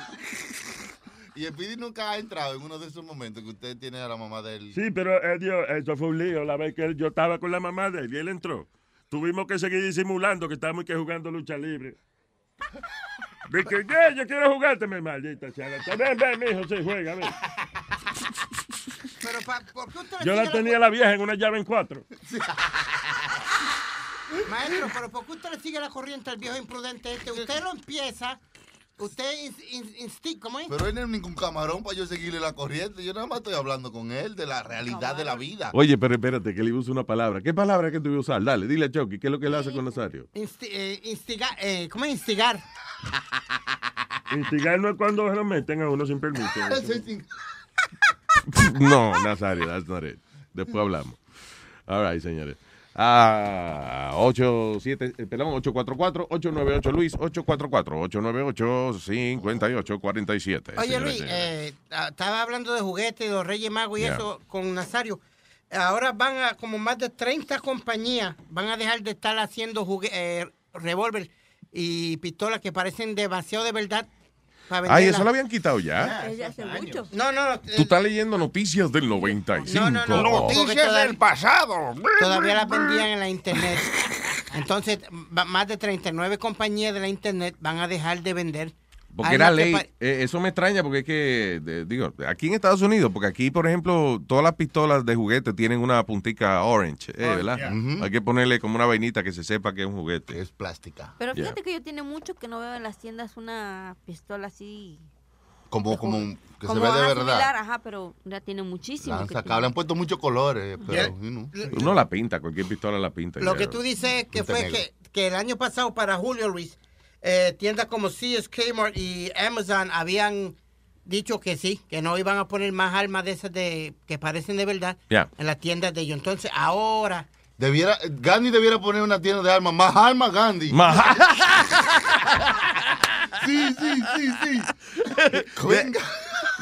Y el Pidi nunca ha entrado en uno de esos momentos que usted tiene a la mamá de él. Sí, pero eh, Dios, eso fue un lío. La vez que él- yo estaba con la mamá de él y él entró. Tuvimos que seguir disimulando que estábamos que jugando lucha libre. De que "Yeah, yo quiero jugarte, mi maldita sea. Ven, ven, mijo, sí, juega, ven. Pero, pa- ¿por qué usted le Yo sigue la tenía la vieja en una llave en cuatro. Maestro, pero ¿por qué usted le sigue la corriente al viejo imprudente este? Usted lo empieza, usted ins- ins- insti- ¿cómo es? Pero él no es ningún camarón para yo seguirle la corriente. Yo nada más estoy hablando con él de la realidad de la vida. Oye, pero espérate, que le uso una palabra. ¿Qué palabra que tú ibas a usar? Dale, dile a Chucky, ¿qué es lo que él hace con Nazario? Insti- eh, instigar, eh, ¿cómo es instigar? Instigar no es cuando se lo meten a uno sin permiso. Ah, No, Nazario, that's not it. Después hablamos. All right, señores. Ah, 87, eh, perdón, 844-898 Luis, 844-898-5847. señoras Oye, y Luis, señores. eh, ah, estaba hablando de juguetes y los Reyes Magos y Yeah. eso con Nazario. Ahora van a, como más de 30 compañías, van a dejar de estar haciendo jugue- eh, revólver y pistolas que parecen demasiado de verdad. para Ay, venderlas. eso lo habían quitado ya. Desde hace mucho. No, no, eh, Tú estás leyendo noticias del 95. no, no, no. Porque todav- pasado. Todavía las vendían en la internet. Entonces, va- más de 39 compañías de la internet van a dejar de vender. Porque era armas que ley. pa- Eh, eso me extraña porque es que, de- digo, aquí en Estados Unidos, porque aquí, por ejemplo, todas las pistolas de juguete tienen una puntica orange, eh, ¿verdad? yeah. Hay que ponerle como una vainita que se sepa que es un juguete. Es plástica. Pero fíjate que yo tiene mucho que no veo en las tiendas una pistola así. Como, como un- que se como, ve de ajá, similar, verdad. ajá, pero ya tiene muchísimo. La han que sacado, le han puesto muchos colores, pero you know. Uno la pinta, cualquier pistola la pinta. Lo ya. que tú dices que Punta fue negra. que, que el año pasado para Julio Luis, eh, tiendas como Sears, Kmart y Amazon habían dicho que sí, que no iban a poner más armas de esas de que parecen de verdad Ya. en las tiendas de ellos. Entonces, ahora... Debiera, Gandhi debiera poner una tienda de armas. Más armas, Gandhi. sí, sí, sí, sí. De-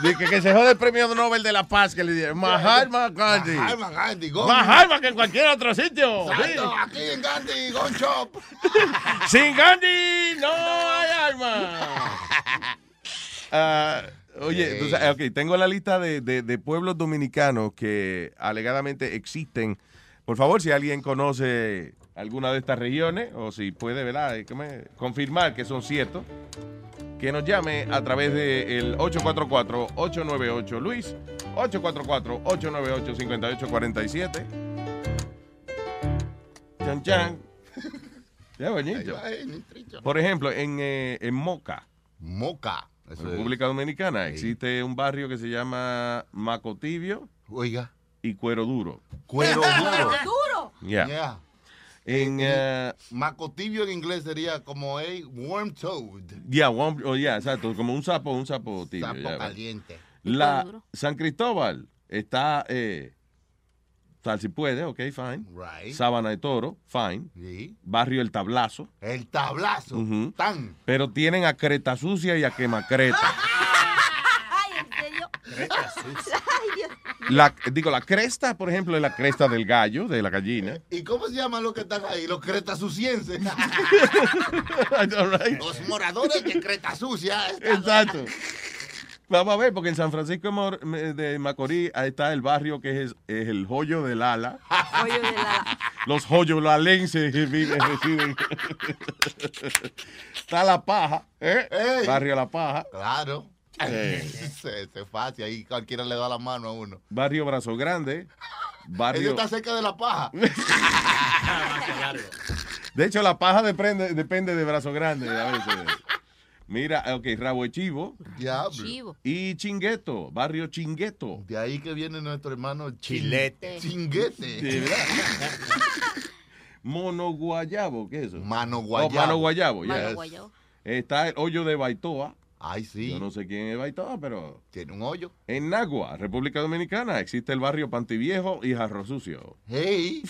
de que, que se jode el premio Nobel de la Paz que le dieron. Mahatma Gandhi. Mahatma Gandhi, go. Más armas que en cualquier otro sitio. Exacto, aquí en Gandhi, Gun Shop. Sí. Sin Gandhi no hay armas. Ah, oye, Ey. tú sabes- ok, tengo la lista de, de- de pueblos dominicanos que alegadamente existen. Por favor, si alguien conoce alguna de estas regiones o si puede, ¿verdad? Eh, ¿cómo es? Confirmar que son ciertos, que nos llame a través del 844-898 Luis, 844-898-5847. Chan, chan. Ya, Ahí bonito. va, eh, ni trillo. Por ejemplo, en, eh, en Moca. Moca. República Dominicana. Existe un barrio que se llama Macotibio. Oiga. Y Cuero Duro. Cuero duro. duro. Yeah. Yeah. En, eh, Macotibio en inglés sería como a worm toad. yeah, one- oh, yeah, exacto. Como un sapo, un sapo tibio. Sapo yeah. caliente. La San Cristóbal está, eh, tal si puede, ok, fine. Right. Sabana de Toro, fine. Sí. Barrio El Tablazo. El tablazo. Ujú. Tan. Pero tienen a Creta Sucia y a Quemacreta. Ay, ¿en serio? Ay, Dios. La, digo, la cresta, por ejemplo, es la cresta del gallo, de la gallina. ¿Y cómo se llaman los que están ahí? Los cretasucienses. Los moradores de Creta Sucia. Exacto. Vamos a ver, porque en San Francisco de Mor- de Macorís ahí está el barrio que es, es el joyo del ala. Hoyo de la- Los joyolalenses que viven, residen. está la paja, ¿eh? Ey. Barrio La Paja. Claro. Eh. Se, se fácil, ahí cualquiera le da la mano a uno. Barrio Brazo Grande. Ella Barrio... está cerca de la paja. De hecho, la paja depende, depende de Brazo Grande a veces. Mira, ok, Rabo de Chivo. Diablo. Chivo. Y Chingueto, Barrio Chingueto. De ahí que viene nuestro hermano Chin- Chilete. Chinguete. De verdad. Mono Guayabo, ¿qué es eso? Mano Oh, guayabo. Mano Guayabo, ya. Mano es. guayabo. Está el hoyo de Baitoa. Ay, sí. Yo no sé quién es Baitoa, pero. Tiene un hoyo. En Nagua, República Dominicana, existe el barrio Pantiviejo y Jarro Sucio. Hey.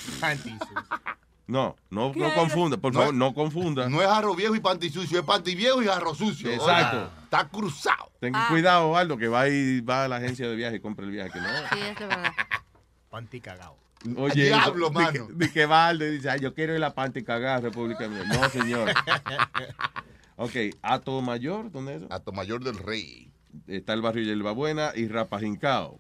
No, no, ¿Qué no era? confunda, por No favor, es- no confunda. No es jarro viejo y panty sucio, es panty viejo y jarro sucio. Exacto. Oiga, está cruzado. Ten cuidado, Aldo, que va, y, va a la agencia de viaje y compra el viaje que no. Sí, es la verdad. Panty cagao. Oye, Diablo, di mano. que- Di que va Aldo y dice, "Ay, yo quiero ir a Panty cagar República Dominicana. No, señor. ok, Ato Mayor, ¿dónde es eso? Ato Mayor del Rey. Está el barrio Yerba Buena y Rapajincao.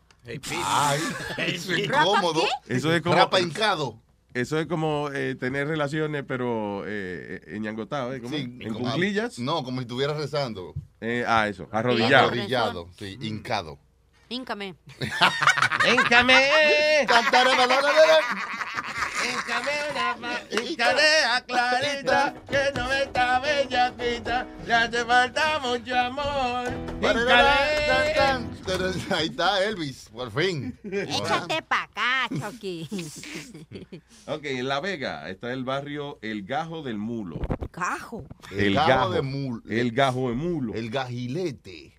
Ah. Ay, es incómodo. Eso es como- Rapa hincado. Eso es como eh, tener relaciones, pero eh, eh, enyangotado, ¿eh? ¿Cómo? en como- cumplillas. No, como si estuvieras rezando. Eh, ah, eso, arrodillado. Arrodillado, sí, hincado. Híncame. Híncame. Híncame una patita a clarita que no está bella pita. Le hace falta mucho amor. Híncale. Ahí está Elvis, por fin. Échate pa' acá, Chucky. Ok, en La Vega está el barrio El Gajo del Mulo. Cajo. El Gajo de Mulo. El Gajo de Mulo. El Gajilete.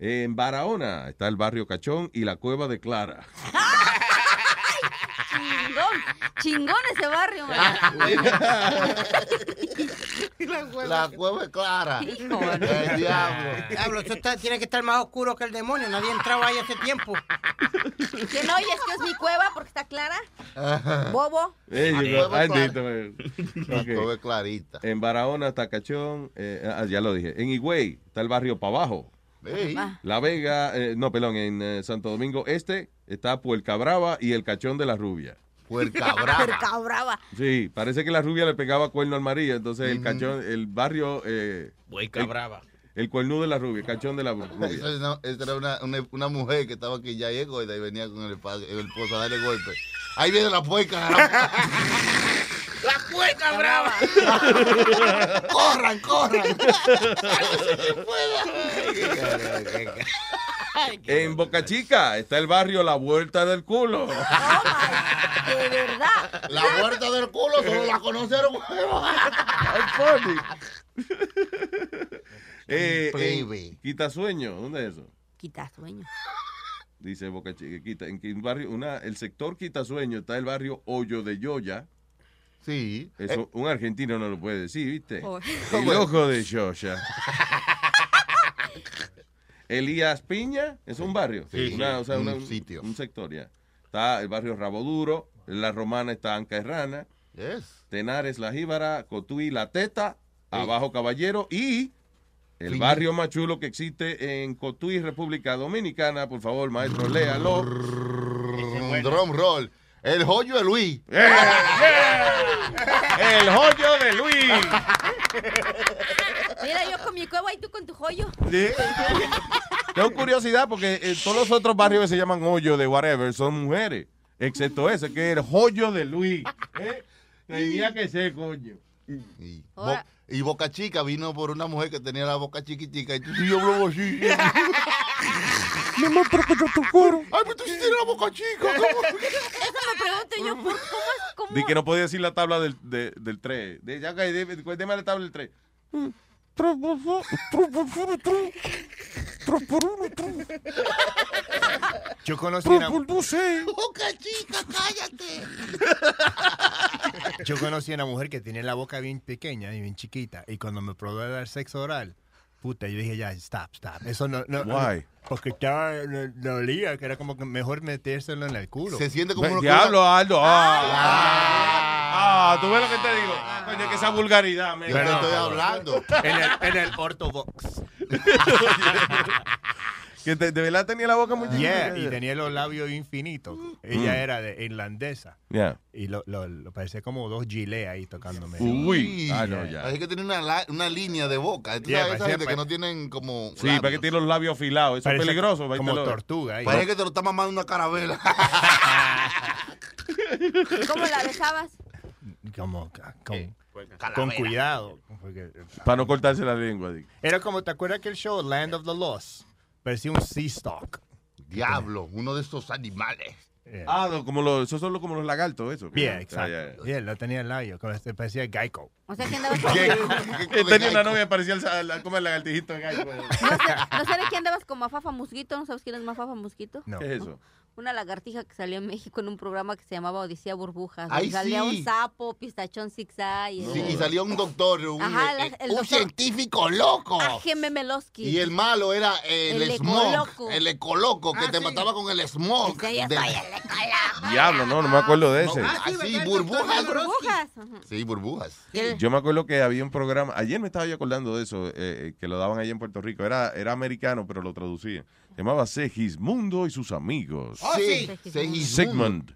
En Barahona está el barrio Cachón y la Cueva de Clara. Chingón. Chingón ese barrio, La La cueva es clara. El diablo. Diablo, eso está- tiene que estar más oscuro que el demonio. Nadie entraba ahí hace tiempo. Que no, y es que es mi cueva porque está clara. Bobo. Eh, La yo- cueva ay, clara. dito, eh. Ok. En Barahona está Cachón. eh, ah, ya lo dije. En Higüey está el barrio para abajo. Ey. La Vega, eh, no, perdón, en eh, Santo Domingo Este está Puerca Brava y el Cachón de la Rubia. Puerca Puerca brava. Sí, parece que la rubia le pegaba cuerno al María, entonces el cachón, el barrio... Eh, Puerca el- brava. El cuernudo de la rubia, el cachón de la rubia. Esa es una- esa era una, una, una mujer que estaba aquí ya llegó y de ahí venía con el, pa- el esposo a darle golpe. Ahí viene la puerca. ¡La puerta brava! ¡Corran, corran! en Boca Chica está el barrio La Vuelta del Culo. De verdad. La puerta del culo solo la conocieron. Eh, Plebe. en Quitasueño, ¿dónde es eso? Quita sueño. Dice Boca Chica, quita, en que un barrio, una, el sector Quitasueño está el barrio Hoyo de Yoya. Sí. Eh. Eso, un argentino no lo puede decir, ¿viste? Oh. El ojo de Yoya. Elías Piña es un barrio. Sí, Una- o sea, un una- un sitio. Un sector, ya. Está el barrio Rabo Duro, en La Romana está Anca Herrana, Tenares La Jíbara, Cotuí La Teta, Abajo Caballero y el Piña. barrio más chulo que existe en Cotuí, República Dominicana. Por favor, maestro, léalo. Drum roll. Eh, El joyo de Luis. El joyo de Luis. Mira, yo con mi cueva y tú con tu joyo. Tengo curiosidad porque eh, todos los otros barrios que se llaman hoyo de whatever son mujeres, excepto ese que es el hoyo de Luis. Ah, ¿eh? Tenía que ser, coño. Y, Ahora- Bo- y Boca Chica vino por una mujer que tenía la boca chiquitica. Y tú sí, yo hablo así. Mi amor, pero que yo te coro. Ay, pero tú sí tienes la boca chica. Eso me pregunto yo, ¿por ¿cómo es? ¿Cómo? Di que no podía decir la tabla del, de- del 3. De, ya, ok, de- de- deme la tabla del 3. Yo conocí una, Boca chica, cállate. yo conocí a una mujer que tenía la boca bien pequeña y bien chiquita. Y cuando me probó a dar sexo oral, puta, yo dije ya, stop, stop. Eso no. no Why? porque estaba. no- no olía, que era como que mejor metérselo en el culo. Se siente Ve, Diablo, Aldo. Ah, ah, tú ves lo que te digo. Coño, que esa vulgaridad, me Yo te estoy hablando. En el, en el ortodox. Que te- de verdad tenía la boca muy Yeah, chiquita. y tenía los labios infinitos. Ella Mm. era de irlandesa. Yeah. Y lo, lo, lo parecía como dos gilets ahí tocándome. Uy. Ah, no, ya. Así que tiene una, la- una línea de boca. Tú Yeah, sabes, esa parecía- gente que no tienen como. Sí, para que tiene los labios afilados. Eso Parece es peligroso. como baítelo. tortuga ahí. Parece que te lo está mamando una carabela. ¿Cómo la besabas? Como, ca- con, con calavera. cuidado. porque- Para no cortarse la lengua. digo. Era como, ¿te acuerdas aquel show Land of the Lost? Parecía un sea stock. Diablo, uno de esos animales. Ah, no, como los, esos son los- como los lagartos, eso. Bien, Ah, exacto. ya, ya. Bien, lo tenía el labio, como este, parecía Geico. O sea, que andabas Él tenía una novia que parecía el, sa- la- como el pues. lagartijito de gallo. ¿No sabes quién andabas con Mafafa Mosquito? ¿No sabes quién es Mafafa Mosquito? ¿Qué es eso? Una lagartija que salió en México en un programa que se llamaba Odisea Burbujas. ¡Ay, Y salía sí! un sapo, pistachón zigzag. Y, Sí, y salió un doctor, un, Ajá, la- eh, el un doctor- científico loco. Jimé Meloski. Y el malo era el, El smog, ecoloco. el ecoloco, que Ah, te sí. mataba con el smog. Es que yo soy el Diablo, no, no ah, me acuerdo de ese. Así, burbujas. burbujas. Sí, burbujas. Yo me acuerdo que había un programa, ayer me estaba yo acordando de eso, eh, eh, que lo daban allá en Puerto Rico. Era, era americano, pero lo traducían. Llamaba Segismundo y sus amigos. Sí, Ah, Segismundo. Sigmund.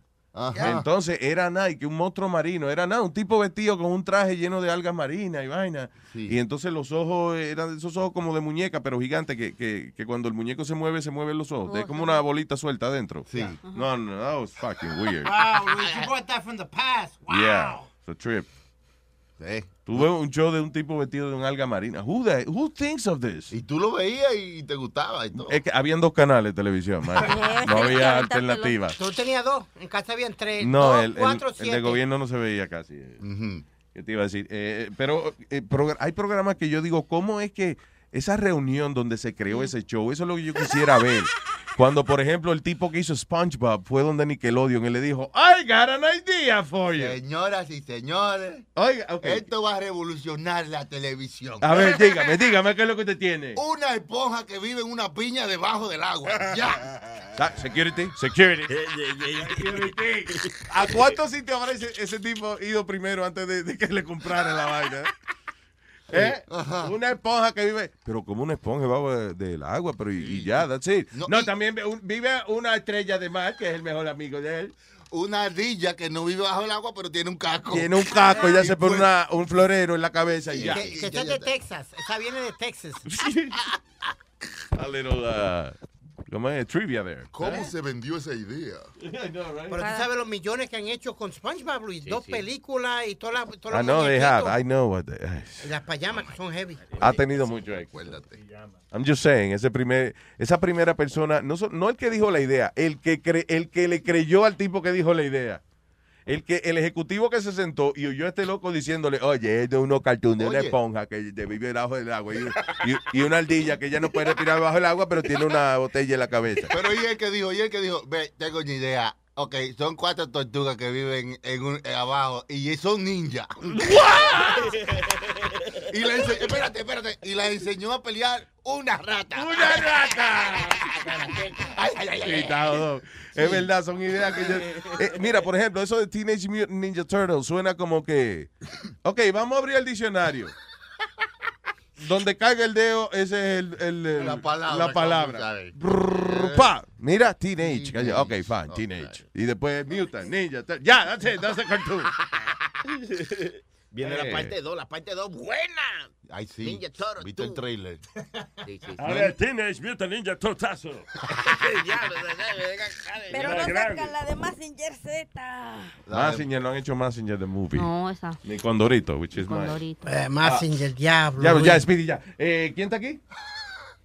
Entonces era nada, y que un monstruo marino, era nada, un tipo vestido con un traje lleno de algas marinas y vaina. Y entonces los ojos eran esos ojos como de muñeca, pero gigante, que, que, que cuando el muñeco se mueve, se mueven los ojos. Oh, es como una bolita suelta adentro. Sí. No, no, that was fucking weird. Wow, Luis, you brought that from the past. Wow. Yeah, it's a trip. Tuve un show de un tipo vestido de un alga marina. Who, the- who thinks of this? Y tú lo veías y te gustaba y todo. Es que habían dos canales de televisión, man. No había alternativa. Tú tenías dos, en casa habían tres. No, dos, el, el- cuatro, el siete. de gobierno no se veía casi. eh. ¿Qué te iba a decir? Eh, pero eh, progr- hay programas que yo digo, ¿cómo es que esa reunión donde se creó ese show? Eso es lo que yo quisiera ver. Cuando, por ejemplo, el tipo que hizo SpongeBob fue donde Nickelodeon y le dijo, I got an idea for you. Señoras y señores, esto va a revolucionar la televisión. a ver, dígame, dígame qué es lo que usted tiene. Una esponja que vive en una piña debajo del agua. Ya. Ah, Security, Eh, security. ¿A cuántos sitios habrá ese, ese tipo ido primero antes de, de que le compraran la vaina? ¿Eh? Una esponja que vive. Pero como una esponja bajo de- del agua, pero y, y ya, that's it. No, también ve un- vive una estrella de mar, que es el mejor amigo de él. Una ardilla que no vive bajo el agua, pero tiene un casco. tiene un casco, ya se pone pues- una- un florero en la cabeza y Que, ya. que esa es de Texas, esa viene de Texas. A little, uh, ¿cómo es? Trivia there. ¿Eh? ¿Cómo se vendió esa idea? Pero tú sabes los millones que han hecho con SpongeBob, Luis. dos películas y todas las. todos I los know they have, muñequitos. I know what they- ay, Y las payamas que son heavy. Ha tenido mucho éxito. I'm just saying, ese primer, esa primera persona, no, so- no el que dijo la idea, el que, cre- el que le creyó al tipo que dijo la idea. El que el ejecutivo que se sentó y oyó a este loco diciéndole, oye, es de unos cartoons, de una Oye. esponja que de- vive debajo del agua y, y- y una ardilla que ya no puede respirar bajo el agua, pero tiene una botella en la cabeza. Pero y el que dijo, y el que dijo, ve, tengo una idea. Ok, son cuatro tortugas que viven en un, eh, abajo y son ninjas. y la ense- espérate, espérate. Y la enseñó a pelear una rata. ¡Una rata! ay, ay, ay, Sí, ay. está jodón. Es verdad, son ideas que yo... Eh, mira, por ejemplo, eso de Teenage Mutant Ninja Turtles suena como que... Ok, vamos a abrir el diccionario. Donde caiga el dedo, ese es el, el- el- La palabra, la palabra. como sabe. Brrr, pa. Mira, teenage. calla. Ok, fine, teenage. Y después mutant, ninja. Turtle. Ya, that's it, that's the cartoon. Viene Eh. la parte 2, la parte 2 buena. Ay, sí. Ninja Turtles. ¿Viste el trailer? Sí, sí. Ahora tienes Mutant Ninja Tortazo. Pero no sacan la de Massinger Z. Ah, Massinger, no han hecho Massinger the movie. No, esa. Ni Condorito, which is mine. Condorito. Eh, Mazinger, Ah, diablo. Ya, Luis. ya, Speedy, ya. Eh, ¿Quién está aquí?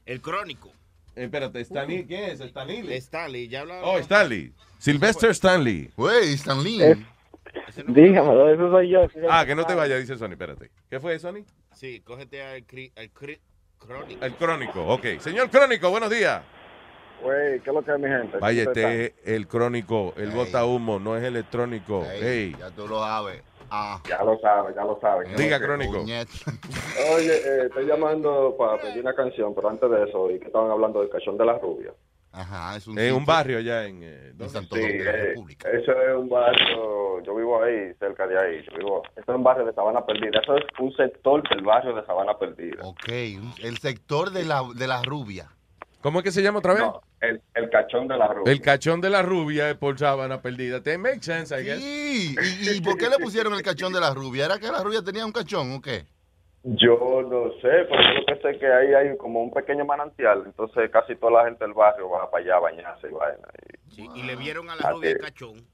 El crónico. Uh. Espérate, Stanley, ¿quién es? Stanley. Stanley, ya hablaba. Oh, Stanley. Sylvester Stanley. Güey, Stanley. Dígamelo, eso soy yo. Ah, que no te vayas, dice Sony, espérate. ¿Qué fue, Sony? Sí, cógete al, cri- al cri- crónico. El crónico, ok. Señor crónico, buenos días. Güey, ¿qué es lo que es, mi gente? Vaya, ¿Cómo este ustedes es el crónico, el bota humo, no es electrónico. Ey, Ya tú lo sabes. Ah. Este, Ya lo sabes, ya lo sabes. Diga, crónico. están? Oye, eh, estoy llamando para pedir una canción, pero antes de eso, y que estaban hablando del cachón de las rubias. Ajá, es un, Es un sitio- barrio allá en... eh, ¿dónde? Sí, eh, eso es un barrio, yo vivo ahí, cerca de ahí, yo vivo, eso es un barrio de Sabana Perdida, eso es un sector del barrio de Sabana Perdida. Ok, un- el sector de la, de la rubia. ¿Cómo es que se llama otra vez? No, el, el cachón de las rubias. El cachón de la rubia es por sábana perdida. Te make sense, I guess. Sí. ¿Y, y por qué le pusieron el cachón de la rubia? ¿Era que la rubia tenía un cachón o qué? Yo no sé, pero yo lo que sé es que ahí hay como un pequeño manantial, entonces casi toda la gente del barrio va para allá a bañarse y vaina. Y, Y le vieron a la así. rubia el cachón.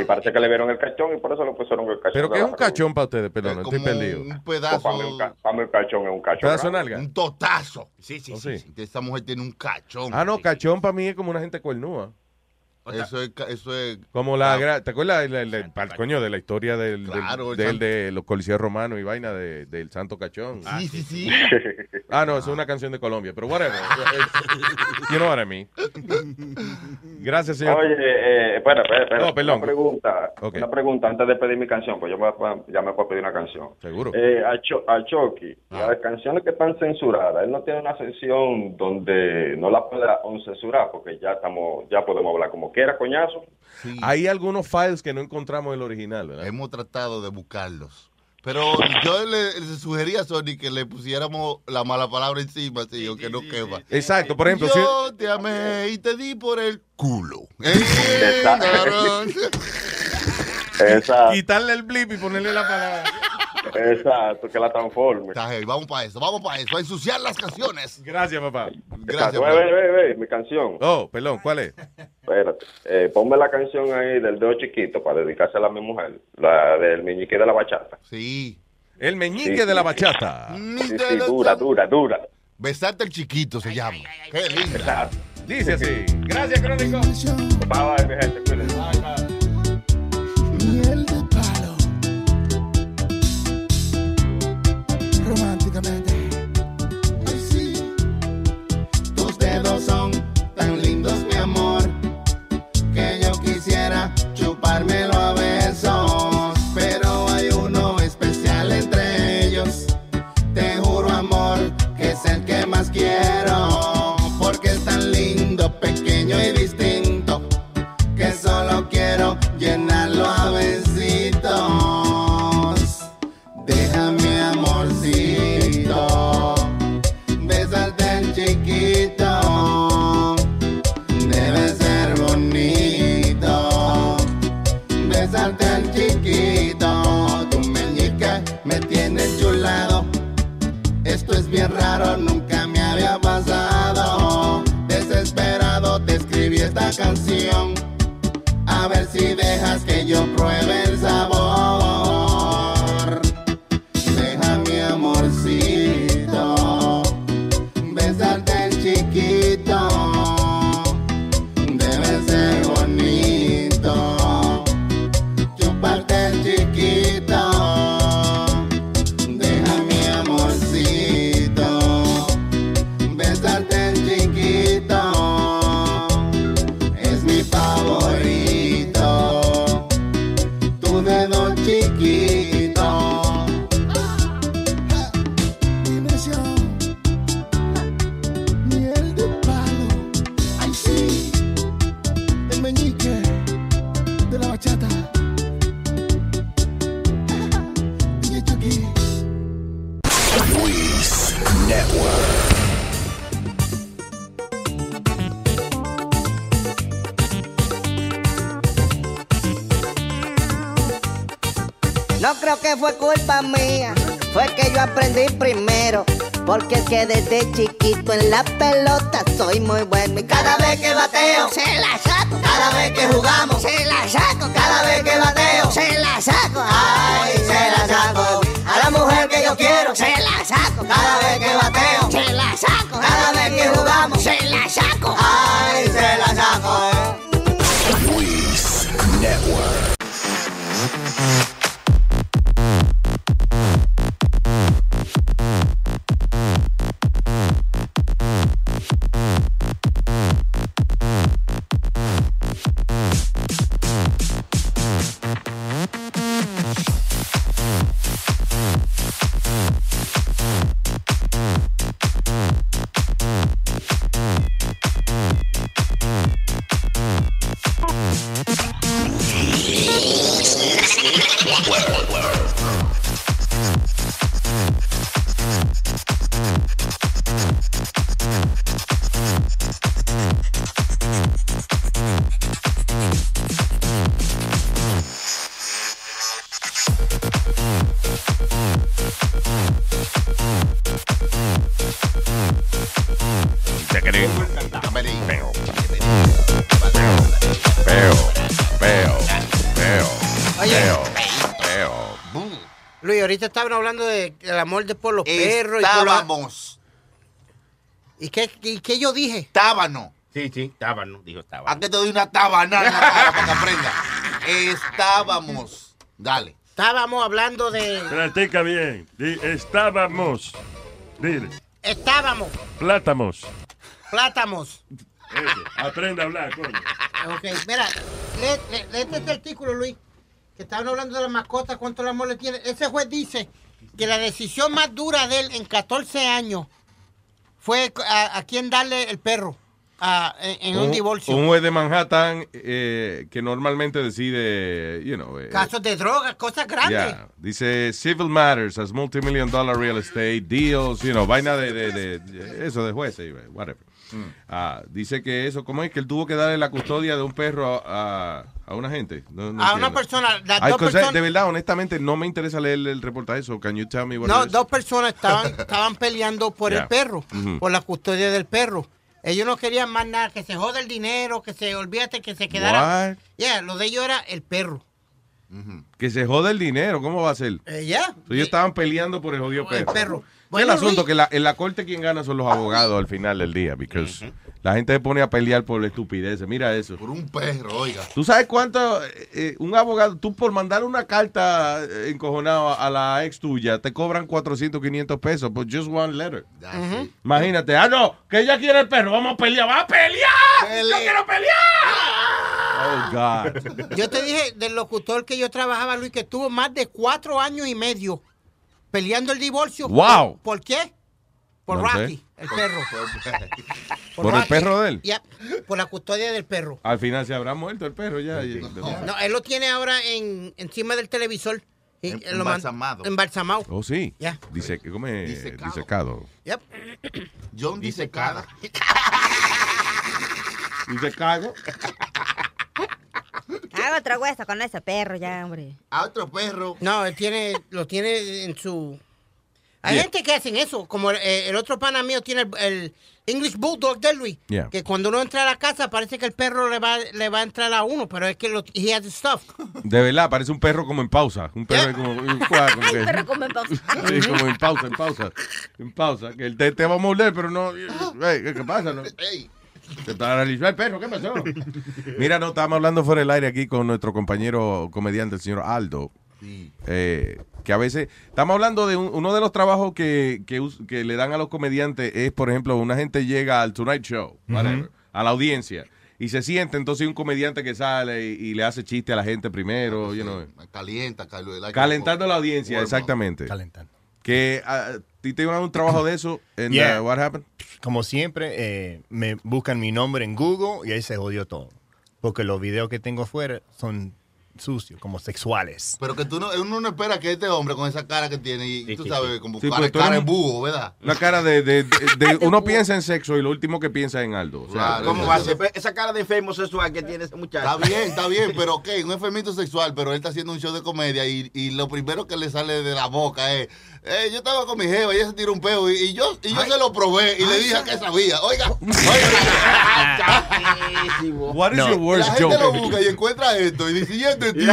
Y parece que le vieron el cachón y por eso le pusieron el cachón. ¿Pero de qué es la un cachón para ustedes? Perdón, estoy perdido. Un Pues para mí pedazo. un, ca- para mí un cachón es un cachón. ¿Pedazo de grande. nalga? Un totazo. Sí, sí, Oh, sí. sí. Esa mujer tiene un cachón. Ah, no, cachón para mí es como una gente cuernúa. Eso es, ca- eso es Como la... gra- ¿Te acuerdas el, el- el- pal coño de la historia del, del- Claro, el del- santo. de los coliseos romanos y vaina de- del santo cachón? Sí, sí, sí. Ah, no, es una canción de Colombia, pero whatever. you know what I mean. Gracias, señor. Oye, eh, espera, espera, espera. No, perdón. Una pregunta, Ok. una pregunta antes de pedir mi canción, pues yo me, voy a- ya me puedo pedir una canción. Seguro. Ah. Eh, a, Cho- a Chucky, las canciones que están censuradas, él no tiene una sección donde no la pueda censurar, porque ya estamos, ya podemos hablar como quiera, coñazo. Hay algunos files que no encontramos el original, ¿verdad? Hemos tratado de buscarlos. Pero yo le, le sugería a Sony que le pusiéramos la mala palabra encima, así, o que no quema. Exacto, por ejemplo, si- Yo te amé y te di por el culo. Esa- cabrón. Exacto. Quitarle el blip y ponerle la palabra. Exacto, que la transforme. Está heavy, Vamos para eso, vamos para eso, a ensuciar las canciones. Gracias, papá. Gracias, Ve, ve, ve, ve, mi canción. Oh, perdón, ¿cuál es? Espérate. Eh, ponme la canción ahí del dedo chiquito para dedicársela a mi mujer. La del meñique de la bachata. Sí. El meñique de la bachata. Sí, sí, dura, dura, dura. Besarte al chiquito se llama. Qué linda. Dice así. Gracias, Crónico. Bye, bye, mi gente. Cuídense. Miel de palo. románticamente. Ay, sí. Tus dedos son tan lindos, mi amor, que yo quisiera chupármelo a besos. Pero hay uno especial entre ellos. Te juro, amor, que es el que más quiero. Porque es tan lindo, pequeño y distinto, que solo quiero llenarlo a besitos. Déjame amorcito, besarte al chiquito, debe ser bonito, besarte al chiquito, tu meñique me tiene chulado, esto es bien raro, nunca me había pasado, desesperado te escribí esta canción, a ver si dejas que yo pruebe el sabor. Deja mi amorcito, besarte al chiquito. Debe ser bonito, chuparte al chiquito. Deja mi amorcito, besarte al chiquito. Es mi favorito, tu dedo chiquito. Dimensión. Miel de palo. Ay, sí. El meñique de la bachata. DJ Chucky. Luis Network. No creo que fue culpa mía, fue que yo aprendí primero. Porque es que desde chiquito en la pelota soy muy bueno. Y cada vez que bateo, se la saco. Cada vez que jugamos, se la saco. Cada vez que bateo, se la saco. Ay, se la saco. A la mujer que yo quiero, se la saco. Cada vez que bateo, se la saco. Cada vez que jugamos, se la saco. Ay, se la saco. eh. Luis Network. Camerín. Veo, veo, veo, Oye. veo, veo. Luis, ahorita estaban hablando de- del amor de por los perros. Estábamos. ¿Y, por los- ¿Y, qué, ¿Y qué yo dije? Tábano. Sí, sí, tábano, dijo tábano. ¿A qué te doy una tabana en la cara para que aprenda? Estábamos. Dale. Estábamos hablando de... Practica bien. Di, estábamos. Dile, Estábamos, plátamos. plátanos. Eso, Aprende a hablar, coño. Ah, Ok, mira, lee, lee- léete este artículo, Luis, que estaban hablando de las mascotas, cuánto el amor le tiene. Ese juez dice que la decisión más dura de él en 14 años fue a, a quién darle el perro. ah, en, en un, divorcio. Un juez de Manhattan eh, que normalmente decide, you know, eh, Casos de drogas, cosas grandes. yeah. dice civil matters as multimillion dollar real estate deals, you know, vaina de, de- de- de- eso de jueces, whatever. Mm. Ah, dice que eso, ¿cómo es que él tuvo que darle la custodia de un perro a, a- a una gente? No- no a una entiendo. persona, las Ay, dos cosa- personas, De verdad, honestamente, no me interesa leer el reportaje. So, can you tell me what no, it is? dos personas estaban, estaban peleando por Yeah. el perro, Ujú. por la custodia del perro. Ellos no querían más nada, que se joda el dinero, que se olvídate, que se quedara. What? Yeah, lo de ellos era el perro. Que se joda el dinero, ¿cómo va a ser? Eh, yeah. So, ellos estaban peleando por el jodido perro. perro. Sí, el asunto que la- en la corte quien gana son los abogados al final del día, because la gente se pone a pelear por estupideces. Mira eso. Por un Perro, oiga. ¿Tú sabes cuánto eh, eh, un abogado, tú por mandar una carta eh, encojonada a la ex tuya, te cobran 400, 500 pesos por just one letter? Imagínate, ah, no, que ella quiere el perro, vamos a pelear, va a pelear. ¡Yo quiero Oh, God. Yo te dije del locutor que yo trabajaba, Luis, que estuvo más de cuatro años y medio peleando el divorcio. Wow. ¿Por, por qué? Por No sé. Rocky, el perro. ¿Por el Rocky. perro de él? Yep, por la custodia del perro. Al final se habrá muerto el perro ya. y- No, él lo tiene ahora en, encima del televisor. Y Em, lo man- embalsamado. Embalsamado. Oh, sí. Ya. Dice, ¿cómo es? Disecado. Disecado. Yep. John Disecada. Disecado. Haga otro hueso con ese perro ya, hombre. A otro perro. No, él tiene, lo tiene en su... Hay Yeah. gente que hacen eso, como eh, el otro pana mío tiene el, el English Bulldog de Luis, Yeah. que cuando uno entra a la casa parece que el perro le va, le va a entrar a uno, pero es que lo, he has the stuff. De verdad, parece un perro como en pausa. Un perro como, como que- Sí, como en pausa, en pausa. En pausa. Que el te, te va a morder, pero no. Ey, ¿Qué pasa? No? Te paralizó el perro, ¿qué pasó? Mira, no, estábamos hablando fuera del aire aquí con nuestro compañero comediante, el señor Aldo. Eh, que a veces. Estamos hablando de un- uno de los trabajos que, que, us- que le dan a los comediantes es, por ejemplo, una gente llega al Tonight Show, whatever, a la audiencia. Y se siente, entonces hay un comediante que sale y, y le hace chiste a la gente primero, you know. Calienta, Carlos. el aire. Calentando la audiencia, exactamente. Calentando. Que ah, ti te iban a dar un trabajo de eso. And, Yeah. uh, what happened? Como siempre, eh, me buscan mi nombre en Google y ahí se jodió todo. Porque los videos que tengo afuera son sucios, como sexuales. Pero que tú no, uno no espera que este hombre con esa cara que tiene, y tú sabes, como Sí, cara, pues tú eres cara de un- búho, ¿verdad? La cara de, de- de- de- uno piensa en sexo y lo último que piensa es en Aldo. O sea, ¿Cómo va a ser? Esa cara de enfermo sexual que tiene ese muchacho. Está bien, está bien, pero ok, un enfermito sexual, pero él está haciendo un show de comedia y, y lo primero que le sale de la boca es, "Eh, yo estaba con mi jeva, ella se tiró un peo y, y yo, y yo se lo probé y le dije que sabía. Oiga, What is your worst la gente joke? lo busca y encuentra esto y dice, "Y este tipo,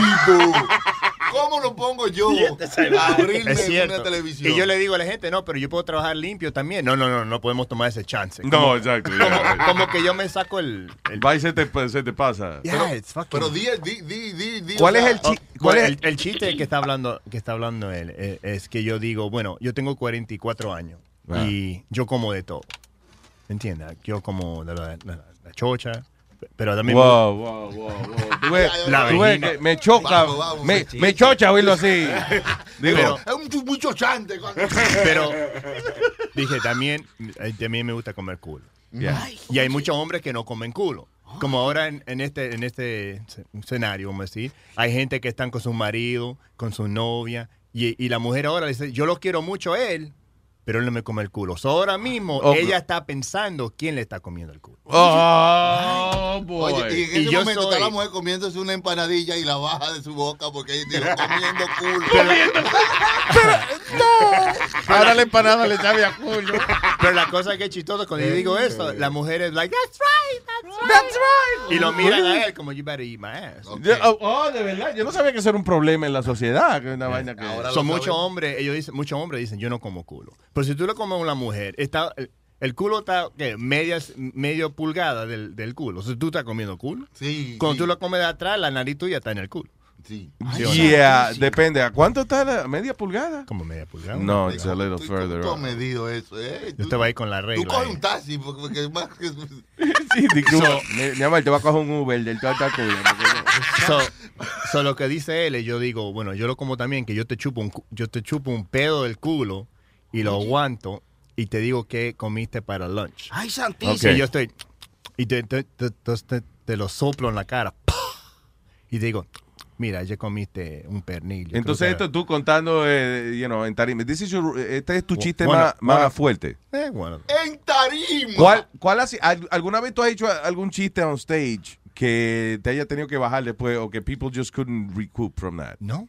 ¿cómo lo pongo yo este a abrirme Es en cierto. una televisión? Y yo le digo a la gente, no, pero yo puedo trabajar limpio también. No, no, no, no podemos tomar ese chance. No, Como- exacto, Como, yeah. como que yo me saco el... Va y se te, se te pasa. Yeah, it's fucking- Pero di, di, di, di, di, ¿Cuál o es sea, el chi- Oh, cuál bueno, es- el, el chiste que está hablando que está hablando él eh, es que yo digo, bueno, yo tengo 44 años Ah. y yo como de todo. ¿Me entiendes? Yo como de la, la- la chocha, pero también Wow, wow, wow, wow. Tú ves- La tú ves vagina. que me choca, Vamos, vamos, me, sí. me chocha oírlo así. Digo, Pero- Es un- muy chochante. cuando- Pero dije, también, eh, también me gusta comer culo. Yeah. Y hay muchos hombres que no comen culo. Como ahora en, en este en este ce- escenario, vamos a decir, hay gente que están con su marido, con su novia, y, y la mujer ahora le dice, yo lo quiero mucho a él, pero él no me come el culo. So, ahora mismo Ok. ella está pensando quién le está comiendo el culo. oh, boy. Oye, y en ese Y yo momento está soy- la mujer comiéndose una empanadilla y la baja de su boca porque ella dijo, comiendo culo. Ahora la empanada le sabe a culo. Pero la cosa que es chistosa cuando yo digo eso, la mujer es like, that's right, that's right. Y lo miran a él como, you better eat my ass. Yo- oh, oh, de verdad, yo no sabía que eso era un problema en la sociedad. Que es una vaina que... Son muchos hombres, ellos dicen, muchos hombres dicen, yo no como culo. Pero si tú lo comes a una mujer, está, el, el culo está ¿qué? medias, medio pulgada del, del culo. O sea, tú estás comiendo culo. Sí. Cuando sí. tú lo comes de atrás, la nariz tuya está en el culo. Sí. o no? Yeah, depende. ¿A cuánto está la media pulgada? Como media pulgada. No, it's a little Estoy further. todo up. medido eso, eh. Yo te voy a ir con la Tú regla. coges ahí. un taxi porque, porque más que... Sí, di que uno- mi, mi amor, te va a coger un Uber del todo al culo, porque- So, so lo que dice él, yo digo, bueno, yo lo como también, que yo te chupo un, cu- yo te chupo un pedo del culo y lo aguanto y te digo que comiste para lunch. Ay, Y santísimo. yo estoy, Y te, te, te- te- te- te lo soplo en la cara. ¡Pah! Y digo, mira, ya comiste un pernil. Yo Entonces creo esto tú contando, eh, you know, en tarima. This is your- este es tu chiste Bueno, más, más bueno. fuerte. que- Eh, bueno. En tarima. ¿Cuál, cuál ha si- al- ¿Alguna vez tú has hecho algún chiste on stage que te haya tenido que bajar después o que people just couldn't recoup from that? No.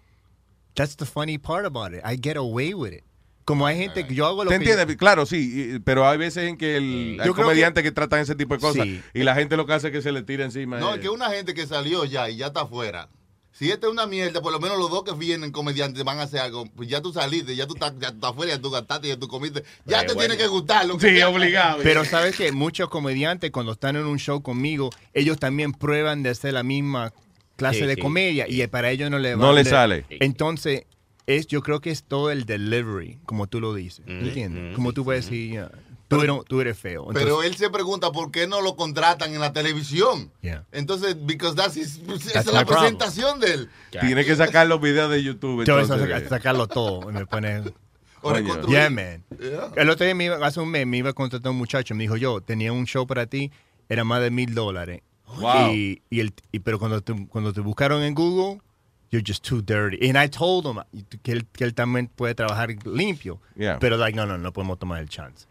That's the funny part about it. I get away with it. Como hay gente que yo hago Pues lo ¿Te que entiendes? Claro, sí, y- pero hay veces en que el, Yo hay creo que- comediantes que... tratan ese tipo de cosas Sí. y la gente lo que hace es que se le tira encima. No, eh. es que una gente que salió ya y ya está afuera. Si esta es una mierda, por lo menos los dos que vienen comediantes van a hacer algo. Pues ya tú saliste, ya tú estás, ya tú estás afuera, ya tú gastaste, ya tú comiste. Ya Eh, te bueno. tiene que gustar lo que Sí, sea. Pero sabes que muchos comediantes cuando están en un show conmigo, ellos también prueban de hacer la misma clase Sí, de sí. comedia y eh, para ellos no le va No le sale. Entonces, es, yo creo que es todo el delivery, como tú lo dices. Mm. ¿tú ¿Entiendes? Como tú puedes decir, ah, tú, eres, tú eres feo. Pero Entonces, él se pregunta por qué no lo contratan en la televisión. Yeah. Entonces, because that's his- esa es That's la my problem. presentación de él. Tiene que sacar los videos de YouTube. Yo eso, entonces, saca- eh. sacarlo todo. y Me pone. O reconstruir. Yeah, man. Yeah. El otro día, me iba- hace un mes, me iba a contratar un muchacho. Me dijo, yo tenía un show para ti, era más de mil dólares. Wow. Y, y el, y- pero cuando te, cuando te buscaron en Google, you're just too dirty. And I told him que él, que él también puede trabajar limpio. Yeah. Pero, like, no, no, no podemos tomar el chance.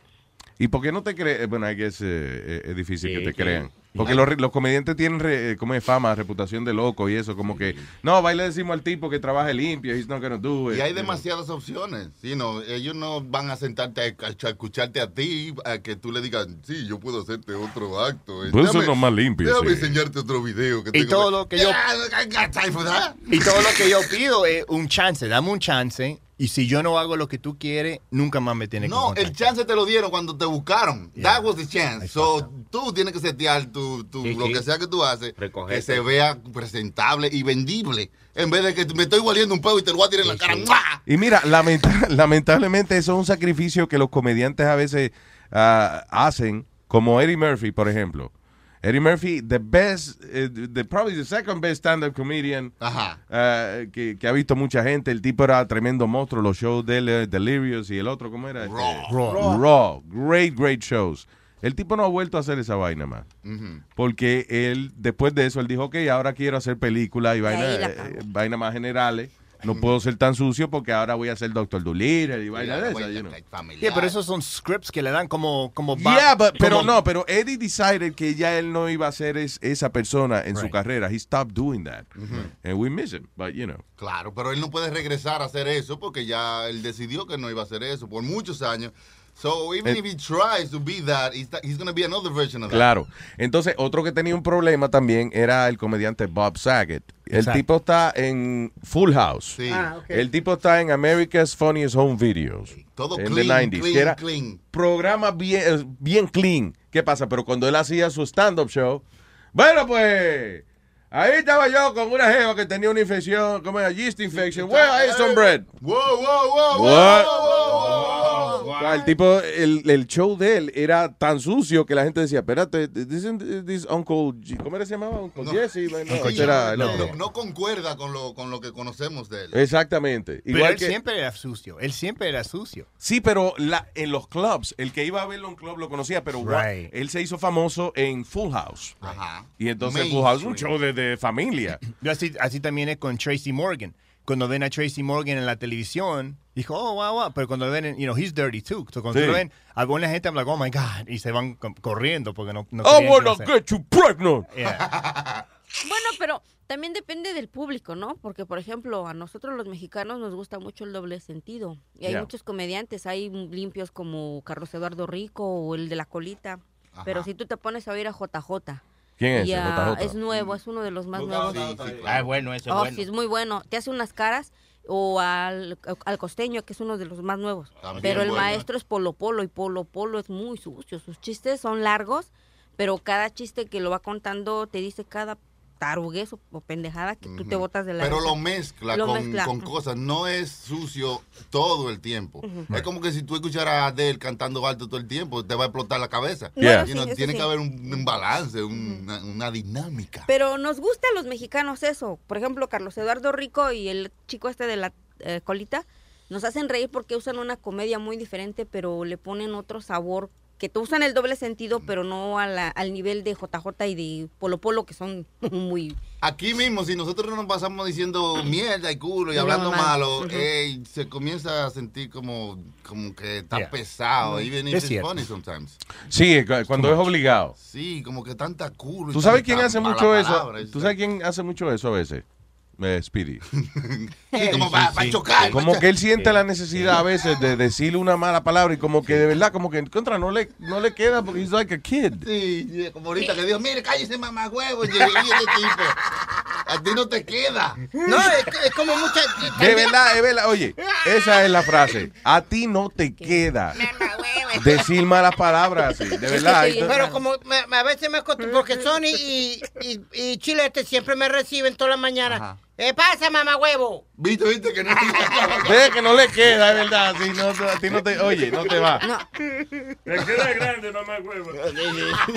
¿Y por qué no te crees? Bueno, hay que es, eh, es difícil que te sí. crean. Porque Sí. los, re- los comediantes tienen re- eh, como es fama, reputación de loco y eso, como que, no, va y le decimos al tipo que trabaje limpio, he's not gonna do it. Y hay demasiadas opciones. Sí, no, ellos no van a sentarte a, a escucharte a ti, a que tú le digas, sí, yo puedo hacerte otro acto. eh. Pero eso Déjame- es lo más limpio, Déjame sí. enseñarte otro video. Que Y tengo todo por- lo que yo- Yeah, I got time for that. Y todo lo que yo pido es un chance, dame un chance. Y si yo no hago lo que tú quieres, nunca más me tienes que No, el chance te lo dieron cuando te buscaron. That was the chance. So, tú tienes que setear tu, tu- Sí, lo sí. que sea que tú haces, Recogerte. que se vea presentable y vendible. En vez de que me estoy volviendo un peo y te lo voy a tirar en la cara. ¡Mua! Y mira, lamenta- lamentablemente eso es un sacrificio que los comediantes a veces ah, hacen, como Eddie Murphy, por ejemplo. Eddie Murphy, the best, eh, the, probably the second best stand-up comedian ah, que, que ha visto mucha gente. El tipo era tremendo monstruo, los shows de él, eh, Delirious y el otro, ¿cómo era? Este, Raw. Raw. Great, great shows. El tipo no ha vuelto a hacer esa vaina más. Ujú. Porque él, después de eso, él dijo, ok, ahora quiero hacer películas y vaina, ahí la eh, vaina más generales. No puedo ser tan sucio porque ahora voy a ser Doctor Dolittle y vaina de esa. you know. Yeah, pero esos son scripts que le dan como... como va- Yeah, but- pero como- no, pero Eddie decided que ya él no iba a ser es- esa persona en su carrera. He stopped doing that. And we miss him, but you know. Claro, pero él no puede regresar a hacer eso porque ya él decidió que no iba a hacer eso por muchos años. So, even Eh. if he tries to be that, he's, he's going to be another version of that. Claro. Entonces, otro que tenía un problema también era el comediante Bob Saget. El Exacto. tipo está en Full House. Sí. Ah, ok. El tipo está en America's Funniest Home Videos. Todo en clean, the 90s. clean, que era clean. programa bien, eh, bien clean. ¿Qué pasa? Pero cuando él hacía su stand-up show, bueno, pues... Ahí estaba yo con una jeva que tenía una infección, como era yeast infection. Well, I ate some bread. Wow, wow, wow, What? wow, wow, O sea, el tipo, el, el show de él era tan sucio que la gente decía, espérate, this, this Uncle, G- ¿cómo era que se llamaba? Uncle Jesse. No, Sí, este era el no, otro. no concuerda con lo, con lo que conocemos de él. Exactamente. Pero Igual él que, siempre era sucio. Él siempre era sucio. sí, pero la, en los clubs, el que iba a verlo en club lo conocía, pero gua- Right. él se hizo famoso en Full House. Ajá. Y entonces Main Full House es un Street. show de, de familia. Yo así, así también es con Tracy Morgan. Cuando ven a Tracy Morgan en la televisión, dijo, oh, wow, wow. Pero cuando ven, en- you know, he's dirty too. So cuando Sí. lo ven, alguna gente habla, oh my God, y se van co- corriendo porque no. no I querían que wanna lo se- get you pregnant. Yeah. Bueno, pero también depende del público, ¿no? Porque, por ejemplo, a nosotros los mexicanos nos gusta mucho el doble sentido. Y hay Ya. muchos comediantes, hay limpios como Carlos Eduardo Rico o el de la colita. Pero si tú te pones a oír a JJ. ¿Quién es y ese, a- JJ? Es nuevo, es uno de los más Sí, nuevos. sí, claro. Ah, es bueno, ese es Oh, bueno. sí, es muy bueno. Te hace unas caras o al, al costeño, que es uno de los más nuevos. También pero el bueno. maestro es Polo Polo y Polo Polo es muy sucio. Sus chistes son largos, pero cada chiste que lo va contando te dice cada taruguez o, o pendejada que tú te botas de la Pero risa. lo mezcla, Lo con, mezcla. con cosas. No es sucio todo el tiempo. Ujú. Es como que si tú escucharas a Adele cantando alto todo el tiempo, te va a explotar la cabeza. No, Yeah. sí, You know, eso tiene sí. que haber un, un balance, un- una, una dinámica. Pero nos gusta a los mexicanos eso. Por ejemplo, Carlos Eduardo Rico y el chico este de la eh, colita nos hacen reír porque usan una comedia muy diferente, pero le ponen otro sabor que te usan el doble Mm. sentido, pero no a la- al nivel de JJ y de Polo Polo, que son muy... Aquí mismo, si nosotros no nos pasamos diciendo mierda y culo y No, hablando mal. malo, Ujú. ey, se comienza a sentir como, como que está Yeah. pesado. Even if Es it's cierto. funny sometimes. Sí, cu- cuando es obligado. Sí, como que tanta culo. y ¿Tú sabes tanta quién hace mala mucho eso? palabra, ¿Tú sabes quién hace mucho eso a veces? Eh, Speedy. Sí, como para chocar. Como que él siente Sí. la necesidad a veces de decirle una mala palabra y como que de verdad, como que en contra no le, no le queda porque he's like a kid. Sí, sí, como ahorita que dijo, mire, cállese mamá huevo, y este tipo. A ti no te queda. No, es, es como mucha... De verdad, es verdad. Oye, esa es la frase. A ti no te queda decir malas palabras así. De verdad. esto- Pero como me- me- a veces me acostumbro, porque Sony y, y, y Chilete siempre me reciben toda la mañana. ¿Qué pasa, mamá huevo? Viste, viste que no. Ve que no le queda, es verdad. así, no, a ti no te, oye, no te va. Me queda grande, mamá huevo.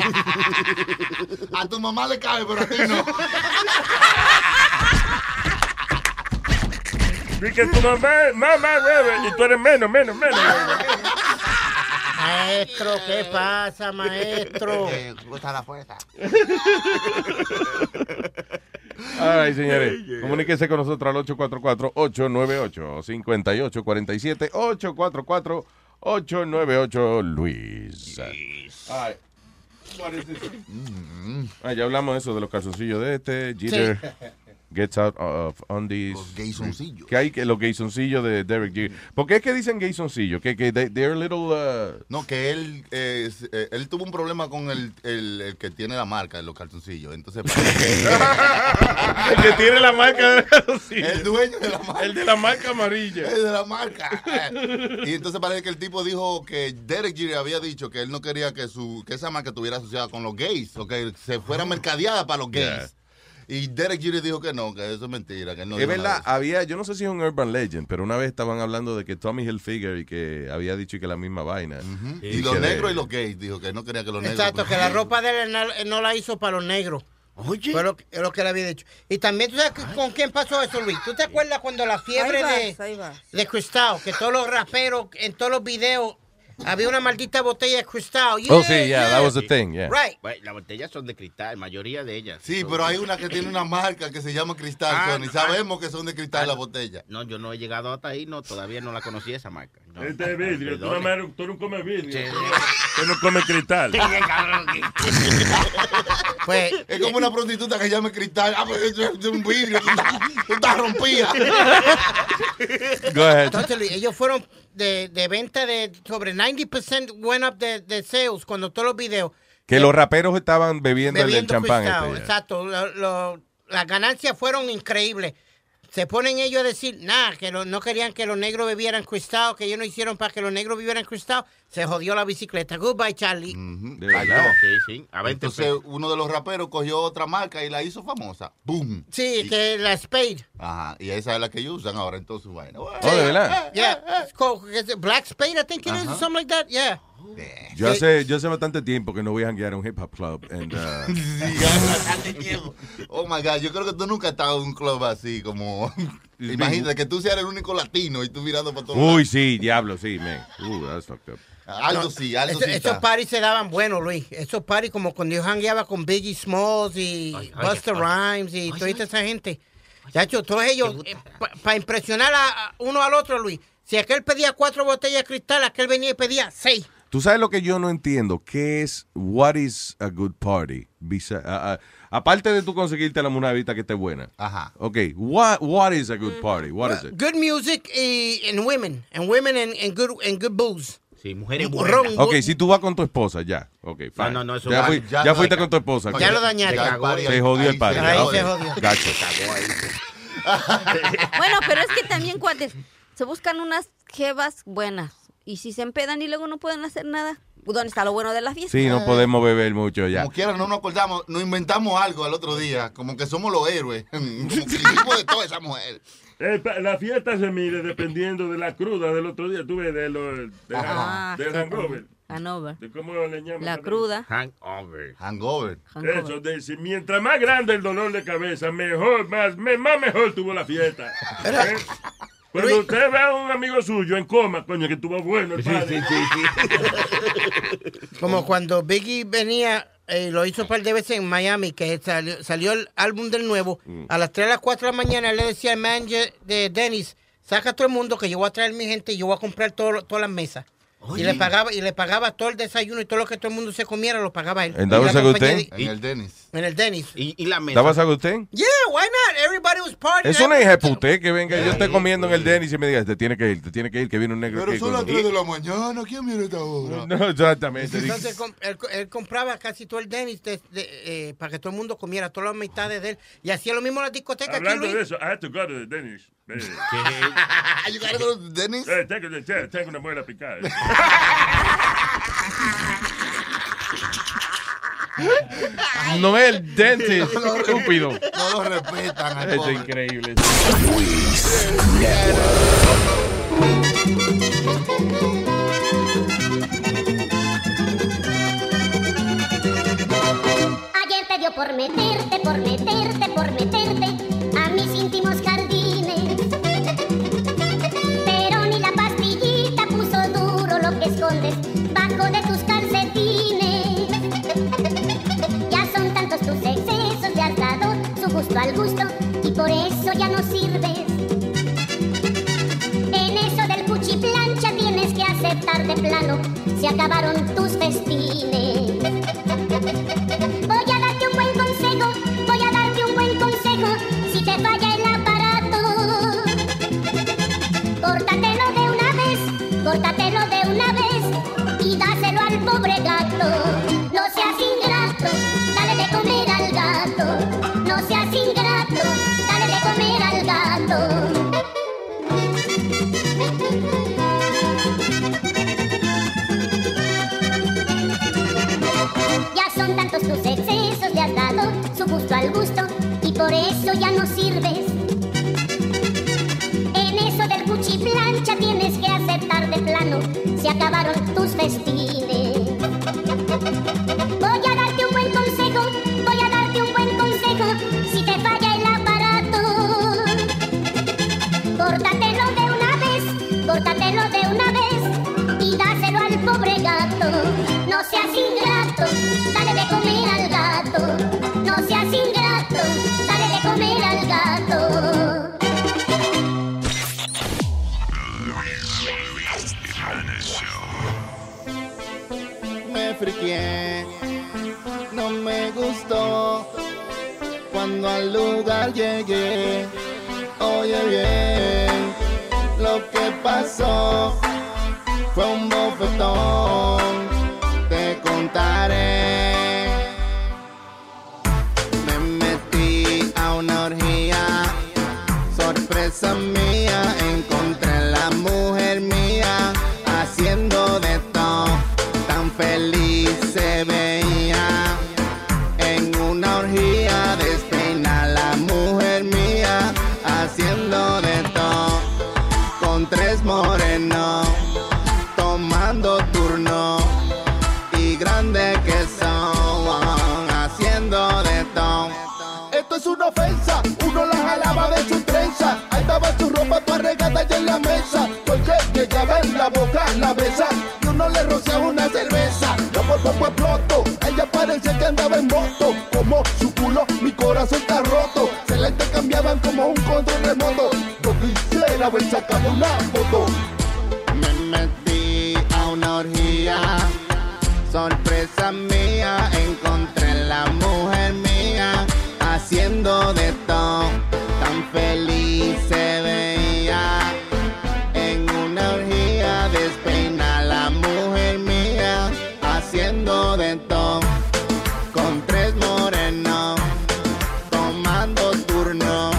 A tu mamá le cabe, pero a ti no. Vi que tu mamá es mamá huevo y tú eres menos, menos, menos. Ah, huevo. Maestro, ¿qué pasa, maestro? Gusta la fuerza. Ay, señores. Comuníquese con nosotros al 844-898-5847. 844-898-LUIS. Ay, Mm-hmm. Ah, ya hablamos de eso, de los calzoncillos de este. Jeter gets out of undies. Los gaysoncillos. Que hay que los gaysoncillos de Derek Jeter. ¿Por qué es que dicen gaysoncillos? Que, que they- they're little... uh, No, que él, eh, s- eh, él tuvo un problema con el, el, el que tiene la marca de los calzoncillos. Entonces, el que tiene la marca de los calzoncillos. El dueño de la marca. El de la marca amarilla. El de la marca. Y entonces parece que el tipo dijo que Derek Jeter había dicho que él no quería que su que esa marca estuviera asociada con los gays o que se fuera mercadeada para los gays. Y Derek Jeter dijo que no, que eso es mentira, que él no es dijo nada de verdad, había, yo no sé si es un urban legend, pero una vez estaban hablando de que Tommy Hilfiger y que había dicho que la misma vaina. Y los negros y los gays, dijo que no quería que los negros. Exacto, que la ropa de él no, no la hizo para los negros. Oye. Fue lo, que- lo que le había dicho. Y también, ¿tú sabes que- con quién pasó eso, Luis? ¿Tú te acuerdas cuando la fiebre Ahí vas, de, ahí vas. de Cristal, que todos los raperos, en todos los videos, había una maldita botella de Cristal? Oh, sí, yeah, that was the thing, yeah. Right. Bueno, Las botellas son de cristal, mayoría de ellas. Sí, Son- pero hay una que tiene una marca que se llama Cristal, Ah, Sony. no, Sabemos que son de cristal la botella. No, yo no he llegado hasta ahí, no, todavía no la conocí esa marca. No. Este es vidrio. Tú, Perdone. nada más- tú no comes vidrio. Tú no comes cristal. Pues, es como una prostituta que llama Cristal. Ah, pues eso es de un vidrio. Tú estás- tú estás rompida. Go ahead. Entonces, Luis, ellos fueron de, de venta de sobre 90% went up de, de sales cuando todos los videos. Que los raperos estaban bebiendo, el- el Eh, bebiendo champán. Cristal, este, yeah. Exacto. Lo- lo- las ganancias fueron increíbles. Se ponen ellos a decir, nada, que lo- no querían que los negros bebieran cristal, que ellos no hicieron para que los negros bebieran cristal. Se jodió la bicicleta. Goodbye, Charlie. De verdad. Ah, Sí, sí, a 20 Entonces pesos. Mm, uno de los raperos cogió otra marca y la hizo famosa. ¡Boom! Sí, que la Spade. Ajá, y esa es la que ellos usan ahora en toda su vaina. Oh, de verdad. Eh, Yeah. It's called- it's Black Spade, I think it is, or something like that. Yeah. Yo Eh, hace, yo hace bastante tiempo que no voy a janguear a un hip hop club. and, uh, Oh my God, yo creo que tú nunca has estado en un club así como... Imagínate que tú seas el único latino y tú mirando para todos uy, sí, diablo, sí, man. Ooh, that's fucked up. lados. Algo No, sí, algo eso- sí Esos está. parties se daban buenos, Luis. Esos parties como cuando yo jangueaba con Biggie Smalls y Buster Rhymes y toda esa gente. De hecho, todos ellos, para impresionar a, a uno al otro, Luis. Si aquel pedía cuatro botellas de cristal, aquel venía y pedía seis. Tú sabes lo que yo no entiendo. ¿Qué es, what is a good party? Bisa- a- a- aparte de tú conseguirte la munavita que esté buena. Ajá. Ok, what, what is a Mm. good party? What is it? Good music y and women. And women and, and good, and good booze. Sí, mujeres buenas. Ok, si tú vas con tu esposa, ya. Ok, fine. no, no, eso ya, va- fui- ya ya no, fuiste ya- con tu esposa. ya lo Se, dañaste. Ya el party- se jodió ahí el padre. se- ahí Ah, ok. se jodió. Gacho. Bueno, pero es que también, cuates, se buscan unas jevas buenas. Y si se empedan y luego no pueden hacer nada, ¿dónde está lo bueno de la fiesta? Sí, Ah, no podemos beber mucho ya. Como quiera, no nos acordamos, nos inventamos algo al otro día, como que somos los héroes, como que hicimos de toda esa mujer. El Eh, pa- la fiesta se mide dependiendo de la cruda del otro día. Tú ves, de los, de, Ajá. del hangover. Hanover. De cómo le llaman. La cruda. Hangover. Hangover. Eso, de, si mientras más grande el dolor de cabeza, mejor, más, me- más mejor tuvo la fiesta. ¿Eh? Cuando usted ve a un amigo suyo en coma, coño, que estuvo bueno el padre. Eh. Como cuando Biggie venía, eh, lo hizo un par de veces en Miami, que salió, salió el álbum del nuevo. Mm. A las 3 a las 4 de la mañana él le decía al manager de Dennis, saca a todo el mundo que yo voy a traer mi gente y yo voy a comprar todo- todas las mesas. Y le pagaba y le pagaba todo el desayuno y todo lo que todo el mundo se comiera lo pagaba él. ¿En Davos Y la Agustín? compañía de- En el Dennis. En el Dennis. Y, la ¿Estaba a usted? Yeah, why not? Everybody was partying. Es una hija de puté que venga, yo esté comiendo en el Dennis y me diga, te tiene que ir, te tiene que ir, que viene un negro. Pero que- son las y- 3 de la mañana. ¿Quién viene a esta hora? No, exactamente. digo, Entonces com- él, él compraba casi todo el Dennis de- de, eh, para que todo el mundo comiera todas las mitades de él. Y hacía lo mismo en la discoteca aquí, Hablando Luis. de eso, I had to go to the Dennis. Eh. You gotta go to the Dennis? Eh, tengo, te- tengo una muela picada. No es el dentist, estúpido. No lo respetan. al Esto pobre. es increíble. Ayer te dio por meterte, por meterte, por meterte a mis íntimos jardines. Pero ni la pastillita puso duro lo que escondes bajo de tus calcetines. Ya son tantos tus excesos, le has dado su gusto al gusto y por eso ya no sirves. En eso del cuchiplancha tienes que aceptar de plano, se acabaron tus festines. Voy a darte un buen consejo, voy a darte un buen consejo, si te falla el aparato. Córtatelo de una vez, córtatelo de una vez y dáselo al pobre gato. No seas ingrato, dale de comer al gato. No seas ingrato, dale de comer al gato. Ya son tantos tus excesos, le has dado su gusto al gusto y por eso ya no sirves. En eso del cuchiplancha tienes que aceptar de plano, se acabaron tus festines. Voy a darte un buen consejo, voy a darte un buen consejo, si te falla el aparato. Córtatelo de una vez, córtatelo de una vez y dáselo al pobre gato. No seas ingrato, dale de comer al gato. No seas ingrato, dale de comer al gato. Me friqué, no me gustó. Cuando al lugar llegué, oye bien, lo que pasó fue un bofetón. Te contaré. Me metí a una orgía, sorpresa mía, encontré a la mujer mía haciendo de todo tan feliz se veía en una orgía despeina la mujer mía haciendo de todo con tres morenos tomando turno y grande que son haciendo de todo Esto es una ofensa, uno la jalaba de su trenza. Ahí estaba su ropa tu regata y en la mesa. Porque llegaba en la boca la besa y uno le rociaba una cerveza. Yo por poco exploto, ella parecía que andaba en moto. Como su culo, mi corazón está roto. Se la intercambiaban como un control remoto. Yo quisiera haber sacado una foto. Me metí a una orgía, sorpresa mía, encontré la mujer mía haciendo de todo, tan feliz se veía. En una orgía despeina la mujer mía haciendo de todo, con tres morenos, tomando turno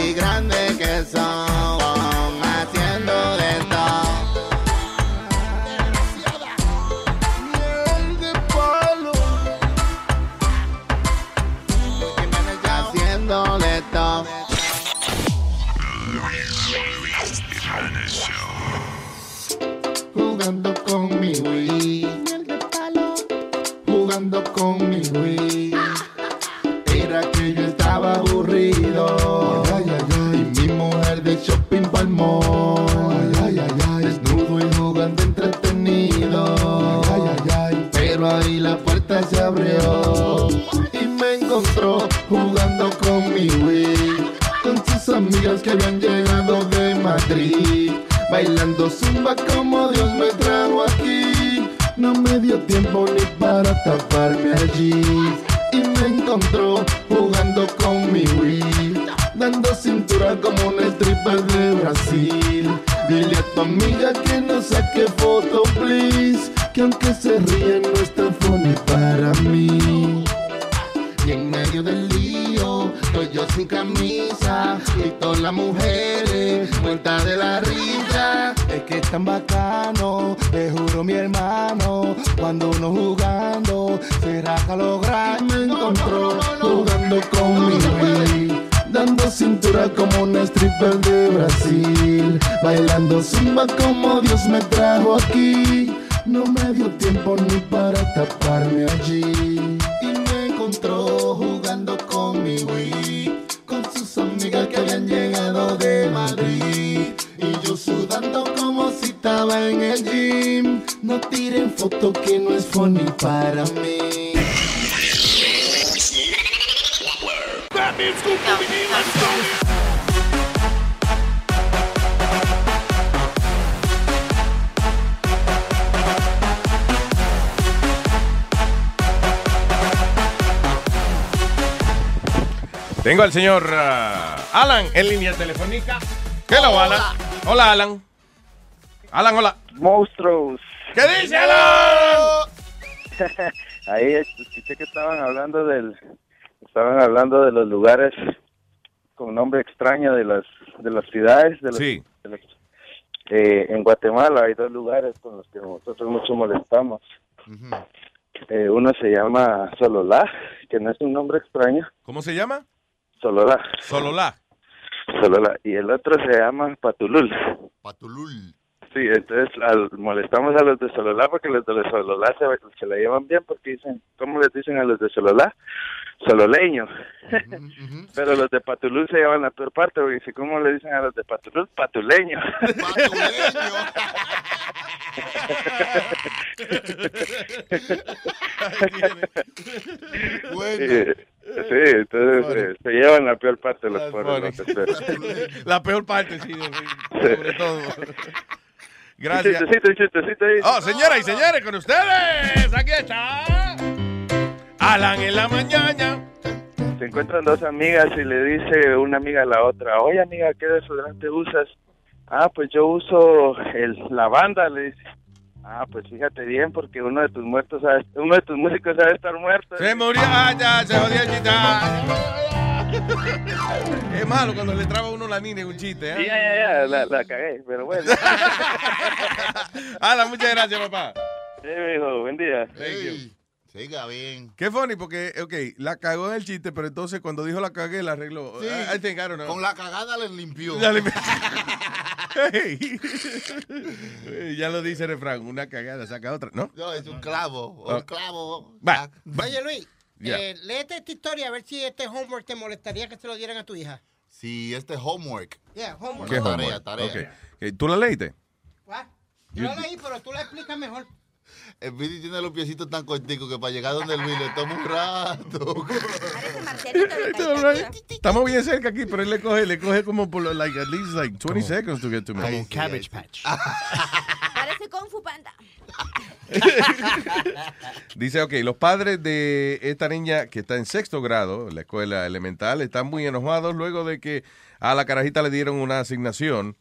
y grande que son, haciendo de todo. Miel de palo. haciendo de todo. Jugando con mi Wii. Jugando con mi Wii. Era que yo estaba aburrido. Y mi mujer de shopping para el niños que habían llegado de Madrid, bailando zumba como Dios me trajo aquí. No me dio tiempo ni para taparme allí, y me encontró jugando con mi Wii, dando cintura como un stripper de Brasil. Dile a tu amiga que no saque foto, please, que aunque se ríen no es tan funny para mí. Y en medio del lío, estoy yo sin camisa y todas las mujeres muertas de la risa. Es que es tan bacano, te juro mi hermano, cuando uno jugando, será que logra me encontró jugando con mi Wii, dando cintura como un stripper de Brasil, bailando zumba como Dios me trajo aquí, no me dio tiempo ni para taparme allí. Y me encontró jugando con mi Wii, con sus amigas que habían llegado de Madrid. Y yo sudando como si estaba en el gym. No tiren foto que no es funny para mí. Tengo al señor ah, Alan en línea telefónica. Hello, Alan. Hola, Alan. Alan, hola. Monstruos. ¿Qué dice Alan? Ahí pues, escuché que estaban hablando del estaban hablando de los lugares con nombre extraño de las de las ciudades de los- Sí. de los- eh, en Guatemala hay dos lugares con los que nosotros mucho molestamos. Eh, uno se llama Sololá, que no es un nombre extraño. ¿Cómo se llama? Sololá. Sololá. Sololá. Y el otro se llama Patulul. Patulul. Sí, entonces al- molestamos a los de Sololá porque los de los Sololá se, se la llevan bien porque dicen, ¿cómo les dicen a los de Sololá? Sololeños. Pero los de Patulul se llevan la peor parte porque dicen, ¿cómo le dicen a los de Patulul? Patuleños. Bueno. Sí, sí, entonces eh, se llevan la peor parte los pobres. los de ustedes. La peor parte, sí. de- Sobre todo. Un Gracias. chistecito, un chistecito ahí. Oh, señoras y señores, con ustedes. Aquí está. Alan en la mañana. Se encuentran dos amigas y le dice una amiga a la otra, oye amiga, ¿qué desodorante usas? Ah, pues yo uso el lavanda, le dice. Ah, pues fíjate bien porque uno de tus muertos, sabe- uno de tus músicos sabe estar muerto. Se murió. Ah, ya, se jodió el chiste. Ah. Es malo cuando le traba a uno la nina en un chiste. Sí, ¿eh? ya, ya, ya, la, la cagué, pero bueno. Alan, muchas gracias, papá. Sí, mijo, buen día. Ey, Siga bien. Qué funny, porque, ok, la cagó en el chiste, pero entonces cuando dijo la cagué, la arregló. Ah, Sí. I- I think, I don't know. Con la cagada le limpió. Ya, le- Ey. Eh, Ya lo dice el refrán, una cagada saca otra, ¿no? No, es un Oh, clavo. Un Ah. clavo. Va. Oye, Luis, Ya. eh, léete esta historia a ver si este homework te molestaría que se lo dieran a tu hija. Si este homework. Yeah, homework. ¿Qué Tarea, homework? tarea. Ok. Eh, ¿Tú la leíste? What? Yo la You- leí, pero tú la explicas mejor. El Vidi tiene los piecitos tan corticos que para llegar donde el Luis le toma un rato. Estamos bien cerca aquí, pero él le coge, le coge como por like at least like 20 seconds to get to me. Como un cabbage patch. Parece Kung Fu Panda. Dice, ok, los padres de esta niña que está en sexto grado, en la escuela elemental, están muy enojados luego de que a la carajita le dieron una asignación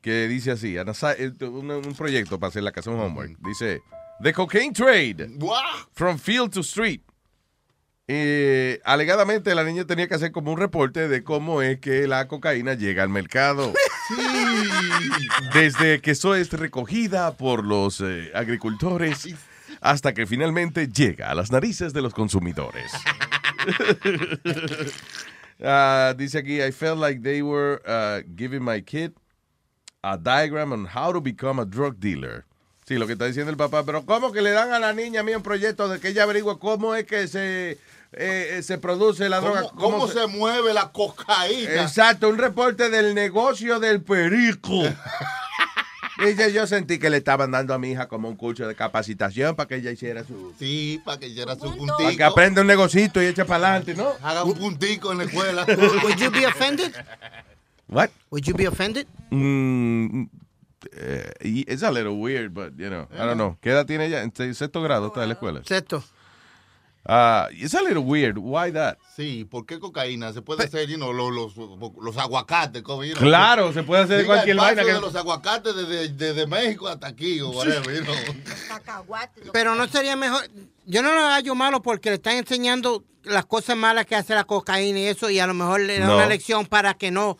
que dice así, a nasa- eh, un, un proyecto para hacer la casa, un homework. Dice, The Cocaine Trade, From Field to Street. Eh, alegadamente la niña tenía que hacer como un reporte de cómo es que la cocaína llega al mercado. Desde que eso es recogida por los eh, agricultores hasta que finalmente llega a las narices de los consumidores. Ah, dice aquí, I felt like they were uh, giving my kid a diagram on how to become a drug dealer. Sí, lo que está diciendo el papá, pero ¿cómo que le dan a la niña mía un proyecto de que ella averigua cómo es que se, eh, eh, se produce la droga? ¿Cómo, cómo se mueve la cocaína? Exacto, un reporte del negocio del perico. Dice, yo sentí que le estaban dando a mi hija como un curso de capacitación para que ella hiciera su... Sí, para que hiciera su Para que puntico. aprenda un negocito y eche para adelante, ¿no? Haga un puntico en la escuela. Would you be offended? What? Would you be offended? Mm, eh, y- it's a little weird, but you know, I don't know. ¿Qué edad tiene ella? En se- sexto grado está en la escuela. Sexto. Ah, it's a little weird. Why that? Sí, ¿por qué cocaína? Se puede hacer, you know, lo- los, los aguacates. como, you know. Claro, se puede hacer de Diga, cualquier el paso vaina que- de los aguacates desde desde México hasta aquí, o whatever, you know. Pero no sería mejor. Yo no lo hallo malo porque le están enseñando las cosas malas que hace la cocaína y eso, y a lo mejor le dan No. una lección para que no.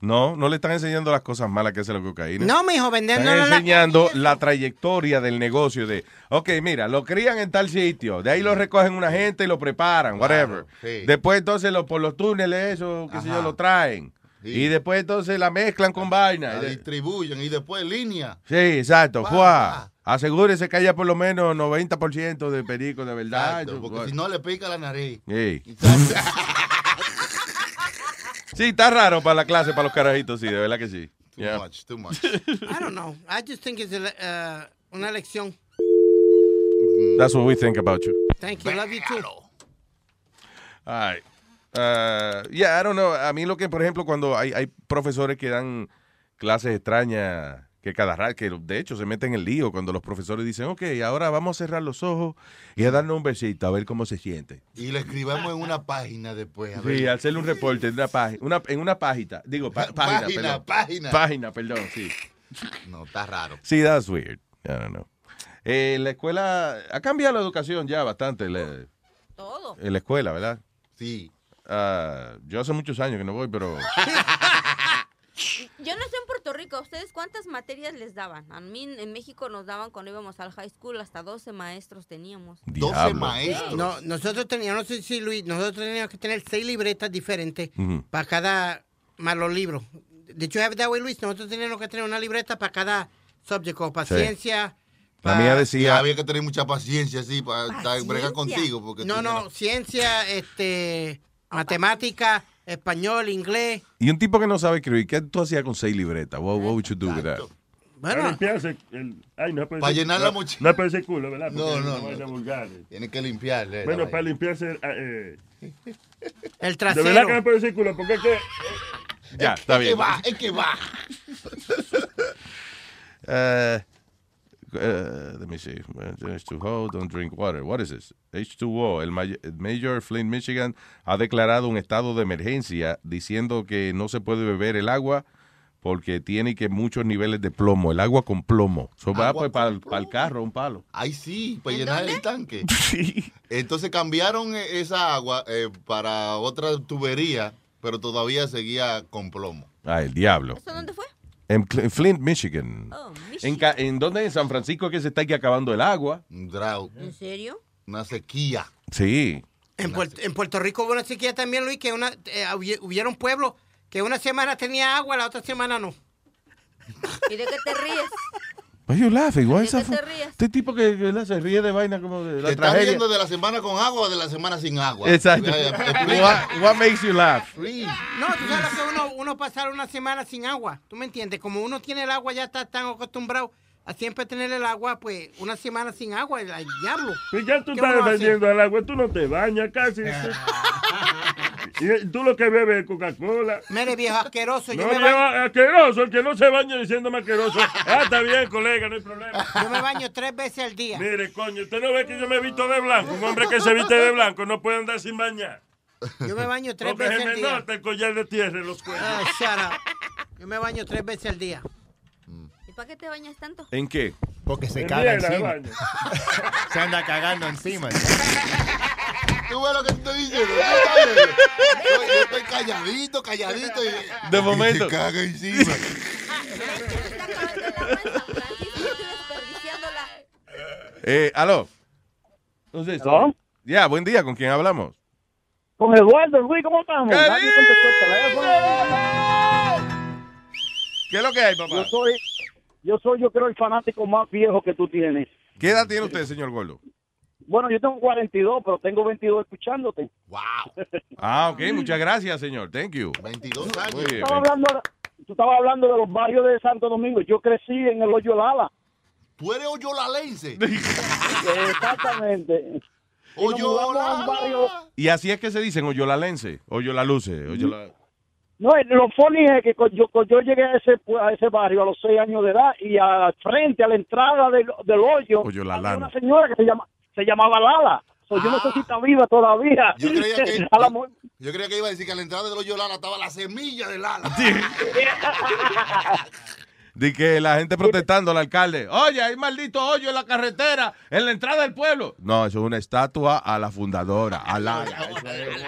No, no le están enseñando las cosas malas que hace la cocaína. No, mijo, Están vendiéndole la. enseñando la trayectoria del negocio de, ok, mira, lo crían en tal sitio, de ahí lo recogen una gente y lo preparan, whatever. sí. Después entonces lo, por los túneles, eso, qué sé yo, lo traen. Y después entonces la mezclan Ah, con vaina. La Y de- distribuyen y después línea. Sí, exacto. Juá, asegúrese que haya por lo menos 90% de perico de verdad. Exacto, Yo- porque si no le pica la nariz. Sí. Sí, está raro para la clase, para los carajitos, sí, de verdad que sí. Yeah. I don't know. I just think it's a le- uh, una lección. That's what we think about you. Thank you. Love you too. All right. Uh, yeah, I don't know. A mí lo que, por ejemplo, cuando hay, hay profesores que dan clases extrañas, que cada rato, que de hecho se meten en lío cuando los profesores dicen, ok, ahora vamos a cerrar los ojos y a darnos un besito, a ver cómo se siente. Y lo escribamos en una página después. a ver. Sí, hacerle un reporte en una página, una, en una página, digo, pa- página, Página, perdón. página. Página, perdón, sí. No, está raro. Sí, that's weird. I don't know. Eh, la escuela, ha cambiado la educación ya bastante. la- Todo. En la escuela, ¿verdad? Ah, Sí. yo hace muchos años que no voy, pero... Yo no sé en Puerto Rico, ¿a ¿ustedes cuántas materias les daban? A mí en en México nos daban cuando íbamos al high school, hasta 12 maestros teníamos. No, nosotros teníamos, no sé si Luis, nosotros teníamos que tener seis libretas diferentes Ujú. para cada malo libro. Did you have it that way, Luis? Nosotros teníamos que tener una libreta para cada subject, o Sí. paciencia. La mía decía... Ah, había que tener mucha paciencia, sí, para estar- bregar contigo. Porque no, tú- no, ciencia, este, matemática, español, inglés. Y un tipo que no sabe escribir, ¿qué tú hacías con seis libretas? What, what would you do with that? Bueno. limpiarse el, ay, no Para llenar la mochila. No es para ese culo, ¿verdad? No, Porque no, es una no. vaina vulgar. Tienes que limpiarle. la Bueno, vaina. para limpiarse eh, el De verdad que no es para ese culo, porque es que... Ya, está Es que bien. va, es que va. Uh, uh, let me see. H2O, don't drink water. What is this? H2O, el may- el mayor Flint, Michigan, ha declarado un estado de emergencia diciendo que no se puede beber el agua porque tiene que muchos niveles de plomo, el agua con plomo. Eso va Agua pues, para el carro, un palo. Ahí sí, para llenar el tanque. Entonces cambiaron eh, esa agua eh, para otra tubería, pero todavía seguía con plomo. Ah, el diablo. ¿Eso dónde fue? Oh. En Cl- en Flint, Michigan. En, ca- ¿En dónde? En San Francisco que se está aquí acabando el agua. Un drought, ¿En serio? una sequía. Sí. En, Puerto, en Puerto Rico hubo una sequía también, Luis, que una, eh, hubie- hubieron pueblos que una semana tenía agua, la otra semana no. ¿Y de qué te ríes? Why you laughing? Why is ¿De that qué te fu- ríes? Este tipo que, que la- se ríe de vaina como de la ¿Te estás tragedia. riendo de la semana con agua o de la semana sin agua? Exacto. Ya, ya, explica. What, what makes you laugh? No, tú sabes lo que uno, uno pasar una semana sin agua, ¿tú me entiendes? Como uno tiene el agua, ya está tan acostumbrado a siempre tener el agua, pues una semana sin agua, el diablo. Pues ya tú ¿Qué estás uno hace? defendiendo al agua, tú no te bañas casi. y tú lo que bebes es Coca-Cola. Mire, viejo asqueroso, yo No, me, viejo baño, asqueroso, el que no se baña diciéndome asqueroso. Ah, está bien, colega, no hay problema. yo me baño tres veces al día. Mire, coño, usted no ve que yo me he visto de blanco. Un hombre que se viste de blanco no puede andar sin bañar. Yo me baño tres Porque veces se me al día. nota el collar de tierra en los cuernos. Ah, shut up. Yo me baño tres veces al día. ¿Y para qué te bañas tanto? ¿En qué? Porque se En caga mierda, encima. baño. se anda cagando encima. Tú ves lo que te estoy diciendo. tú sabes. Yo, yo estoy calladito, calladito. y- De momento. Se caga encima. Eh, aló. Entonces, ¿Aló? Ya, buen día, ¿con quién hablamos? Con Eduardo, Luis, ¿cómo estamos? Nadie contestó el teléfono. ¿Qué es lo que hay, papá? Yo soy, yo soy, yo creo, el fanático más viejo que tú tienes. ¿Qué edad tiene usted, señor Gordo? Bueno, yo tengo 42, pero tengo 22 escuchándote. ¡Wow! Ah, ok, muchas gracias, señor. Thank you. 22 tú, estabas hablando, tú estabas hablando de los barrios de Santo Domingo. Yo crecí en el Hoyo Lala. Tú eres hoyolalense. Exactamente. Y nos mudamos a un barrio- Mm. Y así es que se dicen, oyo la lense, oyo la luce, oyo la... No, eh, lo funny es que cu- yo, cu- yo llegué a ese, pu- a ese barrio a los seis años de edad y al frente, a la entrada del, del hoyo, Oye, la había lana. una señora que se, llama, se llamaba Lala. So, Yo no sé si está viva todavía. Ah. Yo creía que- A la mu- Yo creía que iba a decir que a la entrada de los Yolala estaba la semilla de Lala. De que la gente protestando al alcalde. Oh. Oye, hay maldito hoyo en la carretera, en la entrada del pueblo. No, eso es una estatua a la fundadora, a Lala. Eso es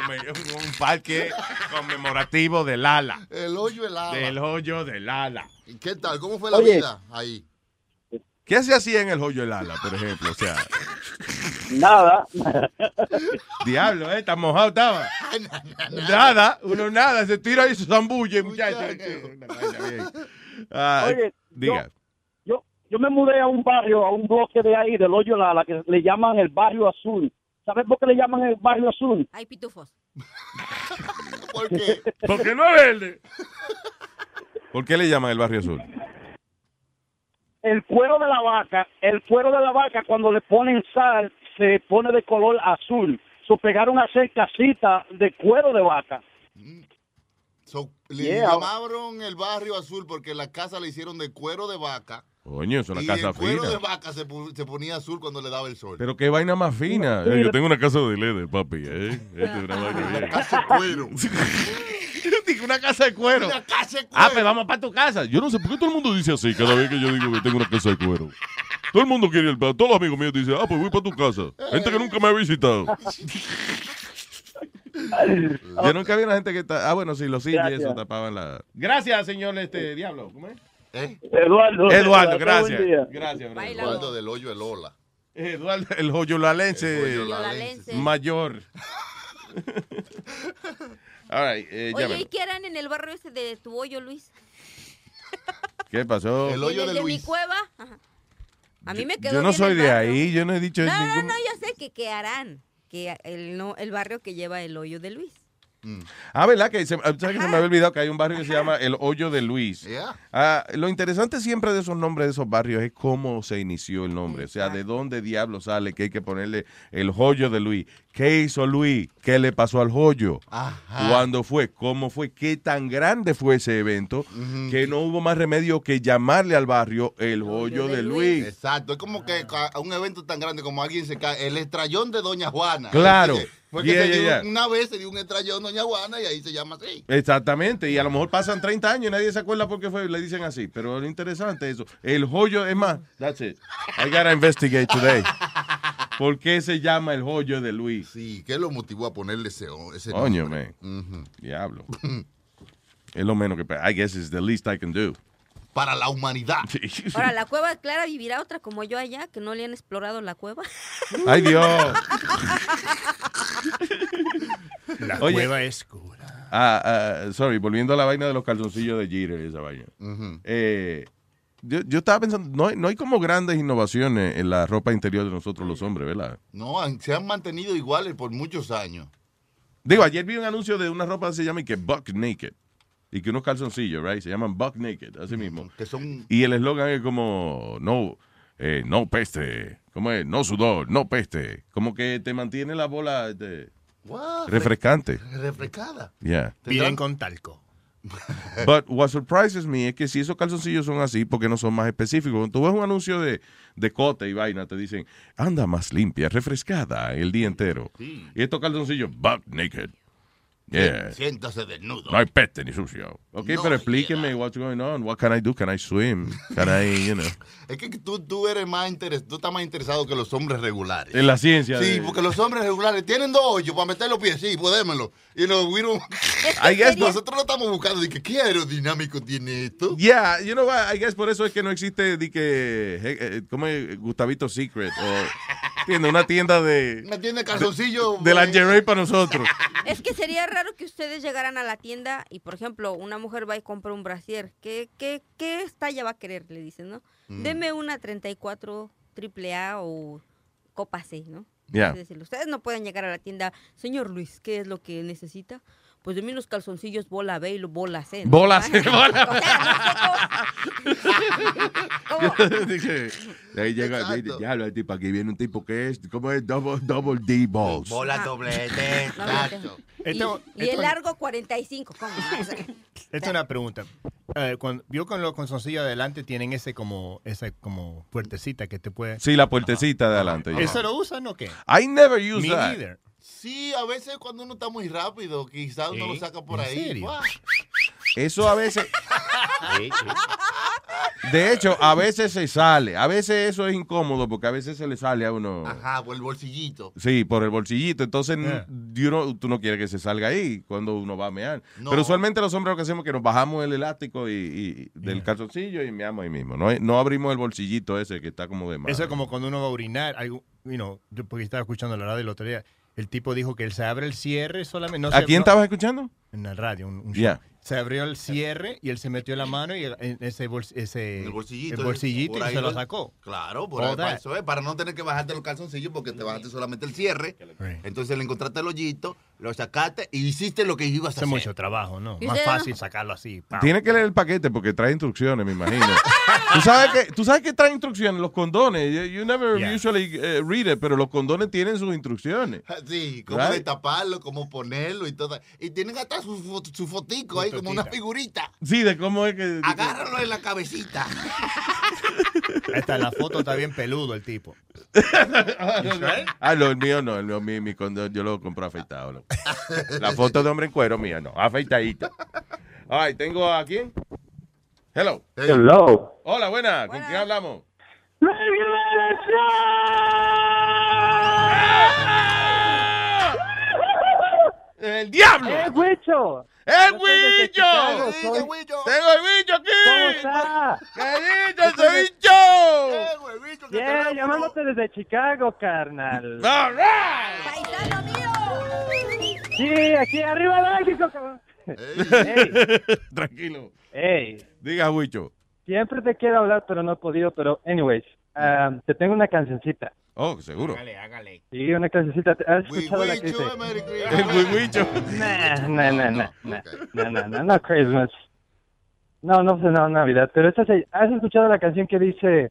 un, un parque conmemorativo de Lala. El hoyo helado. Del hoyo de Lala. ¿Y ¿Qué tal? ¿Cómo fue la Oye. vida ahí? ¿Qué se hacía en el hoyo de Lala, por ejemplo? O sea, Nada. diablo, ¿eh? Tan mojado estaba. Nada, uno nada, se tira y se zambulle, muchacho. Ah, Oye, diga. yo, yo me mudé a un barrio, a un bloque de ahí, del hoyo Lala, que le llaman el barrio azul. ¿Sabes por qué le llaman el barrio azul? Hay pitufos. ¿Por qué? Porque no es verde. ¿Por qué le llaman el barrio azul? El cuero de la vaca, el cuero de la vaca cuando le ponen sal se pone de color azul. So, pegaron a hacer casita de cuero de vaca. Mm. So, le Yeah. llamaron el barrio azul porque la casa le hicieron de cuero de vaca. Coño, es una y casa el cuero fina. de vaca se, pu- se ponía azul cuando le daba el sol. Pero qué vaina más fina. Eh, yo tengo una casa de LED, papi. ¿eh? Esta es una vaina bien. Casa de cuero. Dije, una casa de cuero. Una casa de Ah, pues vamos para tu casa. Yo no sé por qué todo el mundo dice así cada vez que yo digo que tengo una casa de cuero. Todo el mundo quiere ir, todos los amigos míos dicen, ah, pues voy para tu casa. Gente que nunca me ha visitado. Yo nunca vi una gente que está. Ah, bueno, sí, los sillas Gracias. eso tapaban la. Gracias, señor este diablo. ¿Cómo es? ¿Eh? Eduardo. Eduardo, gracias. Gracias, brother. Eduardo del hoyo el Ola. Eh, Eduardo, el hoyolalense El hoyolalense. mayor. All right, eh, Oye, llámeme. ¿y qué harán en el barrio ese de tu hoyo, Luis? ¿Qué pasó? ¿En el de mi cueva? Ajá. A mí me quedó Yo no bien soy el de barrio. ahí, yo no he dicho No, no, ningún- no, yo sé que qué harán. Que el, no, el barrio que lleva el hoyo de Luis. Mm. Ah, ¿verdad? Que se, ah, ¿sabes que se me había olvidado que hay un barrio que se llama El Hoyo de Luis. Yeah. Ah, lo interesante siempre de esos nombres de esos barrios es cómo se inició el nombre. O sea, de dónde diablo sale que hay que ponerle el hoyo de Luis. ¿Qué hizo Luis? ¿Qué le pasó al hoyo? ¿Cuándo fue? ¿Cómo fue? ¿Qué tan grande fue ese evento? Que no hubo más remedio que llamarle al barrio El Hoyo de Luis. Exacto, es como que ca- a un evento tan grande como alguien se cae, el estrellón de Doña Juana. Claro. Porque Yeah, se yeah, dio- yeah. una vez se dio un estrellón Doña Juana y ahí se llama así. Exactamente, y a lo mejor pasan 30 años y nadie se acuerda por qué fue, le dicen así, pero lo interesante es eso. El hoyo, es más, that's it. I gotta investigate today. ¿Por qué se llama el hoyo de Luis? Sí, ¿qué lo motivó a ponerle ese, o- ese Coño, nombre? man. Diablo. es lo menos que. I guess it's the least I can do. Para la humanidad. Ahora, la cueva de Clara vivirá otra como yo allá, que no le han explorado la cueva. Ay, Dios. La Oye. cueva es cool. Ah, ah, sorry, volviendo a la vaina de los calzoncillos de Jeter y esa vaina. Eh, yo, yo estaba pensando, no hay, no hay como grandes innovaciones en la ropa interior de nosotros los hombres, ¿verdad? No, han- se han mantenido iguales por muchos años. Digo, ayer vi un anuncio de una ropa que se llama y que Buck Naked. Y que unos calzoncillos, right? Se llaman Buck Naked, así Mm, mismo. Que son. Y el eslogan es como, no, eh, no peste. ¿Cómo es? No sudor, no peste. Como que te mantiene la bola este, What? refrescante. Refrescada. Yeah. Bien con talco. But what surprises me es que si esos calzoncillos son así, porque no son más específicos? Cuando tú ves un anuncio de, de cote y vaina, te dicen, anda más limpia, refrescada el día entero. Y estos calzoncillos, buck naked. Yeah. Siéntase desnudo. No hay peste ni sucio. Ok, No pero explíqueme what's going on. What can I do? Can I swim? Can I, you know? Es que tú, tú eres más interes, tú estás más interesado que los hombres regulares. En la ciencia. Sí, de- porque los hombres regulares tienen dos hoyos para meter los pies, sí, pues démelo. Y los we don't- I guess- nosotros lo estamos buscando. Dije, ¿qué aerodinámico tiene esto? Yeah, you know what? I guess por eso es que no existe di que eh, eh, ¿cómo es? Gustavito Secret o ¿entiendes? una tienda de Una tienda de calzoncillos. de lingerie para nosotros. Es que sería raro que ustedes llegaran a la tienda y, por ejemplo, una mujer va y compra un brasier. ¿Qué, qué, qué talla va a querer? Le dicen, ¿no? Mm. Deme una 34 triple A o copa C, ¿no? Yeah. Así decirlo. Ustedes no pueden llegar a la tienda, señor Luis, ¿qué es lo que necesita? Pues de mí los calzoncillos bola B y los bola C. ¿no? Bola C, bola O sea, Dice, de ahí llega, dice, diablo, el tipo, aquí viene un tipo que es, ¿cómo es? Double, double D balls. Bola Ah. doble D, exacto. Esto- y, y el esto- largo 45. ¿cómo? O sea, Esta es una pregunta. Eh, cuando, yo con los calzoncillos adelante tienen ese como, esa como puertecita que te puede. Sí, la puertecita de adelante. ya. ¿Eso lo usan o qué? I never use Me that. neither. Sí, a veces cuando uno está muy rápido, quizás uno lo saca por ahí. ¡Guau! Eso a veces. De hecho, a veces se sale. A veces eso es incómodo porque a veces se le sale a uno. Ajá, por el bolsillito. Sí, por el bolsillito. Entonces, Yeah. you know, tú no quieres que se salga ahí cuando uno va a mear. No. Pero usualmente los hombres lo que hacemos es que nos bajamos el elástico y, y- del calzoncillo y meamos ahí mismo. No, no abrimos el bolsillito ese que está como de más. Eso es como cuando uno va a orinar. algo- you know, yo porque estaba escuchando la radio el otro día. El tipo dijo que él se abre el cierre solamente. no ¿A se- quién no- estabas escuchando? En la radio. un- un Yeah. show. Se abrió el cierre y él se metió la mano y en ese, bols- ese el bolsillito, bolsillito por y ahí se lo lo- sacó. Claro, por All ahí, para that. eso es, para no tener que bajarte los calzoncillos porque te bajaste solamente el cierre. Entonces le encontraste el hoyito, lo sacaste y hiciste lo que ibas a hacer. Es mucho trabajo, ¿no? ¿Y Más usted no? fácil sacarlo así. pa. Tiene que leer el paquete porque trae instrucciones, me imagino. ¿Tú, sabes que, tú sabes que trae instrucciones, los condones. You, you never usually eh, read it, pero los condones tienen sus instrucciones. Sí, cómo Right. destaparlo, cómo ponerlo y todo. Y tienen hasta su, fo- su fotico ahí, como una figurita. Sí, de cómo es que. Agárralo en la cabecita. Hasta la foto está bien peludo el tipo. Ah, no, el mío no, el mío, mi, mi condón, yo lo compro afeitado. loco. La foto de hombre en cuero mía, no, afeitadita. Ay, tengo a quién? Hello. Hello. Hola, buena, ¿con quién hablamos? ¡El diablo! ¡El huicho! ¡El huicho! Soy- ¡Tengo el huicho aquí! ¿Cómo está? ¡Qué dicho, ese Eh, bicho! Bien, llamándote desde Chicago, carnal. All Sí, aquí arriba de México, cabrón. Tranquilo. Ey. Diga, Huicho. Siempre te quiero hablar, pero no he podido. Pero, anyways, um, te tengo una cancioncita. Oh, seguro. Sí, una cancioncita. ¿Has escuchado la que dice? El huihuicho. Nah, nah, nah, nah, nah, nah, nah, nah, no Christmas. No, no, pues, no, Navidad. Pero esta se- ¿has escuchado la canción que dice?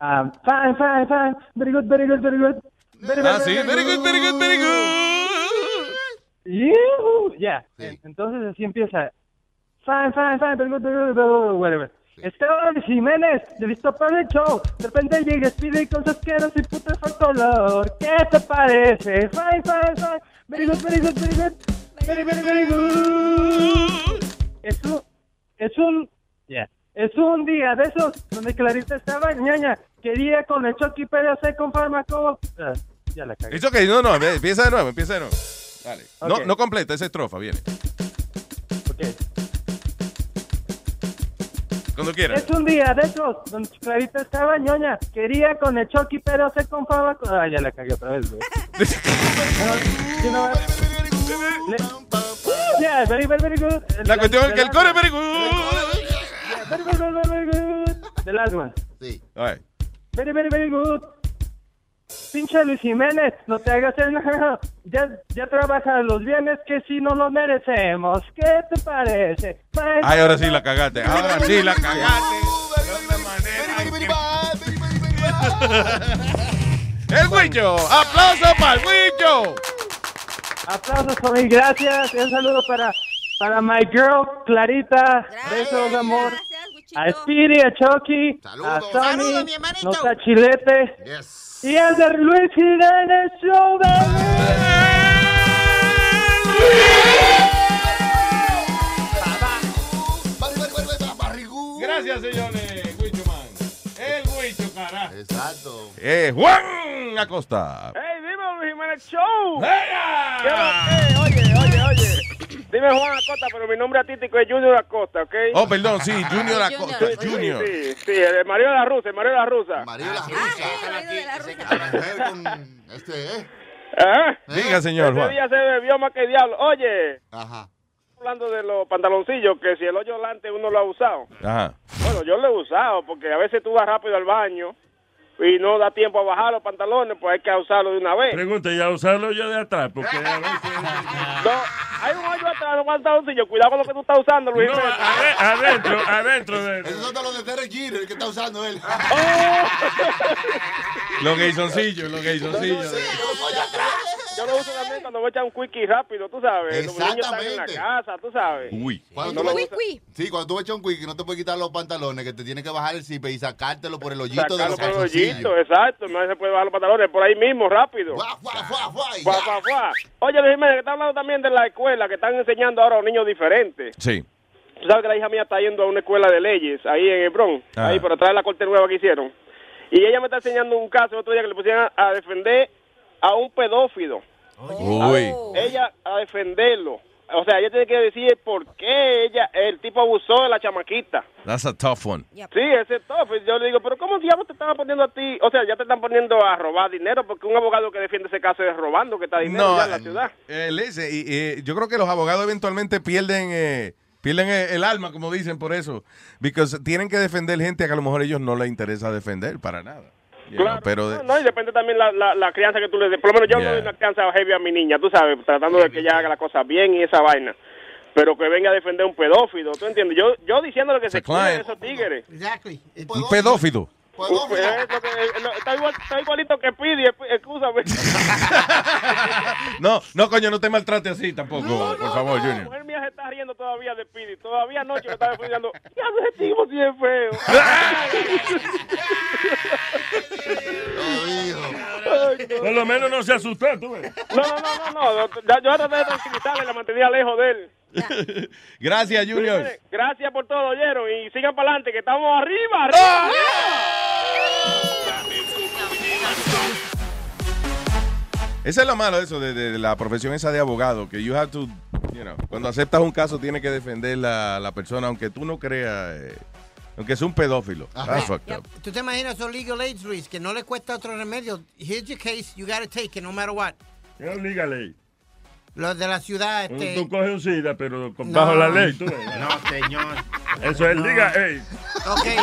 um, fine, fine, fine. Very good, very good, very good. Very, Ah, sí, very good, very good, very good. Ya. Entonces así empieza. Fine, fine, fine, very good, very good, very good, whatever. Esteban Jiménez, de Visto para el show. De repente llega Speedy con sus asqueros y putas por color. ¿Qué te parece? Fine, fine, fine. Very good, very good, very good. Very, very, very good. Es un, es un, ya. es un día de esos donde Clarita estaba ñaña. Quería con el Chucky Pérez hacer con fármaco. Ah, ya la cagué. It's okay, no, no, ve, empieza de nuevo, empieza de nuevo. Dale. No, Ok. no completa esa estrofa, viene. Cuando quieras. Es un día de esos, donde Clarita estaba ñoña. Quería con el Chucky, pero se confaba con... Ah, ya la cagué otra vez, güey. No, sí, no, le- Yeah, very, very, very good. La cuestión es que el coro es very Yeah, very, very, very, very good. The last one. All right. Very, very, very good. Pinche Luis Jiménez, no te hagas el... Ya, ya trabaja los bienes que si no los merecemos. ¿Qué te parece? Bye. Ay, ahora sí la cagaste. Ahora sí la cagaste. El huicho. Aplauso para el huicho. Aplausos por mí, gracias. Y Un saludo para, para my girl, Clarita. Besos, amor. A Speedy, a Chucky, a Sammy, Saludos, nos a Chilete. Y el de Luis Jiménez Show, Gracias, señores. Huicho man. El huicho, carajo. Exacto. Eh, Juan Acosta. ¡Ey, dime, Luis Jiménez Show! ¡Venga! ¿Qué va? Oye, oye, oye. Dime Juan Acosta, pero mi nombre artístico es Junior Acosta, ¿ok? Oh, perdón, sí, Junior Acosta. Sí, Junior. Sí, sí, el Mario de la Rusa, el Mario de la Rusa. Mario de la Diga, señor ¿Eh? Ese Juan. día se bebió más que diablo. Oye, Ajá. hablando de los pantaloncillos, que si el hoyo delante uno lo ha usado. Ajá. Bueno, yo lo he usado porque a veces tú vas rápido al baño y no da tiempo a bajar los pantalones, pues hay que usarlo de una vez. Pregunta, ¿y a usarlo yo de atrás? Porque a veces- No, hay un hoyo atrás, no falta un sillo. Cuidado con lo que tú estás usando, Luis. No, ade- adentro, adentro de... Eso está lo de Terry Jeter, que está usando él. Oh. Los gaysoncillos, los gaysoncillos. Yo lo uso también cuando voy a echar un quickie rápido, tú sabes. Los niños están en la Exactamente. casa, tú sabes. Cuando No tú lo vas- usa- Sí, cuando tú echas un quick, no te puedes quitar los pantalones, que te tienes que bajar el zipe y sacártelo por el hoyito de Sacarlo los por el calzoncillos. hoyito, exacto. No se puede bajar los pantalones por ahí mismo, rápido. Fua, fua, fua. Oye, Luis Jiménez, que está hablando también de la escuela, que están enseñando ahora a los niños diferentes. Sí. Tú sabes que la hija mía está yendo a una escuela de leyes ahí en el Bronx, Ah. ahí por atrás de la corte nueva que hicieron. Y ella me está enseñando un caso el otro día que le pusieron a, a defender a un pedófilo. Uy. Ella a defenderlo. O sea, ella tiene que decir por qué ella, el tipo abusó de la chamaquita. That's a tough one. Sí, ese es todo. Pues Yo le digo, pero ¿cómo diablos te están poniendo a ti? O sea, ya te están poniendo a robar dinero, porque un abogado que defiende ese caso es robando, que está dinero No, ya en la eh, ciudad. Eh, Liz, y, eh, yo creo que los abogados eventualmente pierden eh, pierden el, el alma, como dicen, por eso. Because tienen que defender gente que a lo mejor ellos no les interesa defender para nada. You know, Claro. pero de- No, no, y depende también la, la, la crianza que tú le des. Por lo menos yo Yeah. no doy una crianza heavy a mi niña, tú sabes, tratando de que ella haga la cosa bien y esa vaina. Pero que venga a defender un pedófilo, ¿tú entiendes? Yo, yo diciéndole que se client. cuiden de esos tigres. Pues, Exactly. un pedófilo. está, igual, está igualito que Pidi, esp- excúsame. No, no, coño, no te maltrates así tampoco, por favor, La Junior. mujer mía se está riendo todavía de Pidi. Todavía anoche me estaba defendiendo. Ya no ese tipo sí es feo. Por lo menos no se asustó, tú ves. No, no, no, no, no. Ya- Yo traté de tranquilizarle, la mantenía lejos de él. Gracias, Junior. Señores, Gracias por todo, oyeron. Y sigan para adelante, que estamos arriba, ¡Ah! arriba. Eso es lo malo eso de, de- de la profesión esa de abogado, que you have to, you know, cuando aceptas un caso tienes que defender la, la persona, aunque tú no creas, eh, aunque es un pedófilo. That's fucked up. ¿Tú te imaginas esos legal aids, Luis, que no le cuesta otro remedio? Here's your case, you gotta take it no matter what. ¿Qué es legal aid? Los de la ciudad, Tú, este... tú coges un SIDA, pero con- No. bajo la ley, tú ves. No, señor. Eso es No. liga aid. Ok, eh,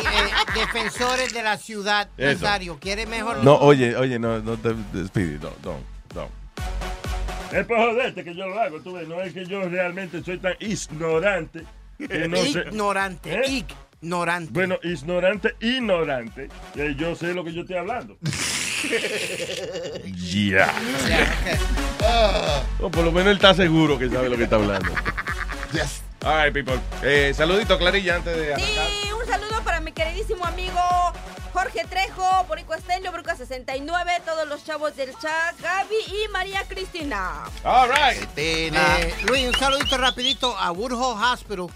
defensores de la ciudad, Eso. Nazario, ¿quiere mejor? No, oye, oye, no, no te despides, no, no, no. Es por joderte que yo lo hago, tú ves. No es que yo realmente soy tan ignorante que no sé. ¿Eh? Ignorante, ignorante. Bueno, ignorante, ignorante, que yo sé lo que yo estoy hablando. Yeah. No, por lo menos él está seguro que sabe lo que está hablando. Yes. All right, people. Eh, saludito, Clarilla, antes de arrancar. Y un saludo para mi queridísimo amigo Jorge Trejo, Boricua Estelio, Bruca 69, todos los chavos del chat, Gaby y María Cristina. All right. Eh, Luis, un saludito rapidito a Woodhall Hospital,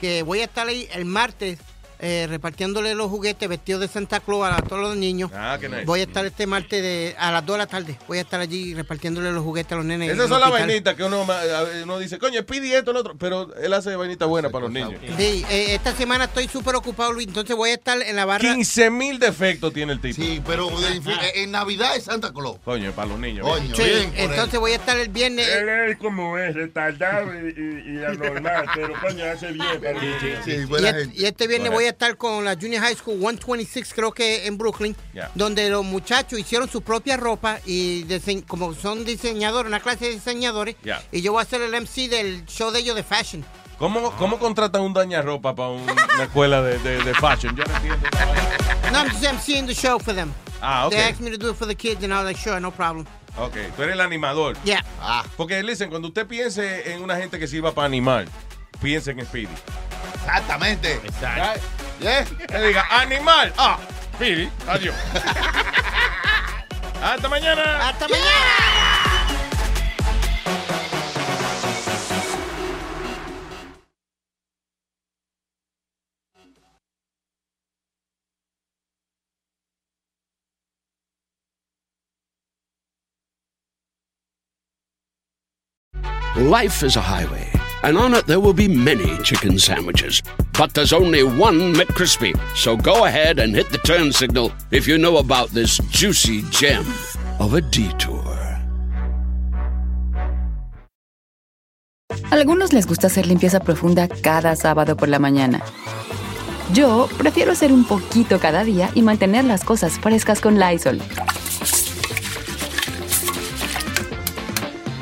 que voy a estar ahí el martes eh, repartiéndole los juguetes vestidos de Santa Claus a todos los niños. Ah, qué nice. Voy a estar este martes de- a las 2 de la tarde. Voy a estar allí repartiéndole los juguetes a los nenes. Esas en son el las hospital. vainitas que uno, ma- a ver, uno dice, coño, pidi esto, lo otro, pero él hace vainita buena para los niños. Sí, eh, esta semana estoy súper ocupado, Luis. Entonces voy a estar en la barra. 15 mil defectos tiene el tipo. Sí, pero de infi- eh, en Navidad es Santa Claus. Coño, para los niños. Coño, Sí, entonces voy a estar el viernes. Él es como es, retardado y, y, y anormal, pero coño, hace bien para los niños. y, et- y este viernes voy a estar con la Junior High School 126, creo que en Brooklyn, Ya. donde los muchachos hicieron su propia ropa y dise- como son diseñadores, una clase de diseñadores, Ya. y yo voy a ser el MC del show de ellos de fashion. ¿Cómo, ¿Cómo contratan un dañarropa para un- una escuela de, de, de fashion? Yo no entiendo. No, I'm just MCing the show for them. Ah, ok. They asked me to do it for the kids and I was like, sure, no problem. Ok, tú eres el animador. Yeah. Ah. Porque, listen, cuando usted piense en una gente que sirva para animar, piense en Speedy. Exactamente. Right? Eh, Que diga, animal. Ah, Speedy, adiós. Hasta mañana. Hasta mañana. Life is a highway, and on it there will be many chicken sandwiches. But there's only one McCrispy. So go ahead and hit the turn signal if you know about this juicy gem of a detour. Algunos les gusta hacer limpieza profunda cada sábado por la mañana. Yo prefiero hacer un poquito cada día y mantener las cosas frescas con Lysol.